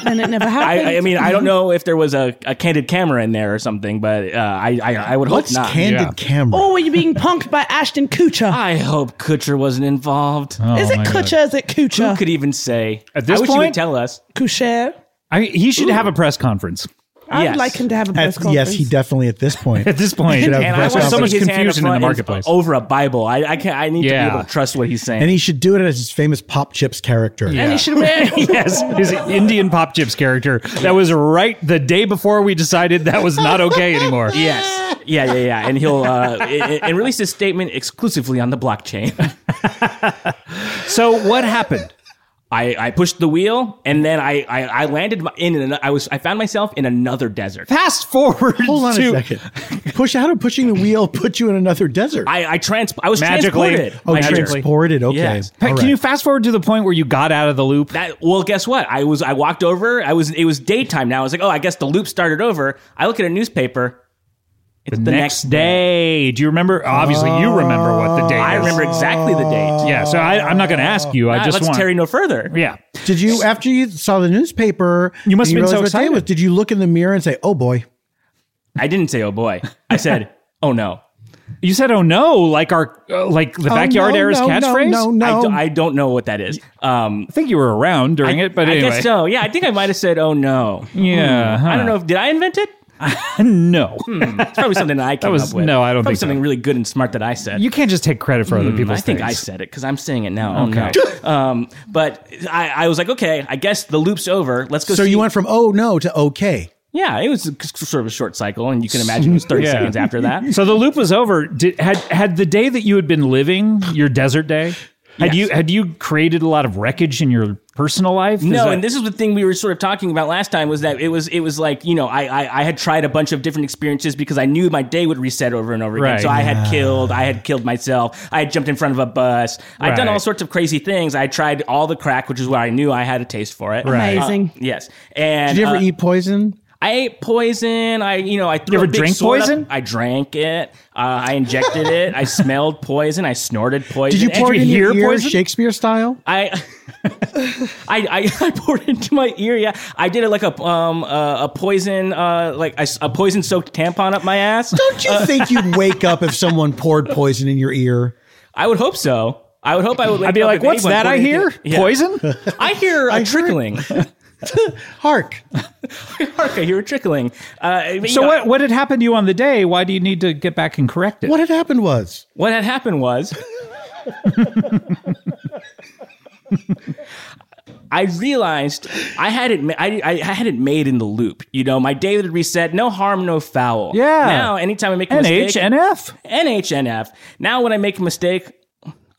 [SPEAKER 3] and it never happened.
[SPEAKER 5] I, I mean, I don't know if there was a, a candid camera in there or something, but uh, I, I I would
[SPEAKER 2] What's
[SPEAKER 5] hope not.
[SPEAKER 2] candid
[SPEAKER 1] Yeah.
[SPEAKER 2] camera?
[SPEAKER 3] Or were you being punked by Ashton Kutcher?
[SPEAKER 5] I hope Kutcher wasn't involved.
[SPEAKER 3] is
[SPEAKER 1] Oh
[SPEAKER 3] it
[SPEAKER 1] my God.
[SPEAKER 3] Kutcher? Is it
[SPEAKER 5] Who
[SPEAKER 3] Kutcher?
[SPEAKER 5] could even say?
[SPEAKER 1] At this
[SPEAKER 5] I wish you
[SPEAKER 1] point-
[SPEAKER 5] would tell us.
[SPEAKER 3] Kutcher?
[SPEAKER 1] I, he should have a press conference.
[SPEAKER 3] I'd
[SPEAKER 5] Yes.
[SPEAKER 3] like him to have a
[SPEAKER 2] At-
[SPEAKER 3] press conference.
[SPEAKER 2] yes, he definitely at this point.
[SPEAKER 1] At this point,
[SPEAKER 2] Should have
[SPEAKER 1] and
[SPEAKER 2] a
[SPEAKER 1] I
[SPEAKER 2] press
[SPEAKER 1] want so much
[SPEAKER 2] conference.
[SPEAKER 5] His hand up
[SPEAKER 1] confusion in the
[SPEAKER 5] front is
[SPEAKER 1] marketplace.
[SPEAKER 5] over a Bible. I I, can't, I need to
[SPEAKER 1] Yeah.
[SPEAKER 5] be able to trust what he's saying.
[SPEAKER 2] and he should do it as his famous Pop Chips character.
[SPEAKER 3] And he should wear.
[SPEAKER 1] yes, his Indian Pop Chips character. That was right the day before we decided that was not okay anymore.
[SPEAKER 5] Yes. Yeah, yeah, yeah. And he'll uh, and and release his statement exclusively on the blockchain.
[SPEAKER 1] So what happened?
[SPEAKER 5] I, I pushed the wheel and then I I, I landed my- in an, I was I found myself in another desert.
[SPEAKER 1] Fast forward
[SPEAKER 2] Hold on
[SPEAKER 1] to
[SPEAKER 2] a second. Push out of pushing the wheel put you in another desert.
[SPEAKER 5] I I trans I was
[SPEAKER 1] Magically.
[SPEAKER 5] transported.
[SPEAKER 2] oh,
[SPEAKER 1] I
[SPEAKER 5] Magically.
[SPEAKER 1] trans-
[SPEAKER 2] transported. Okay.
[SPEAKER 5] Yes.
[SPEAKER 1] Pa-
[SPEAKER 2] All
[SPEAKER 1] Can
[SPEAKER 2] right.
[SPEAKER 1] you fast forward to the point where you got out of the loop?
[SPEAKER 5] That well, guess what? I was I walked over. I was it was daytime now. I was like, oh, I guess the loop started over. I look at a newspaper. It's the,
[SPEAKER 1] next day. Do you remember? Obviously, you remember what the date
[SPEAKER 5] Oh, I
[SPEAKER 1] is.
[SPEAKER 5] remember exactly the date.
[SPEAKER 1] Oh. Yeah, so I, I'm not going to ask you. I
[SPEAKER 5] Ah,
[SPEAKER 1] just
[SPEAKER 5] let's
[SPEAKER 1] want.
[SPEAKER 5] tarry no further.
[SPEAKER 1] yeah.
[SPEAKER 2] Did you after you saw the newspaper?
[SPEAKER 1] You must
[SPEAKER 2] and
[SPEAKER 1] have been so
[SPEAKER 2] realized what day it
[SPEAKER 1] excited.
[SPEAKER 2] was, did you look in the mirror and say, "Oh boy"?
[SPEAKER 5] I didn't say, oh boy. I said, oh no.
[SPEAKER 1] You said, "Oh no!" Like our uh, like
[SPEAKER 5] Oh,
[SPEAKER 1] the backyard
[SPEAKER 2] no,
[SPEAKER 1] era's
[SPEAKER 2] no, no,
[SPEAKER 1] catchphrase.
[SPEAKER 2] no, no.
[SPEAKER 5] I, do, I don't know what that is. Um,
[SPEAKER 1] I think you were around during it, but
[SPEAKER 5] I
[SPEAKER 1] anyway,
[SPEAKER 5] guess so. Yeah, I think I might have said, "Oh no."
[SPEAKER 1] Yeah,
[SPEAKER 5] Hmm. I
[SPEAKER 1] huh.
[SPEAKER 5] don't know. if Did I invent it?
[SPEAKER 1] no.
[SPEAKER 5] It's probably something that I came
[SPEAKER 1] was-
[SPEAKER 5] up with.
[SPEAKER 1] no, I don't
[SPEAKER 5] probably
[SPEAKER 1] think so.
[SPEAKER 5] something really good and smart that I said.
[SPEAKER 1] You can't just take credit for other people's
[SPEAKER 5] Hmm, I think I
[SPEAKER 1] things.
[SPEAKER 5] said it because I'm saying it now. Oh no! um, but I, I was like, okay, I guess the loop's over. Let's go.
[SPEAKER 2] So
[SPEAKER 5] see.
[SPEAKER 2] you went from oh no to okay.
[SPEAKER 5] Yeah, it was a- sort of a short cycle, and you can imagine it was 30
[SPEAKER 1] Yeah.
[SPEAKER 5] seconds after that.
[SPEAKER 1] So the loop was over. Did, had had the day that you had been living your desert day? Had you had you created a lot of wreckage in your personal life? Is
[SPEAKER 5] No,
[SPEAKER 1] that-
[SPEAKER 5] and this is the thing we were sort of talking about last time was that it was it was like you know I I, I had tried a bunch of different experiences because I knew my day would reset over and over again.
[SPEAKER 1] Right.
[SPEAKER 5] So I had killed, I had killed myself, I had jumped in front of a bus, I'd done
[SPEAKER 1] Right.
[SPEAKER 5] all sorts of crazy things. I tried all the crack, which is where I knew I had a taste for it.
[SPEAKER 1] Right.
[SPEAKER 3] Amazing.
[SPEAKER 5] Uh, yes, and
[SPEAKER 2] Did you ever
[SPEAKER 5] uh,
[SPEAKER 2] eat poison?
[SPEAKER 5] I ate poison. I, you know, I
[SPEAKER 1] You
[SPEAKER 5] threw
[SPEAKER 1] ever
[SPEAKER 5] a big
[SPEAKER 1] drink
[SPEAKER 5] sword up-
[SPEAKER 1] poison?
[SPEAKER 5] I drank it. Uh, I injected it. I smelled poison. I snorted poison.
[SPEAKER 2] Did you
[SPEAKER 5] And
[SPEAKER 2] pour it in your
[SPEAKER 1] hear
[SPEAKER 2] ear,
[SPEAKER 1] poison?
[SPEAKER 2] Shakespeare style?
[SPEAKER 5] I, I, I, I poured it into my ear. Yeah, I did it like a um uh, a poison uh like a, poison soaked tampon up my ass.
[SPEAKER 2] Don't
[SPEAKER 1] Uh,
[SPEAKER 2] you think you'd wake up if someone poured poison in your ear?
[SPEAKER 5] I would hope so. I would hope I would.
[SPEAKER 1] I'd be like, "What's that I hear?
[SPEAKER 5] Poison?
[SPEAKER 1] Poison?
[SPEAKER 5] I hear a trickling.
[SPEAKER 2] Hark!
[SPEAKER 5] Hark, I hear a trickling. Uh,
[SPEAKER 1] so what what had happened to you on the day? Why do you need to get back and correct it?
[SPEAKER 2] What had happened was
[SPEAKER 5] what had happened was I realized I had it. ma- I, I had it made in the loop. You know, my day would reset. No harm, no foul.
[SPEAKER 1] Yeah.
[SPEAKER 5] Now, anytime I make a mistake,
[SPEAKER 1] NHNF.
[SPEAKER 5] NHNF. Now, when I make a mistake,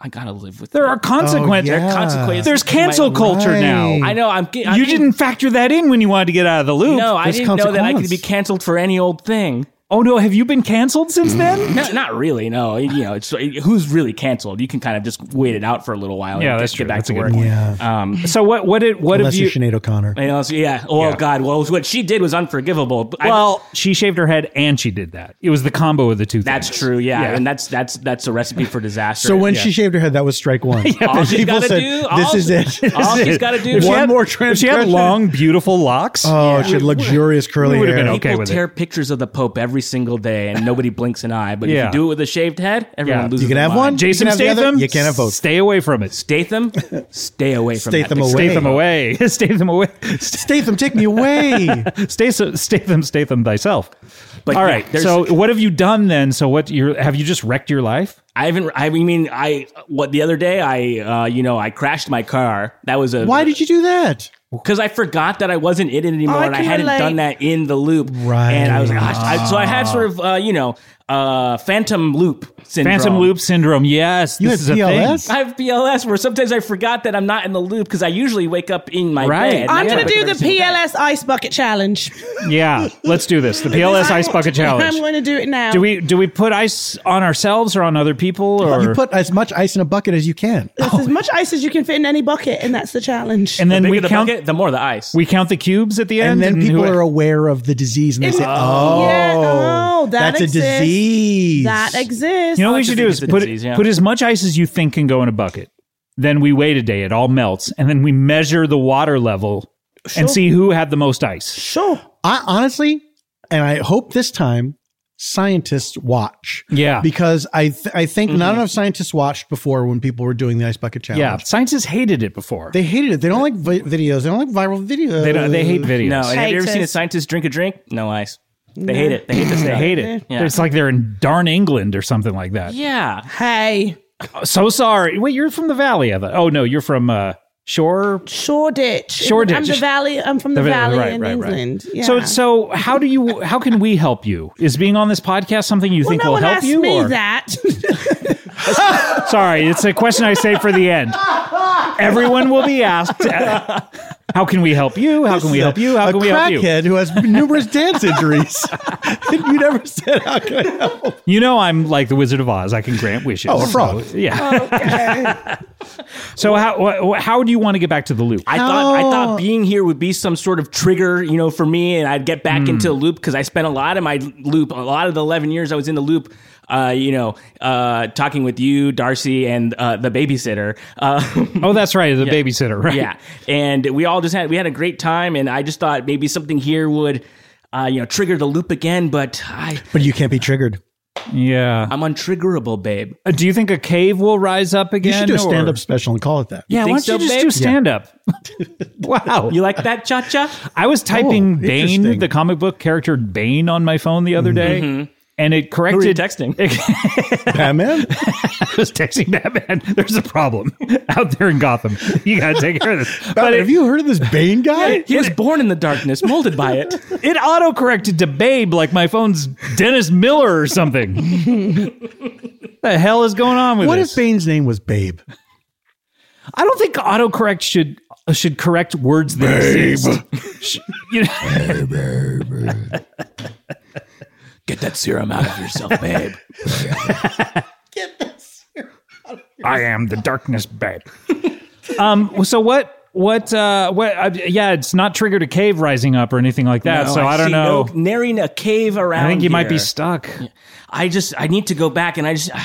[SPEAKER 5] I gotta live with
[SPEAKER 1] There
[SPEAKER 5] it.
[SPEAKER 1] are consequences.
[SPEAKER 2] Oh, yeah.
[SPEAKER 5] consequences.
[SPEAKER 1] There's
[SPEAKER 5] to my-
[SPEAKER 1] cancel culture now.
[SPEAKER 5] I know. I'm. ge- I'm
[SPEAKER 1] you didn't factor that in when you wanted to get out of the loop.
[SPEAKER 5] No, I
[SPEAKER 2] There's
[SPEAKER 5] didn't know that I
[SPEAKER 2] consequence.
[SPEAKER 5] could be canceled for any old thing.
[SPEAKER 1] Oh no, have you been canceled since then?
[SPEAKER 5] No, not really. No, you know, it's who's really canceled. You can kind of just wait it out for a little while.
[SPEAKER 1] Yeah,
[SPEAKER 5] and
[SPEAKER 1] that's
[SPEAKER 5] get
[SPEAKER 1] true.
[SPEAKER 5] back
[SPEAKER 1] That's
[SPEAKER 5] to
[SPEAKER 1] a good
[SPEAKER 5] work.
[SPEAKER 1] point.
[SPEAKER 2] Yeah.
[SPEAKER 5] Um,
[SPEAKER 1] So what what did what have
[SPEAKER 2] unless
[SPEAKER 1] you
[SPEAKER 2] you're Sinead O'Connor.
[SPEAKER 5] and also, yeah. Oh
[SPEAKER 1] Yeah.
[SPEAKER 5] God. Well, what she did was unforgivable. But I-
[SPEAKER 1] Well, she shaved her head and she did that. It was the combo of the two
[SPEAKER 5] that's
[SPEAKER 1] things.
[SPEAKER 5] true. Yeah. and that's that's that's a recipe for disaster.
[SPEAKER 2] So when
[SPEAKER 5] Yeah.
[SPEAKER 2] she shaved her head, that was strike one.
[SPEAKER 5] all she's
[SPEAKER 2] People
[SPEAKER 5] gotta
[SPEAKER 2] said,
[SPEAKER 5] do, all,
[SPEAKER 2] "This is it."
[SPEAKER 5] All she's got to do.
[SPEAKER 1] If she
[SPEAKER 2] One
[SPEAKER 1] had-
[SPEAKER 2] more
[SPEAKER 1] if She had
[SPEAKER 2] transgression.
[SPEAKER 1] long, beautiful locks.
[SPEAKER 2] Oh, she had luxurious curly
[SPEAKER 1] would've
[SPEAKER 2] hair.
[SPEAKER 1] been okay
[SPEAKER 5] People
[SPEAKER 1] with it.
[SPEAKER 5] tear pictures of the Pope every single day, and nobody blinks an eye. But if
[SPEAKER 1] Yeah.
[SPEAKER 5] you do it with a shaved head, everyone
[SPEAKER 1] Yeah.
[SPEAKER 5] loses.
[SPEAKER 2] You can
[SPEAKER 5] their
[SPEAKER 2] have
[SPEAKER 5] mind.
[SPEAKER 2] one.
[SPEAKER 1] Jason
[SPEAKER 2] you can have the other,
[SPEAKER 1] Statham.
[SPEAKER 2] you can't have both.
[SPEAKER 1] Stay away from it.
[SPEAKER 5] Statham, stay away from
[SPEAKER 2] Statham
[SPEAKER 5] that.
[SPEAKER 2] away.
[SPEAKER 1] Stay them away. stay them away.
[SPEAKER 2] Statham, take me away.
[SPEAKER 1] Stay so, stay them. Stay them thyself.
[SPEAKER 5] But
[SPEAKER 1] All
[SPEAKER 5] yeah,
[SPEAKER 1] right.
[SPEAKER 5] there's-
[SPEAKER 1] so what have you done then? So what you have you just wrecked your life?
[SPEAKER 5] I haven't. I mean, I what the other day I uh, you know I crashed my car. That was a
[SPEAKER 2] Why did you do that?
[SPEAKER 5] because I forgot that I wasn't in it anymore,
[SPEAKER 3] I
[SPEAKER 5] and I
[SPEAKER 3] can
[SPEAKER 5] hadn't
[SPEAKER 3] relate.
[SPEAKER 5] done that in the loop.
[SPEAKER 2] Right.
[SPEAKER 5] And I was like, gosh. I, so I had sort of uh, you know uh, phantom loop syndrome.
[SPEAKER 1] Phantom loop syndrome. Yes.
[SPEAKER 2] You
[SPEAKER 1] this
[SPEAKER 2] had
[SPEAKER 1] is a
[SPEAKER 2] PLS?
[SPEAKER 1] thing.
[SPEAKER 5] I have PLS where sometimes I forgot that I'm not in the loop because I usually wake up in my
[SPEAKER 1] Right.
[SPEAKER 5] bed.
[SPEAKER 3] I'm
[SPEAKER 5] Yeah.
[SPEAKER 3] going to do
[SPEAKER 5] Every
[SPEAKER 3] the
[SPEAKER 5] single day.
[SPEAKER 3] PLS ice bucket challenge.
[SPEAKER 1] Yeah. Let's do this. The PLS ice bucket
[SPEAKER 3] I'm
[SPEAKER 1] challenge.
[SPEAKER 3] going to do it now.
[SPEAKER 1] Do we do we put ice on ourselves or on other people or
[SPEAKER 2] You put as much ice in a bucket as you can.
[SPEAKER 3] It's as much ice as you can fit in any bucket, and that's the challenge.
[SPEAKER 1] Oh. and then
[SPEAKER 5] Bigger
[SPEAKER 1] we
[SPEAKER 5] the
[SPEAKER 1] count
[SPEAKER 5] bucket, the more the ice.
[SPEAKER 1] we count the cubes at the end
[SPEAKER 2] And
[SPEAKER 1] Mm,
[SPEAKER 2] then
[SPEAKER 1] who-
[SPEAKER 2] people are aware of the disease and they say, oh,
[SPEAKER 3] yeah, oh, that
[SPEAKER 2] that's
[SPEAKER 3] exists.
[SPEAKER 2] a disease.
[SPEAKER 3] That exists.
[SPEAKER 1] You know what we
[SPEAKER 5] like to
[SPEAKER 1] should do
[SPEAKER 5] think
[SPEAKER 1] is
[SPEAKER 5] it's a
[SPEAKER 1] put
[SPEAKER 5] disease, yeah.
[SPEAKER 1] put as much ice as you think can go in a bucket. Then we wait a day; it all melts, and then we measure the water level and see who had the most ice.
[SPEAKER 3] sure.
[SPEAKER 2] I honestly, and I hope this time scientists watch.
[SPEAKER 1] Yeah. Mm-hmm.
[SPEAKER 2] Because I th- I think not enough scientists watched before when people were doing the ice bucket challenge.
[SPEAKER 1] Yeah, scientists hated it before.
[SPEAKER 2] They hated it. They don't like vi- videos. They don't like viral videos.
[SPEAKER 1] They don't, they hate videos.
[SPEAKER 5] no, and have you ever
[SPEAKER 3] Takes
[SPEAKER 5] seen a
[SPEAKER 3] us.
[SPEAKER 5] scientist drink a drink? No ice. They hate it. They hate this.
[SPEAKER 1] they hate it. It's like they're in darn England or something like that.
[SPEAKER 5] Yeah.
[SPEAKER 3] Hey,
[SPEAKER 1] So sorry. Wait, you're from the Valley, Eva? Oh no, you're from uh, Shore.
[SPEAKER 3] Shoreditch.
[SPEAKER 1] Shoreditch.
[SPEAKER 3] I'm the valley. I'm from the,
[SPEAKER 1] Right,
[SPEAKER 3] valley
[SPEAKER 1] right,
[SPEAKER 3] in
[SPEAKER 1] right, right.
[SPEAKER 3] England. Yeah.
[SPEAKER 1] So so how do you how can we help you? Is being on this podcast something you
[SPEAKER 3] well,
[SPEAKER 1] think
[SPEAKER 3] no
[SPEAKER 1] will
[SPEAKER 3] one
[SPEAKER 1] help
[SPEAKER 3] asked
[SPEAKER 1] you?
[SPEAKER 3] me
[SPEAKER 1] or?
[SPEAKER 3] that.
[SPEAKER 1] Sorry, it's a question I save for the end. Everyone will be asked, uh, how can we help you? How can we help you? How
[SPEAKER 2] a
[SPEAKER 1] can we help you?
[SPEAKER 2] crackhead who has numerous dance injuries. you never said how can I help?
[SPEAKER 1] You know, I'm like the Wizard of Oz. I can grant wishes.
[SPEAKER 2] Oh, a frog.
[SPEAKER 1] So, yeah. so how wh- wh- how do you want to get back to the loop?
[SPEAKER 5] I thought I thought being here would be some sort of trigger, you know, for me, and I'd get back into the loop because I spent a lot of my loop, a lot of the eleven years I was in the loop, uh, you know, uh, talking with you, Darcy, and uh, the babysitter. Uh,
[SPEAKER 1] oh, that's right, the babysitter, right?
[SPEAKER 5] yeah, and we all just had we had a great time, and I just thought maybe something here would, uh, you know, trigger the loop again, but I
[SPEAKER 2] But you can't be triggered.
[SPEAKER 1] Yeah.
[SPEAKER 5] I'm untriggerable, babe.
[SPEAKER 1] Uh, do you think a cave will rise up
[SPEAKER 2] You
[SPEAKER 1] again?
[SPEAKER 2] should do a
[SPEAKER 1] or-
[SPEAKER 2] stand up special and call it that.
[SPEAKER 1] Yeah, why
[SPEAKER 5] think
[SPEAKER 1] don't you
[SPEAKER 5] so,
[SPEAKER 1] just
[SPEAKER 5] babe?
[SPEAKER 1] do stand up? wow.
[SPEAKER 5] You like that, Cha Cha?
[SPEAKER 1] I was typing
[SPEAKER 2] Oh,
[SPEAKER 1] Bane,
[SPEAKER 2] interesting.
[SPEAKER 1] the comic book character Bane, on my phone the other day. And it
[SPEAKER 5] Mm-hmm. Who are you
[SPEAKER 1] corrected.
[SPEAKER 5] texting?
[SPEAKER 2] Batman?
[SPEAKER 1] I was texting Batman. There's a problem out there in Gotham. You got to take care of this. But
[SPEAKER 2] Batman,
[SPEAKER 1] it,
[SPEAKER 2] have you heard of this Bane guy?
[SPEAKER 5] He was born in the darkness, molded by it.
[SPEAKER 1] it auto corrected to Babe like my phone's Dennis Miller or something. the hell is going on with
[SPEAKER 2] What
[SPEAKER 1] this?
[SPEAKER 2] if Bane's name was Babe?
[SPEAKER 1] I don't think autocorrect should uh, should correct words that exist. Sh- you know-
[SPEAKER 5] Get that serum out of yourself, babe.
[SPEAKER 1] I am the darkness babe. um. So what? What? Uh. What? Uh, yeah. It's not triggered a cave rising up or anything like that. so I, don't
[SPEAKER 5] see
[SPEAKER 1] know.
[SPEAKER 5] No, nary a cave around.
[SPEAKER 1] I think you might be
[SPEAKER 5] here.
[SPEAKER 1] stuck.
[SPEAKER 5] I just I need to go back and I just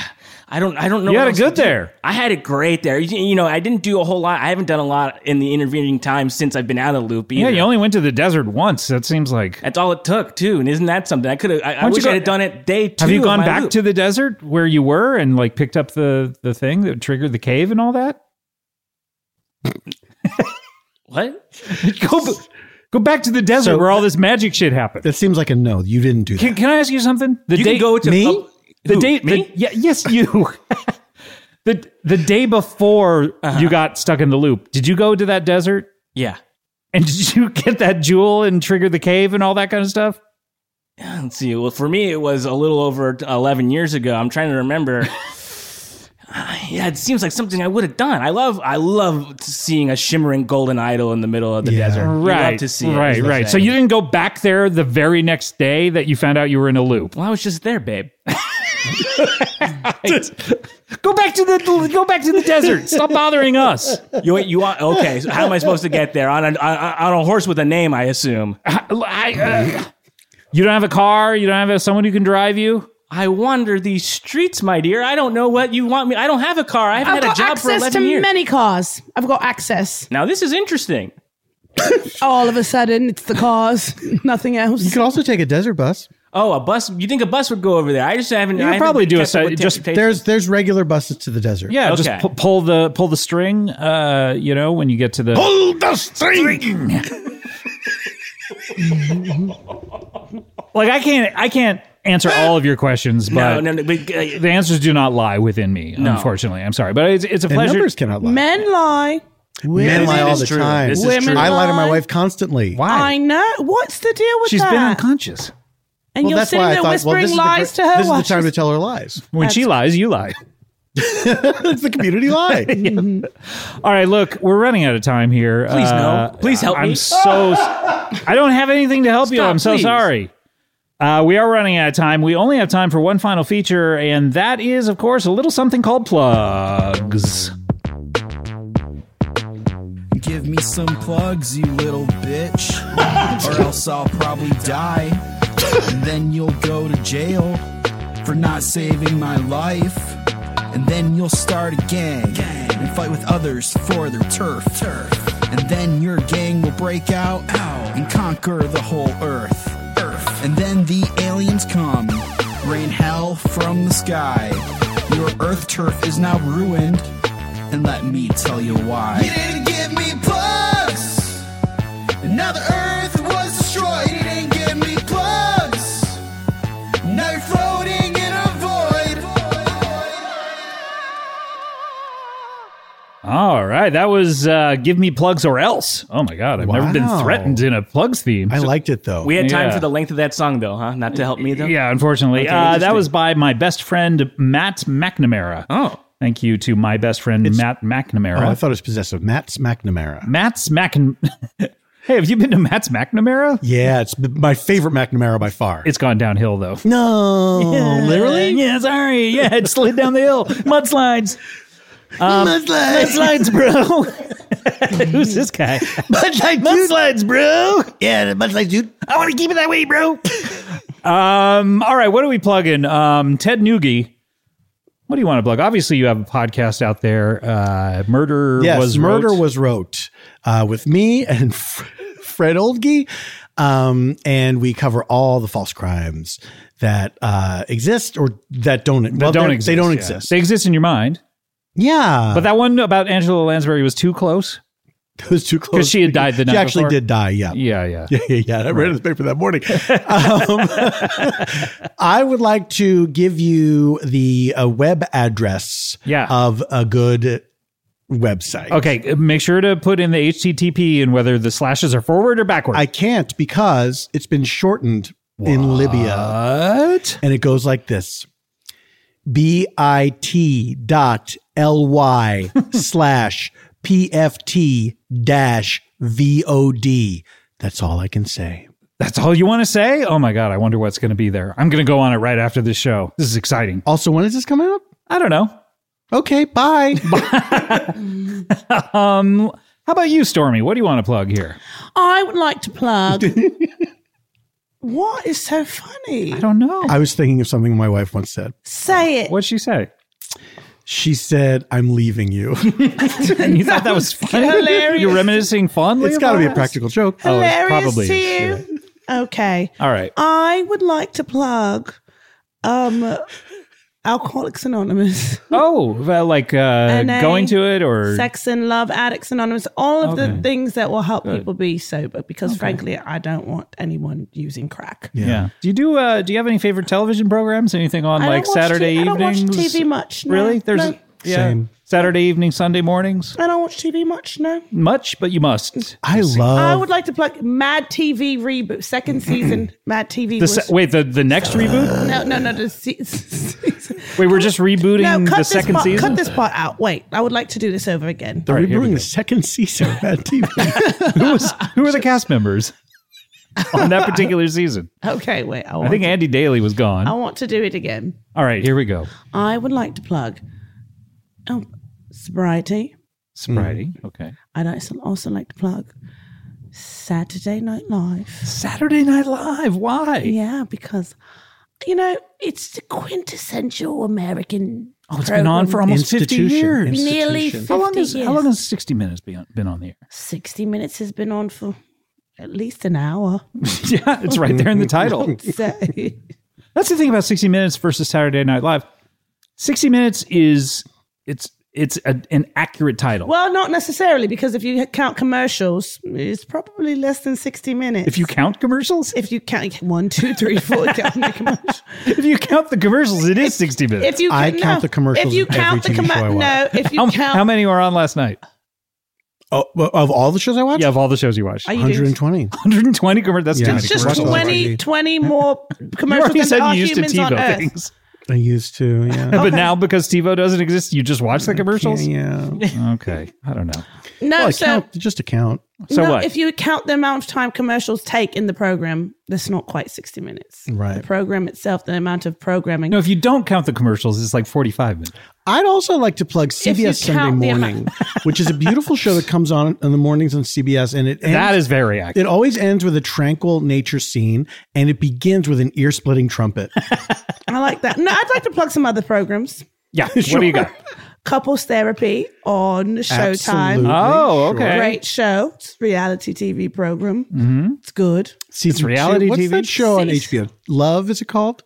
[SPEAKER 5] I don't I don't know.
[SPEAKER 1] You had
[SPEAKER 5] what
[SPEAKER 1] it
[SPEAKER 5] else to
[SPEAKER 1] good
[SPEAKER 5] do.
[SPEAKER 1] there.
[SPEAKER 5] I had it great there. You, you know I didn't do a whole lot. I haven't done a lot in the intervening time since I've been out of the loop. Either.
[SPEAKER 1] Yeah. You only went to the desert once. That seems like.
[SPEAKER 5] That's all it took too. And isn't that something? I could have. I, I
[SPEAKER 1] don't you
[SPEAKER 5] wish
[SPEAKER 1] go-
[SPEAKER 5] I had done it day two.
[SPEAKER 1] Have you
[SPEAKER 5] of
[SPEAKER 1] gone
[SPEAKER 5] my
[SPEAKER 1] back
[SPEAKER 5] loop.
[SPEAKER 1] to the desert where you were and like picked up the the thing that triggered the cave and all that?
[SPEAKER 5] what?
[SPEAKER 1] go b- go back to the desert
[SPEAKER 2] So-
[SPEAKER 1] where all this magic shit happened.
[SPEAKER 2] That seems like a no. You didn't do
[SPEAKER 1] Can,
[SPEAKER 2] that.
[SPEAKER 1] can I ask you something? The
[SPEAKER 5] You
[SPEAKER 1] day
[SPEAKER 5] can go to
[SPEAKER 2] me?
[SPEAKER 5] oh,
[SPEAKER 1] the
[SPEAKER 5] who,
[SPEAKER 1] day the-
[SPEAKER 5] me.
[SPEAKER 1] yeah, yes you. the the day before
[SPEAKER 5] Uh-huh.
[SPEAKER 1] you got stuck in the loop. Did you go to that desert
[SPEAKER 5] yeah.
[SPEAKER 1] and did you get that jewel and trigger the cave and all that kind of stuff?
[SPEAKER 5] Let's see. Well, for me, it was a little over 11 years ago. I'm trying to remember. yeah, it seems like something I would have done. I love, I love seeing a shimmering golden idol in the middle of the
[SPEAKER 2] Yeah.
[SPEAKER 5] desert. You love
[SPEAKER 1] Right.
[SPEAKER 5] to see. it,
[SPEAKER 1] right,
[SPEAKER 5] is the
[SPEAKER 1] right. So
[SPEAKER 5] thing.
[SPEAKER 1] you didn't go back there the very next day that you found out you were in a loop.
[SPEAKER 5] Well, I was just there, babe.
[SPEAKER 1] Go back to the go back to the desert. Stop bothering us.
[SPEAKER 5] You, you are okay? So how am I supposed to get there on a on a horse with a name? I assume.
[SPEAKER 1] I, uh, you don't have a car. You don't have someone who can drive you.
[SPEAKER 5] I wander these streets, my dear. I don't know what you want me. I don't have a car. I've
[SPEAKER 3] I've
[SPEAKER 5] had a
[SPEAKER 3] got
[SPEAKER 5] job for
[SPEAKER 3] access to
[SPEAKER 5] 11 years.
[SPEAKER 3] many cars. I've got access.
[SPEAKER 5] Now this is interesting.
[SPEAKER 3] All of a sudden, it's the cars, nothing
[SPEAKER 2] You
[SPEAKER 3] else.
[SPEAKER 2] could also take a desert bus.
[SPEAKER 5] Oh, a bus. You think a bus would go over there? I just haven't.
[SPEAKER 1] You
[SPEAKER 5] I
[SPEAKER 1] could
[SPEAKER 5] haven't
[SPEAKER 1] probably do a
[SPEAKER 5] kept up
[SPEAKER 1] side-
[SPEAKER 5] with
[SPEAKER 1] just-
[SPEAKER 5] transportation.
[SPEAKER 2] There's there's regular buses to the desert.
[SPEAKER 1] Yeah,
[SPEAKER 5] Okay.
[SPEAKER 1] just pu- pull the pull the string. Uh, you know when you get to the like. I can't. I can't answer all of your questions,
[SPEAKER 5] no,
[SPEAKER 1] but
[SPEAKER 5] no, no. But, uh,
[SPEAKER 1] the answers do not lie within me. Unfortunately, I'm sorry, but it's, it's a
[SPEAKER 2] And
[SPEAKER 1] pleasure.
[SPEAKER 2] numbers cannot lie.
[SPEAKER 3] Men lie.
[SPEAKER 2] Men
[SPEAKER 5] This
[SPEAKER 2] lie all
[SPEAKER 5] is
[SPEAKER 2] the
[SPEAKER 5] true.
[SPEAKER 2] time.
[SPEAKER 5] This is
[SPEAKER 3] Women
[SPEAKER 5] true.
[SPEAKER 3] lie.
[SPEAKER 2] I lie to my wife constantly.
[SPEAKER 3] I know. What's the deal with
[SPEAKER 1] She's
[SPEAKER 3] that?
[SPEAKER 1] been unconscious.
[SPEAKER 3] and
[SPEAKER 2] Well,
[SPEAKER 3] you're
[SPEAKER 2] that's
[SPEAKER 3] sitting
[SPEAKER 2] why I
[SPEAKER 3] there
[SPEAKER 2] thought, well,
[SPEAKER 3] whispering
[SPEAKER 2] this is,
[SPEAKER 3] lies
[SPEAKER 2] the,
[SPEAKER 3] to her.
[SPEAKER 2] this
[SPEAKER 3] while
[SPEAKER 2] is the time
[SPEAKER 3] she's-
[SPEAKER 2] to tell her lies.
[SPEAKER 1] When she lies, you lie.
[SPEAKER 2] It's the community lie.
[SPEAKER 1] All right, look, we're running out of time here. Uh,
[SPEAKER 5] Please, no. Please help
[SPEAKER 1] I'm
[SPEAKER 5] me.
[SPEAKER 1] so. I don't have anything to help you.
[SPEAKER 5] Stop,
[SPEAKER 1] I'm so
[SPEAKER 5] please.
[SPEAKER 1] sorry. Uh, we are running out of time. We only have time for one final feature, and that is, of course, a little something called plugs.
[SPEAKER 8] Give me some plugs, you little bitch. or else I'll probably die. And then you'll go to jail for not saving my life. And then you'll start a gang and fight with others for their turf. And then your gang will break out and conquer the whole earth. And then the aliens come, rain hell from the sky. Your earth turf is now ruined, and let me tell you why. You didn't give me plugs. Another Earth was destroyed. You didn't give me plugs. Now you're floating in a void.
[SPEAKER 1] All right, that was uh, Give Me Plugs or Else. Oh my God, I've never been
[SPEAKER 2] Wow.
[SPEAKER 1] threatened in a plugs theme.
[SPEAKER 2] I liked it though.
[SPEAKER 5] we had time
[SPEAKER 1] Yeah.
[SPEAKER 5] for the length of that song, though, huh? Not to help me, though.
[SPEAKER 1] yeah, unfortunately. uh, that
[SPEAKER 5] interesting.
[SPEAKER 1] was by my best friend, Matt McNamara.
[SPEAKER 5] Oh.
[SPEAKER 1] Thank you to my best friend, Matt McNamara.
[SPEAKER 2] oh, I thought it was possessive. Matt's McNamara.
[SPEAKER 1] Matt's Mac. hey, have you been to Matt's McNamara?
[SPEAKER 2] Yeah, it's b- my favorite McNamara by far.
[SPEAKER 1] It's gone downhill though. Oh,
[SPEAKER 2] no, literally.
[SPEAKER 1] Yeah, sorry. Yeah, it slid down the hill. Mudslides.
[SPEAKER 2] Mudslides.
[SPEAKER 1] Mudslides, bro. Who's this guy?
[SPEAKER 2] Mudslides, dude.
[SPEAKER 1] Mudslides, bro.
[SPEAKER 2] Yeah, mudslides, dude.
[SPEAKER 1] I want to keep it that way, bro. um, all right, what are we plugging? Um, Ted Noogie. What do you want to plug? Obviously, you have a podcast out there. Uh, Murder
[SPEAKER 2] Yes,
[SPEAKER 1] was
[SPEAKER 2] murder
[SPEAKER 1] Wrote.
[SPEAKER 2] was wrote uh, with me and Fred Oldgie. Um, and we cover all the false crimes that uh, exist or that don't, well,
[SPEAKER 1] don't
[SPEAKER 2] they're-
[SPEAKER 1] exist.
[SPEAKER 2] They don't
[SPEAKER 1] yeah.
[SPEAKER 2] exist.
[SPEAKER 1] They exist Uh. in your mind.
[SPEAKER 2] yeah.
[SPEAKER 1] But that one about Angela Lansbury was too close.
[SPEAKER 2] that was too close.
[SPEAKER 1] she had died the night
[SPEAKER 2] She actually
[SPEAKER 1] before.
[SPEAKER 2] did die. Yeah.
[SPEAKER 1] Yeah, yeah.
[SPEAKER 2] Yeah, yeah, yeah. I read this paper that morning. Um, I would like to give you the uh, web address
[SPEAKER 1] Yeah.
[SPEAKER 2] of a good website.
[SPEAKER 1] Okay, make sure to put in the HTTP and whether the slashes are forward or backward.
[SPEAKER 2] I can't because it's been shortened in Libya
[SPEAKER 1] what?
[SPEAKER 2] and it goes like this B I T dot L Y slash P F T dash V O D. That's all I can say.
[SPEAKER 1] That's all you want to say? Oh my god, I wonder what's going to be there. I'm going to go on it right after this show. This is exciting.
[SPEAKER 2] Also, when is this coming up?
[SPEAKER 1] I don't know.
[SPEAKER 2] Okay, bye.
[SPEAKER 1] Um, how about you, Stormy? What do you want to plug here?
[SPEAKER 3] I would like to plug. what is so funny?
[SPEAKER 1] I don't know.
[SPEAKER 2] I was thinking of something my wife once said.
[SPEAKER 3] Say it.
[SPEAKER 1] What'd she say?
[SPEAKER 2] She said, I'm leaving you.
[SPEAKER 1] you thought that was funny?
[SPEAKER 3] hilarious.
[SPEAKER 1] You're reminiscing fondly.
[SPEAKER 2] it's got to
[SPEAKER 1] about
[SPEAKER 2] be a
[SPEAKER 1] us?
[SPEAKER 2] practical joke.
[SPEAKER 1] Oh, it
[SPEAKER 3] Hilarious
[SPEAKER 1] probably
[SPEAKER 3] to
[SPEAKER 1] is,
[SPEAKER 3] you. Okay.
[SPEAKER 1] All right.
[SPEAKER 3] I would like to plug um Alcoholics Anonymous,
[SPEAKER 1] Oh, well, like uh,
[SPEAKER 3] NA,
[SPEAKER 1] going to it or
[SPEAKER 3] Sex and Love Addicts Anonymous, all of
[SPEAKER 1] Okay.
[SPEAKER 3] the things that will help people be sober because frankly I don't want anyone using crack.
[SPEAKER 1] Yeah. Do you do uh do you have any favorite television programs? Anything on
[SPEAKER 3] I don't
[SPEAKER 1] like
[SPEAKER 3] watch
[SPEAKER 1] Saturday
[SPEAKER 3] T- I don't watch
[SPEAKER 1] evenings?
[SPEAKER 3] TV much. No,
[SPEAKER 1] Really? There's
[SPEAKER 3] no.
[SPEAKER 1] yeah.
[SPEAKER 2] Same.
[SPEAKER 1] Saturday evening, Sunday mornings?
[SPEAKER 3] I don't watch TV much, no.
[SPEAKER 1] Much, but you must.
[SPEAKER 2] I
[SPEAKER 3] I
[SPEAKER 1] Uh,
[SPEAKER 2] love
[SPEAKER 3] would like to plug Mad TV reboot, second season. Mad TV.
[SPEAKER 1] The
[SPEAKER 3] was,
[SPEAKER 1] se- wait, the, the next reboot?
[SPEAKER 3] no, no, no. The se- season.
[SPEAKER 1] Wait, we're just rebooting
[SPEAKER 3] No, cut
[SPEAKER 1] the
[SPEAKER 3] this
[SPEAKER 1] second
[SPEAKER 3] part,
[SPEAKER 1] season?
[SPEAKER 3] Cut this part out. Wait, I would like to do this over again.
[SPEAKER 2] the
[SPEAKER 1] right, here we
[SPEAKER 2] rebooting
[SPEAKER 1] go.
[SPEAKER 2] the second season of Mad TV.
[SPEAKER 1] who, was, who are the cast members on that particular season?
[SPEAKER 3] Okay, wait. I, want
[SPEAKER 1] I think
[SPEAKER 3] to,
[SPEAKER 1] Andy Daly was gone.
[SPEAKER 3] I want to do it again.
[SPEAKER 1] All right, here we go.
[SPEAKER 3] I would like to plug. Oh, sobriety.
[SPEAKER 1] Sobriety. Okay.
[SPEAKER 3] I'd also- also like to plug Saturday Night Live.
[SPEAKER 1] Saturday Night Live. Why?
[SPEAKER 3] Yeah, because you know it's the quintessential American.
[SPEAKER 1] Oh, it's been on for almost 50
[SPEAKER 2] Institution.
[SPEAKER 1] years.
[SPEAKER 2] Inst-
[SPEAKER 3] nearly
[SPEAKER 2] Institution.
[SPEAKER 3] 50
[SPEAKER 1] how, long is,
[SPEAKER 3] years.
[SPEAKER 1] how long has 60 Minutes been on, been on the air?
[SPEAKER 3] 60 Minutes has been on for at least an hour.
[SPEAKER 1] yeah, it's right there in the title.
[SPEAKER 3] So,
[SPEAKER 1] That's the thing about 60 Minutes versus Saturday Night Live. 60 Minutes is it's it's a, an accurate title.
[SPEAKER 3] well, not necessarily, because if you count commercials, it's probably less than 60 minutes.
[SPEAKER 1] if you count commercials,
[SPEAKER 3] if you count one, two, three, four, count the commercials.
[SPEAKER 1] if you count the commercials, it is 60 minutes.
[SPEAKER 3] If you
[SPEAKER 2] I
[SPEAKER 3] no,
[SPEAKER 2] count the commercials
[SPEAKER 3] if you
[SPEAKER 2] in every
[SPEAKER 3] count the
[SPEAKER 2] TV show I watch.
[SPEAKER 3] no, if you
[SPEAKER 1] how,
[SPEAKER 3] count,
[SPEAKER 1] how many were on last night?
[SPEAKER 2] oh, well, of all the shows I watched?
[SPEAKER 1] Yeah, of all the shows you watched.
[SPEAKER 3] are you doing
[SPEAKER 2] 120.
[SPEAKER 1] 120 commercials. That's
[SPEAKER 2] Yeah.
[SPEAKER 1] too many
[SPEAKER 3] it's just
[SPEAKER 2] commercials on
[SPEAKER 3] 20,
[SPEAKER 2] TV?
[SPEAKER 3] 20 more
[SPEAKER 1] You
[SPEAKER 3] commercials
[SPEAKER 1] already
[SPEAKER 3] than there
[SPEAKER 1] said
[SPEAKER 3] are
[SPEAKER 1] you used to
[SPEAKER 3] humans on
[SPEAKER 1] TiVo
[SPEAKER 3] Earth.
[SPEAKER 1] things.
[SPEAKER 2] I used to, yeah.
[SPEAKER 1] But now because TiVo doesn't exist, you just watch the commercials?
[SPEAKER 2] Yeah. yeah.
[SPEAKER 1] Okay. I don't know.
[SPEAKER 3] No,
[SPEAKER 2] Well, I
[SPEAKER 3] Uh, so
[SPEAKER 2] count, just a count.
[SPEAKER 1] So
[SPEAKER 3] no,
[SPEAKER 1] what?
[SPEAKER 3] if you count the amount of time commercials take in the program, that's not quite sixty minutes.
[SPEAKER 2] Right.
[SPEAKER 3] The program itself, the amount of programming.
[SPEAKER 1] no, if you don't count the commercials, it's like 45 minutes.
[SPEAKER 2] I'd also like to plug
[SPEAKER 3] you
[SPEAKER 2] CBS Sunday
[SPEAKER 3] count the amount-
[SPEAKER 2] Morning, which is a beautiful show that comes on in the mornings on CBS, and it ends,
[SPEAKER 1] That is very accurate.
[SPEAKER 2] it always ends with a tranquil nature scene, and it begins with an ear-splitting trumpet.
[SPEAKER 3] I like that. No, I'd like to plug some other programs.
[SPEAKER 1] Yeah. What do you got?
[SPEAKER 3] Couples therapy on Showtime.
[SPEAKER 2] Absolutely.
[SPEAKER 1] Oh,
[SPEAKER 2] Sure.
[SPEAKER 1] okay.
[SPEAKER 3] Great show. It's a reality TV program. It's good.
[SPEAKER 2] Season
[SPEAKER 1] reality
[SPEAKER 2] two. What's
[SPEAKER 1] TV.
[SPEAKER 2] that show on
[SPEAKER 3] Season-
[SPEAKER 2] HBO? Love is it called?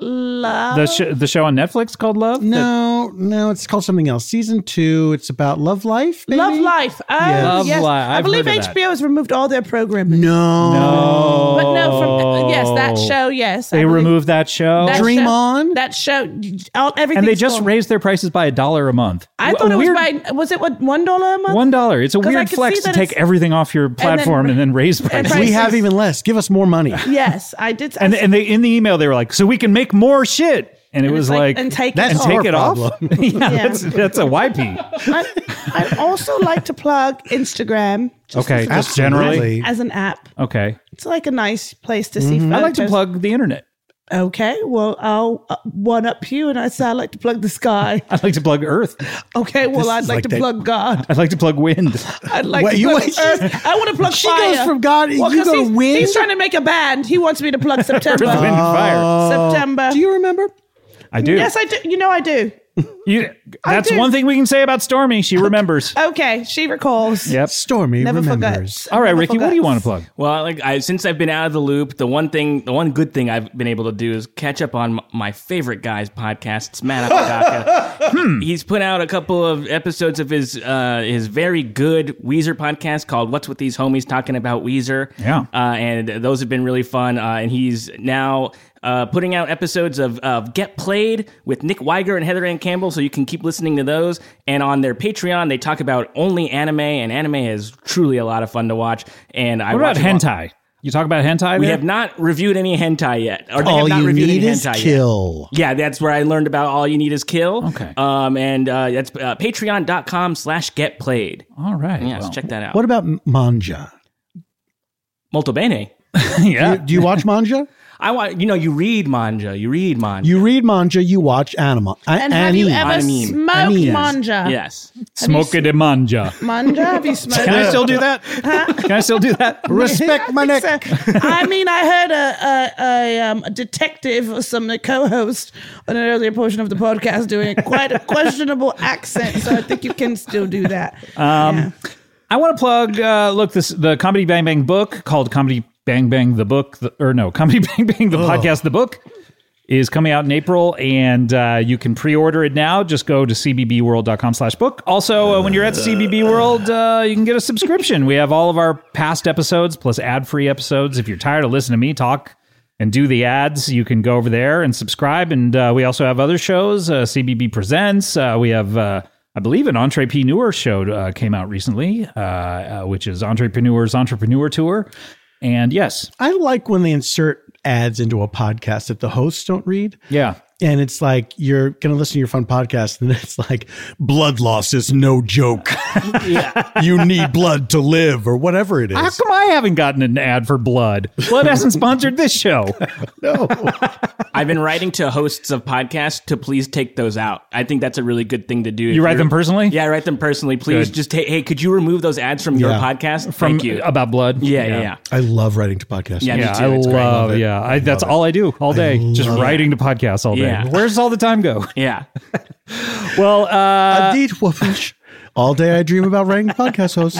[SPEAKER 3] Love.
[SPEAKER 1] The, sh- the show on Netflix called Love? That-
[SPEAKER 2] No, no, it's called something else. Season two. It's about love life. maybe?
[SPEAKER 3] Love Life. Oh,
[SPEAKER 2] Yeah.
[SPEAKER 1] Love
[SPEAKER 3] yes.
[SPEAKER 1] Live.
[SPEAKER 3] I
[SPEAKER 1] I've
[SPEAKER 3] believe
[SPEAKER 1] heard of that.
[SPEAKER 3] HBO has removed all their programming.
[SPEAKER 2] No.
[SPEAKER 1] No.
[SPEAKER 3] But no, from uh, yes, that show, yes. I
[SPEAKER 1] Oh. They
[SPEAKER 3] believe-
[SPEAKER 1] removed that show.
[SPEAKER 3] that
[SPEAKER 2] Dream
[SPEAKER 3] show-
[SPEAKER 2] On?
[SPEAKER 3] That show, all, everything.
[SPEAKER 1] Oh. and they just raised their prices by a dollar a month.
[SPEAKER 3] I
[SPEAKER 1] W-
[SPEAKER 3] thought it was
[SPEAKER 1] weird-
[SPEAKER 3] by, was it what, $1 a month?
[SPEAKER 1] One dollar. It's a
[SPEAKER 3] 'Cause I
[SPEAKER 1] weird
[SPEAKER 3] could
[SPEAKER 1] flex
[SPEAKER 3] see
[SPEAKER 1] to
[SPEAKER 3] that
[SPEAKER 1] take
[SPEAKER 3] it's-
[SPEAKER 1] everything off your platform and then, raise prices.
[SPEAKER 3] prices.
[SPEAKER 2] We have even less. Give us more money.
[SPEAKER 3] Yes, I did.
[SPEAKER 1] and and they in the email they were like, so we can make more shit. And it was like,
[SPEAKER 3] and take
[SPEAKER 2] That's
[SPEAKER 1] and
[SPEAKER 3] it off.
[SPEAKER 1] take
[SPEAKER 2] our
[SPEAKER 1] it off.
[SPEAKER 2] problem.
[SPEAKER 1] yeah, That's, that's a YP.
[SPEAKER 3] I, I also like to plug Instagram just
[SPEAKER 1] Okay, just generally.
[SPEAKER 2] Absolutely.
[SPEAKER 3] as an app.
[SPEAKER 1] Okay,
[SPEAKER 3] It's like a nice place to see.
[SPEAKER 1] Mm-hmm. I like to
[SPEAKER 3] photos.
[SPEAKER 1] plug the internet.
[SPEAKER 3] Okay, well, I'll uh, one up you, and I say I like to plug the sky.
[SPEAKER 1] I like to plug Earth.
[SPEAKER 3] Okay, well,
[SPEAKER 2] This
[SPEAKER 3] I'd
[SPEAKER 2] is
[SPEAKER 3] like,
[SPEAKER 2] like
[SPEAKER 3] to
[SPEAKER 2] that-
[SPEAKER 3] plug God.
[SPEAKER 1] I like to plug wind.
[SPEAKER 3] I'd like
[SPEAKER 2] Wait,
[SPEAKER 3] to
[SPEAKER 2] you-
[SPEAKER 3] plug
[SPEAKER 2] wait,
[SPEAKER 3] Earth. I want to plug
[SPEAKER 2] She
[SPEAKER 3] fire.
[SPEAKER 2] goes from God and you
[SPEAKER 3] 'cause
[SPEAKER 2] go
[SPEAKER 3] he's,
[SPEAKER 2] wind?
[SPEAKER 3] He's trying to make a band. He wants me to plug September.
[SPEAKER 1] Earth, wind, fire.
[SPEAKER 3] September.
[SPEAKER 2] Do you remember?
[SPEAKER 1] I do.
[SPEAKER 3] Yes, I Uh, do. You know I do.
[SPEAKER 1] You, that's
[SPEAKER 3] did.
[SPEAKER 1] one thing we can say about Stormy. She remembers.
[SPEAKER 3] Okay, she recalls.
[SPEAKER 1] Yep.
[SPEAKER 2] Stormy
[SPEAKER 3] Never forgot.
[SPEAKER 2] remembers.
[SPEAKER 1] All right, Ricky, what do you
[SPEAKER 3] forgot.
[SPEAKER 1] want to plug?
[SPEAKER 5] Well, like I, since I've been out of the loop, the one thing, the one good thing I've been able to do is catch up on m- my favorite guy's podcast. It's Matt Apodaca.
[SPEAKER 1] Hmm.
[SPEAKER 5] He's put out a couple of episodes of his uh, his very good Weezer podcast called "What's with These Homies Talking About Weezer."
[SPEAKER 1] Yeah.
[SPEAKER 5] uh, and those have been really fun. Uh, and he's now. Uh, putting out episodes of, of Get Played with Nick Weiger and Heather Ann Campbell, so you can keep listening to those. And on their Patreon, they talk about only anime, and anime is truly a lot of fun to watch. And I
[SPEAKER 1] What about
[SPEAKER 5] watch a lot-
[SPEAKER 1] hentai? You talk about hentai?
[SPEAKER 5] we
[SPEAKER 1] there?
[SPEAKER 5] have not reviewed any hentai yet. Or they
[SPEAKER 2] All
[SPEAKER 5] have not
[SPEAKER 2] you
[SPEAKER 5] reviewed
[SPEAKER 2] need
[SPEAKER 5] any
[SPEAKER 2] is
[SPEAKER 5] hentai Yet.
[SPEAKER 2] kill.
[SPEAKER 5] Yeah, that's where I learned about all you need is kill.
[SPEAKER 1] Okay.
[SPEAKER 5] Um, and uh, that's uh, patreon.com slash get played.
[SPEAKER 1] All right.
[SPEAKER 5] Yes,
[SPEAKER 1] Oh, well,
[SPEAKER 5] check that out.
[SPEAKER 2] What about Manja?
[SPEAKER 5] Molto bene.
[SPEAKER 1] yeah.
[SPEAKER 2] Do you watch Manja?
[SPEAKER 5] I want, you know, you read manja. You read manja.
[SPEAKER 2] You read Manja, you watch anima. a-
[SPEAKER 3] And have you
[SPEAKER 2] anime.
[SPEAKER 3] ever
[SPEAKER 5] anime.
[SPEAKER 3] smoked
[SPEAKER 2] Anime.
[SPEAKER 3] manja?
[SPEAKER 5] yes.
[SPEAKER 1] Smoke it in manja.
[SPEAKER 3] Manja? Have you smoked
[SPEAKER 1] Can I still do that? Can I still do that?
[SPEAKER 2] Respect my neck.
[SPEAKER 3] I mean, I heard a, a, a, um, a detective or some a co-host on an earlier portion of the podcast doing a quite a questionable accent, so I think you can still do that. Um,
[SPEAKER 1] I want to plug. Uh, look, this the Comedy Bang Bang book called Comedy Bang Bang the book, the, or no, Comedy Bang Bang the podcast, the book is coming out in April, and uh, you can pre-order it now. Just go to cbbworld.com/book. Also, uh, when you're at CBB World, uh, you can get a subscription. We have all of our past episodes plus ad-free episodes. If you're tired of listening to me talk and do the ads, you can go over there and subscribe. And uh, we also have other shows. Uh, CBB Presents. Uh, we have, uh, I believe, an entrepreneur show uh, came out recently, uh, uh, which is Entrepreneur's Entrepreneur Tour. And yes,
[SPEAKER 2] I like when they insert ads into a podcast that the hosts don't read.
[SPEAKER 1] yeah.
[SPEAKER 2] And it's like you're going to listen to your fun podcast, and it's like blood loss is no joke. you need blood to live, or whatever it is.
[SPEAKER 1] How come I haven't gotten an ad for Blood? Blood hasn't sponsored this show.
[SPEAKER 5] I've been writing to hosts of podcasts to please take those out. I think that's a really good thing to do. If
[SPEAKER 1] You write
[SPEAKER 5] you're-
[SPEAKER 1] them personally?
[SPEAKER 5] Yeah, I write them personally. Please
[SPEAKER 1] Good.
[SPEAKER 5] just, hey, hey, could you remove those ads from your
[SPEAKER 2] Yeah.
[SPEAKER 5] podcast?
[SPEAKER 1] From-
[SPEAKER 5] Thank you.
[SPEAKER 1] About Blood?
[SPEAKER 5] yeah, yeah, yeah.
[SPEAKER 2] I love writing to podcasts.
[SPEAKER 5] Yeah, me
[SPEAKER 1] Yeah,
[SPEAKER 5] too.
[SPEAKER 1] I
[SPEAKER 5] It's great.
[SPEAKER 1] love,
[SPEAKER 2] it.
[SPEAKER 1] yeah. I, that's all I do all day, just writing to podcasts all day.
[SPEAKER 5] Yeah.
[SPEAKER 1] Where's all the time go?
[SPEAKER 5] Yeah.
[SPEAKER 1] Well, uh,
[SPEAKER 2] I did whoopish. All day I dream about writing to podcast hosts.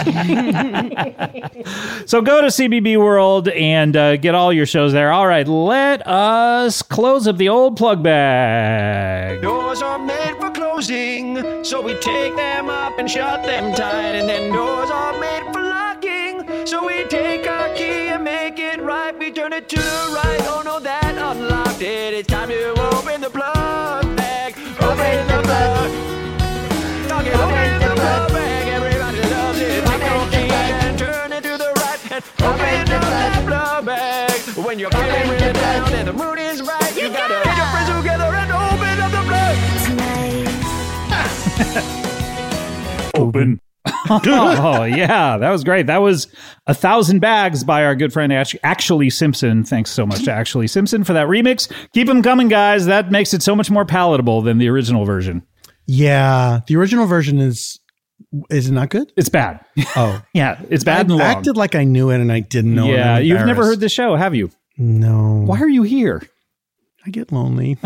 [SPEAKER 1] So go to CBB World and uh, get all your shows there. All right, let us close up the old plug bag.
[SPEAKER 9] Doors are made for closing, so we take them up and shut them tight. And then doors are made for locking, so we take our key and make it right. We turn it to the right. Oh no, that unlocked it. It's time to open the plug bag. Open the plug. Doggy, open the plug bag. Everybody loves it. Take your key and turn it to the right. And open up that plug bag. When you're feeling really down and the mood is right, you, gotta get your friends together and open up the plug.
[SPEAKER 1] Open. oh yeah, that was great. That was a thousand bags by our good friend Ash- Actually Simpson. Thanks so much to Actually Simpson for that remix. Keep them coming, guys. That makes it so much more palatable than the original version.
[SPEAKER 2] yeah, the original version is is it not good?
[SPEAKER 1] It's bad.
[SPEAKER 2] Oh,
[SPEAKER 1] yeah, it's
[SPEAKER 2] I
[SPEAKER 1] bad and long.
[SPEAKER 2] acted like I knew it and I didn't know. and
[SPEAKER 1] yeah,
[SPEAKER 2] I'm
[SPEAKER 1] you've never heard
[SPEAKER 2] embarrassed.
[SPEAKER 1] the show, have you?
[SPEAKER 2] No,
[SPEAKER 1] Why are you here?
[SPEAKER 2] I get lonely.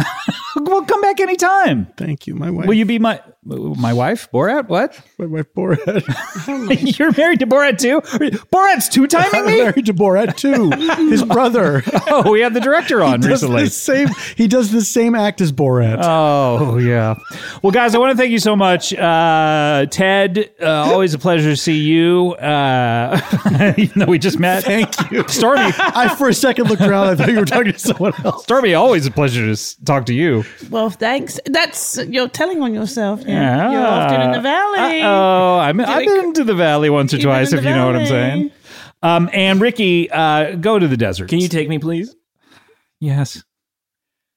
[SPEAKER 1] Well, come back anytime.
[SPEAKER 2] Thank you, my wife.
[SPEAKER 1] Will you be my my wife, Borat? What?
[SPEAKER 2] my wife Borat.
[SPEAKER 1] You're married to Borat too? Borat's two timing
[SPEAKER 2] I'm
[SPEAKER 1] me?
[SPEAKER 2] married to Borat too. His brother
[SPEAKER 1] Oh, we had the director on
[SPEAKER 2] does
[SPEAKER 1] recently.
[SPEAKER 2] the same. He does the same act as Borat.
[SPEAKER 1] Oh, yeah. Well, guys, I want to thank you so much. Uh, Ted, uh, always a pleasure to see you. Uh, even though we just met.
[SPEAKER 2] Thank you.
[SPEAKER 1] Stormy,
[SPEAKER 2] I for a second looked around. I thought you were talking to someone else.
[SPEAKER 1] Stormy, always a pleasure to s- talk to you.
[SPEAKER 3] well, thanks. That's you're telling on yourself. Yeah,
[SPEAKER 1] Yeah.
[SPEAKER 3] you're often in the valley.
[SPEAKER 1] Oh, I've
[SPEAKER 3] it
[SPEAKER 1] been into the valley once or
[SPEAKER 3] You've been
[SPEAKER 1] twice,
[SPEAKER 3] in
[SPEAKER 1] if
[SPEAKER 3] the
[SPEAKER 1] you know what I'm
[SPEAKER 3] valley.
[SPEAKER 1] saying. Um, and Ricky, uh, go to the desert.
[SPEAKER 5] Can you take me, please?
[SPEAKER 1] Yes.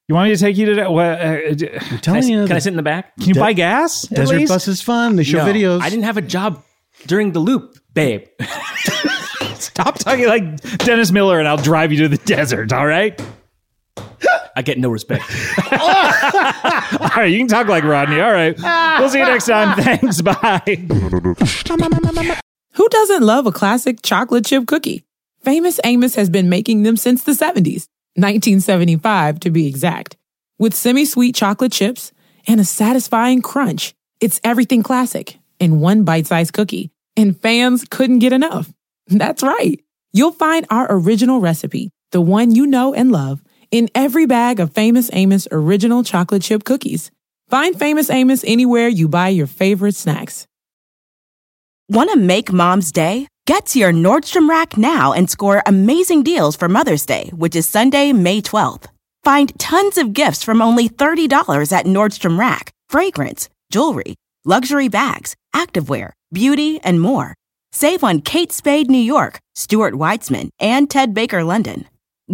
[SPEAKER 1] You want me to take you to? the- What, uh, d- can
[SPEAKER 2] Telling
[SPEAKER 5] Can I,
[SPEAKER 2] you,
[SPEAKER 5] s- can I
[SPEAKER 2] the
[SPEAKER 5] sit in the back?
[SPEAKER 1] you buy gas? at
[SPEAKER 2] Desert
[SPEAKER 1] least?
[SPEAKER 2] Bus is fun. They show
[SPEAKER 5] No,
[SPEAKER 2] videos.
[SPEAKER 5] I didn't have a job during the loop, babe.
[SPEAKER 1] Stop talking like Dennis Miller and I'll drive you to the desert, all right?
[SPEAKER 5] I get no respect.
[SPEAKER 1] All right, you can talk like Rodney, all right. We'll see you next time. Thanks, bye.
[SPEAKER 10] Who doesn't love a classic chocolate chip cookie? Famous Amos has been making them since the 70s, 1975 to be exact, with semi sweet chocolate chips and a satisfying crunch. It's everything classic in one bite sized cookie, and fans couldn't get enough. That's right. You'll find our original recipe, the one you know and love, in every bag of Famous Amos original chocolate chip cookies. Find Famous Amos anywhere you buy your favorite snacks.
[SPEAKER 3] Want to make mom's day? Get to your Nordstrom Rack now and score amazing deals for Mother's Day, which is Sunday, May 12th. Find tons of gifts from only $30 at Nordstrom Rack fragrance, jewelry, luxury bags, activewear, beauty, and more. Save on Kate Spade New York, Stuart Weitzman, and Ted Baker London.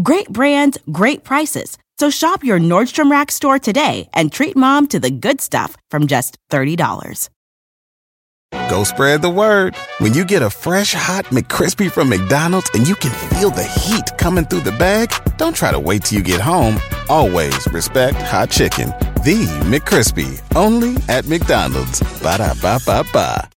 [SPEAKER 3] Great brands, great prices. So shop your Nordstrom Rack store today and treat mom to the good stuff from just $30.
[SPEAKER 8] Go spread the word. When you get a fresh hot McCrispy from McDonald's and you can feel the heat coming through the bag, don't try to wait till you get home. Always respect hot chicken. The McCrispy, only at McDonald's. Ba da ba ba ba.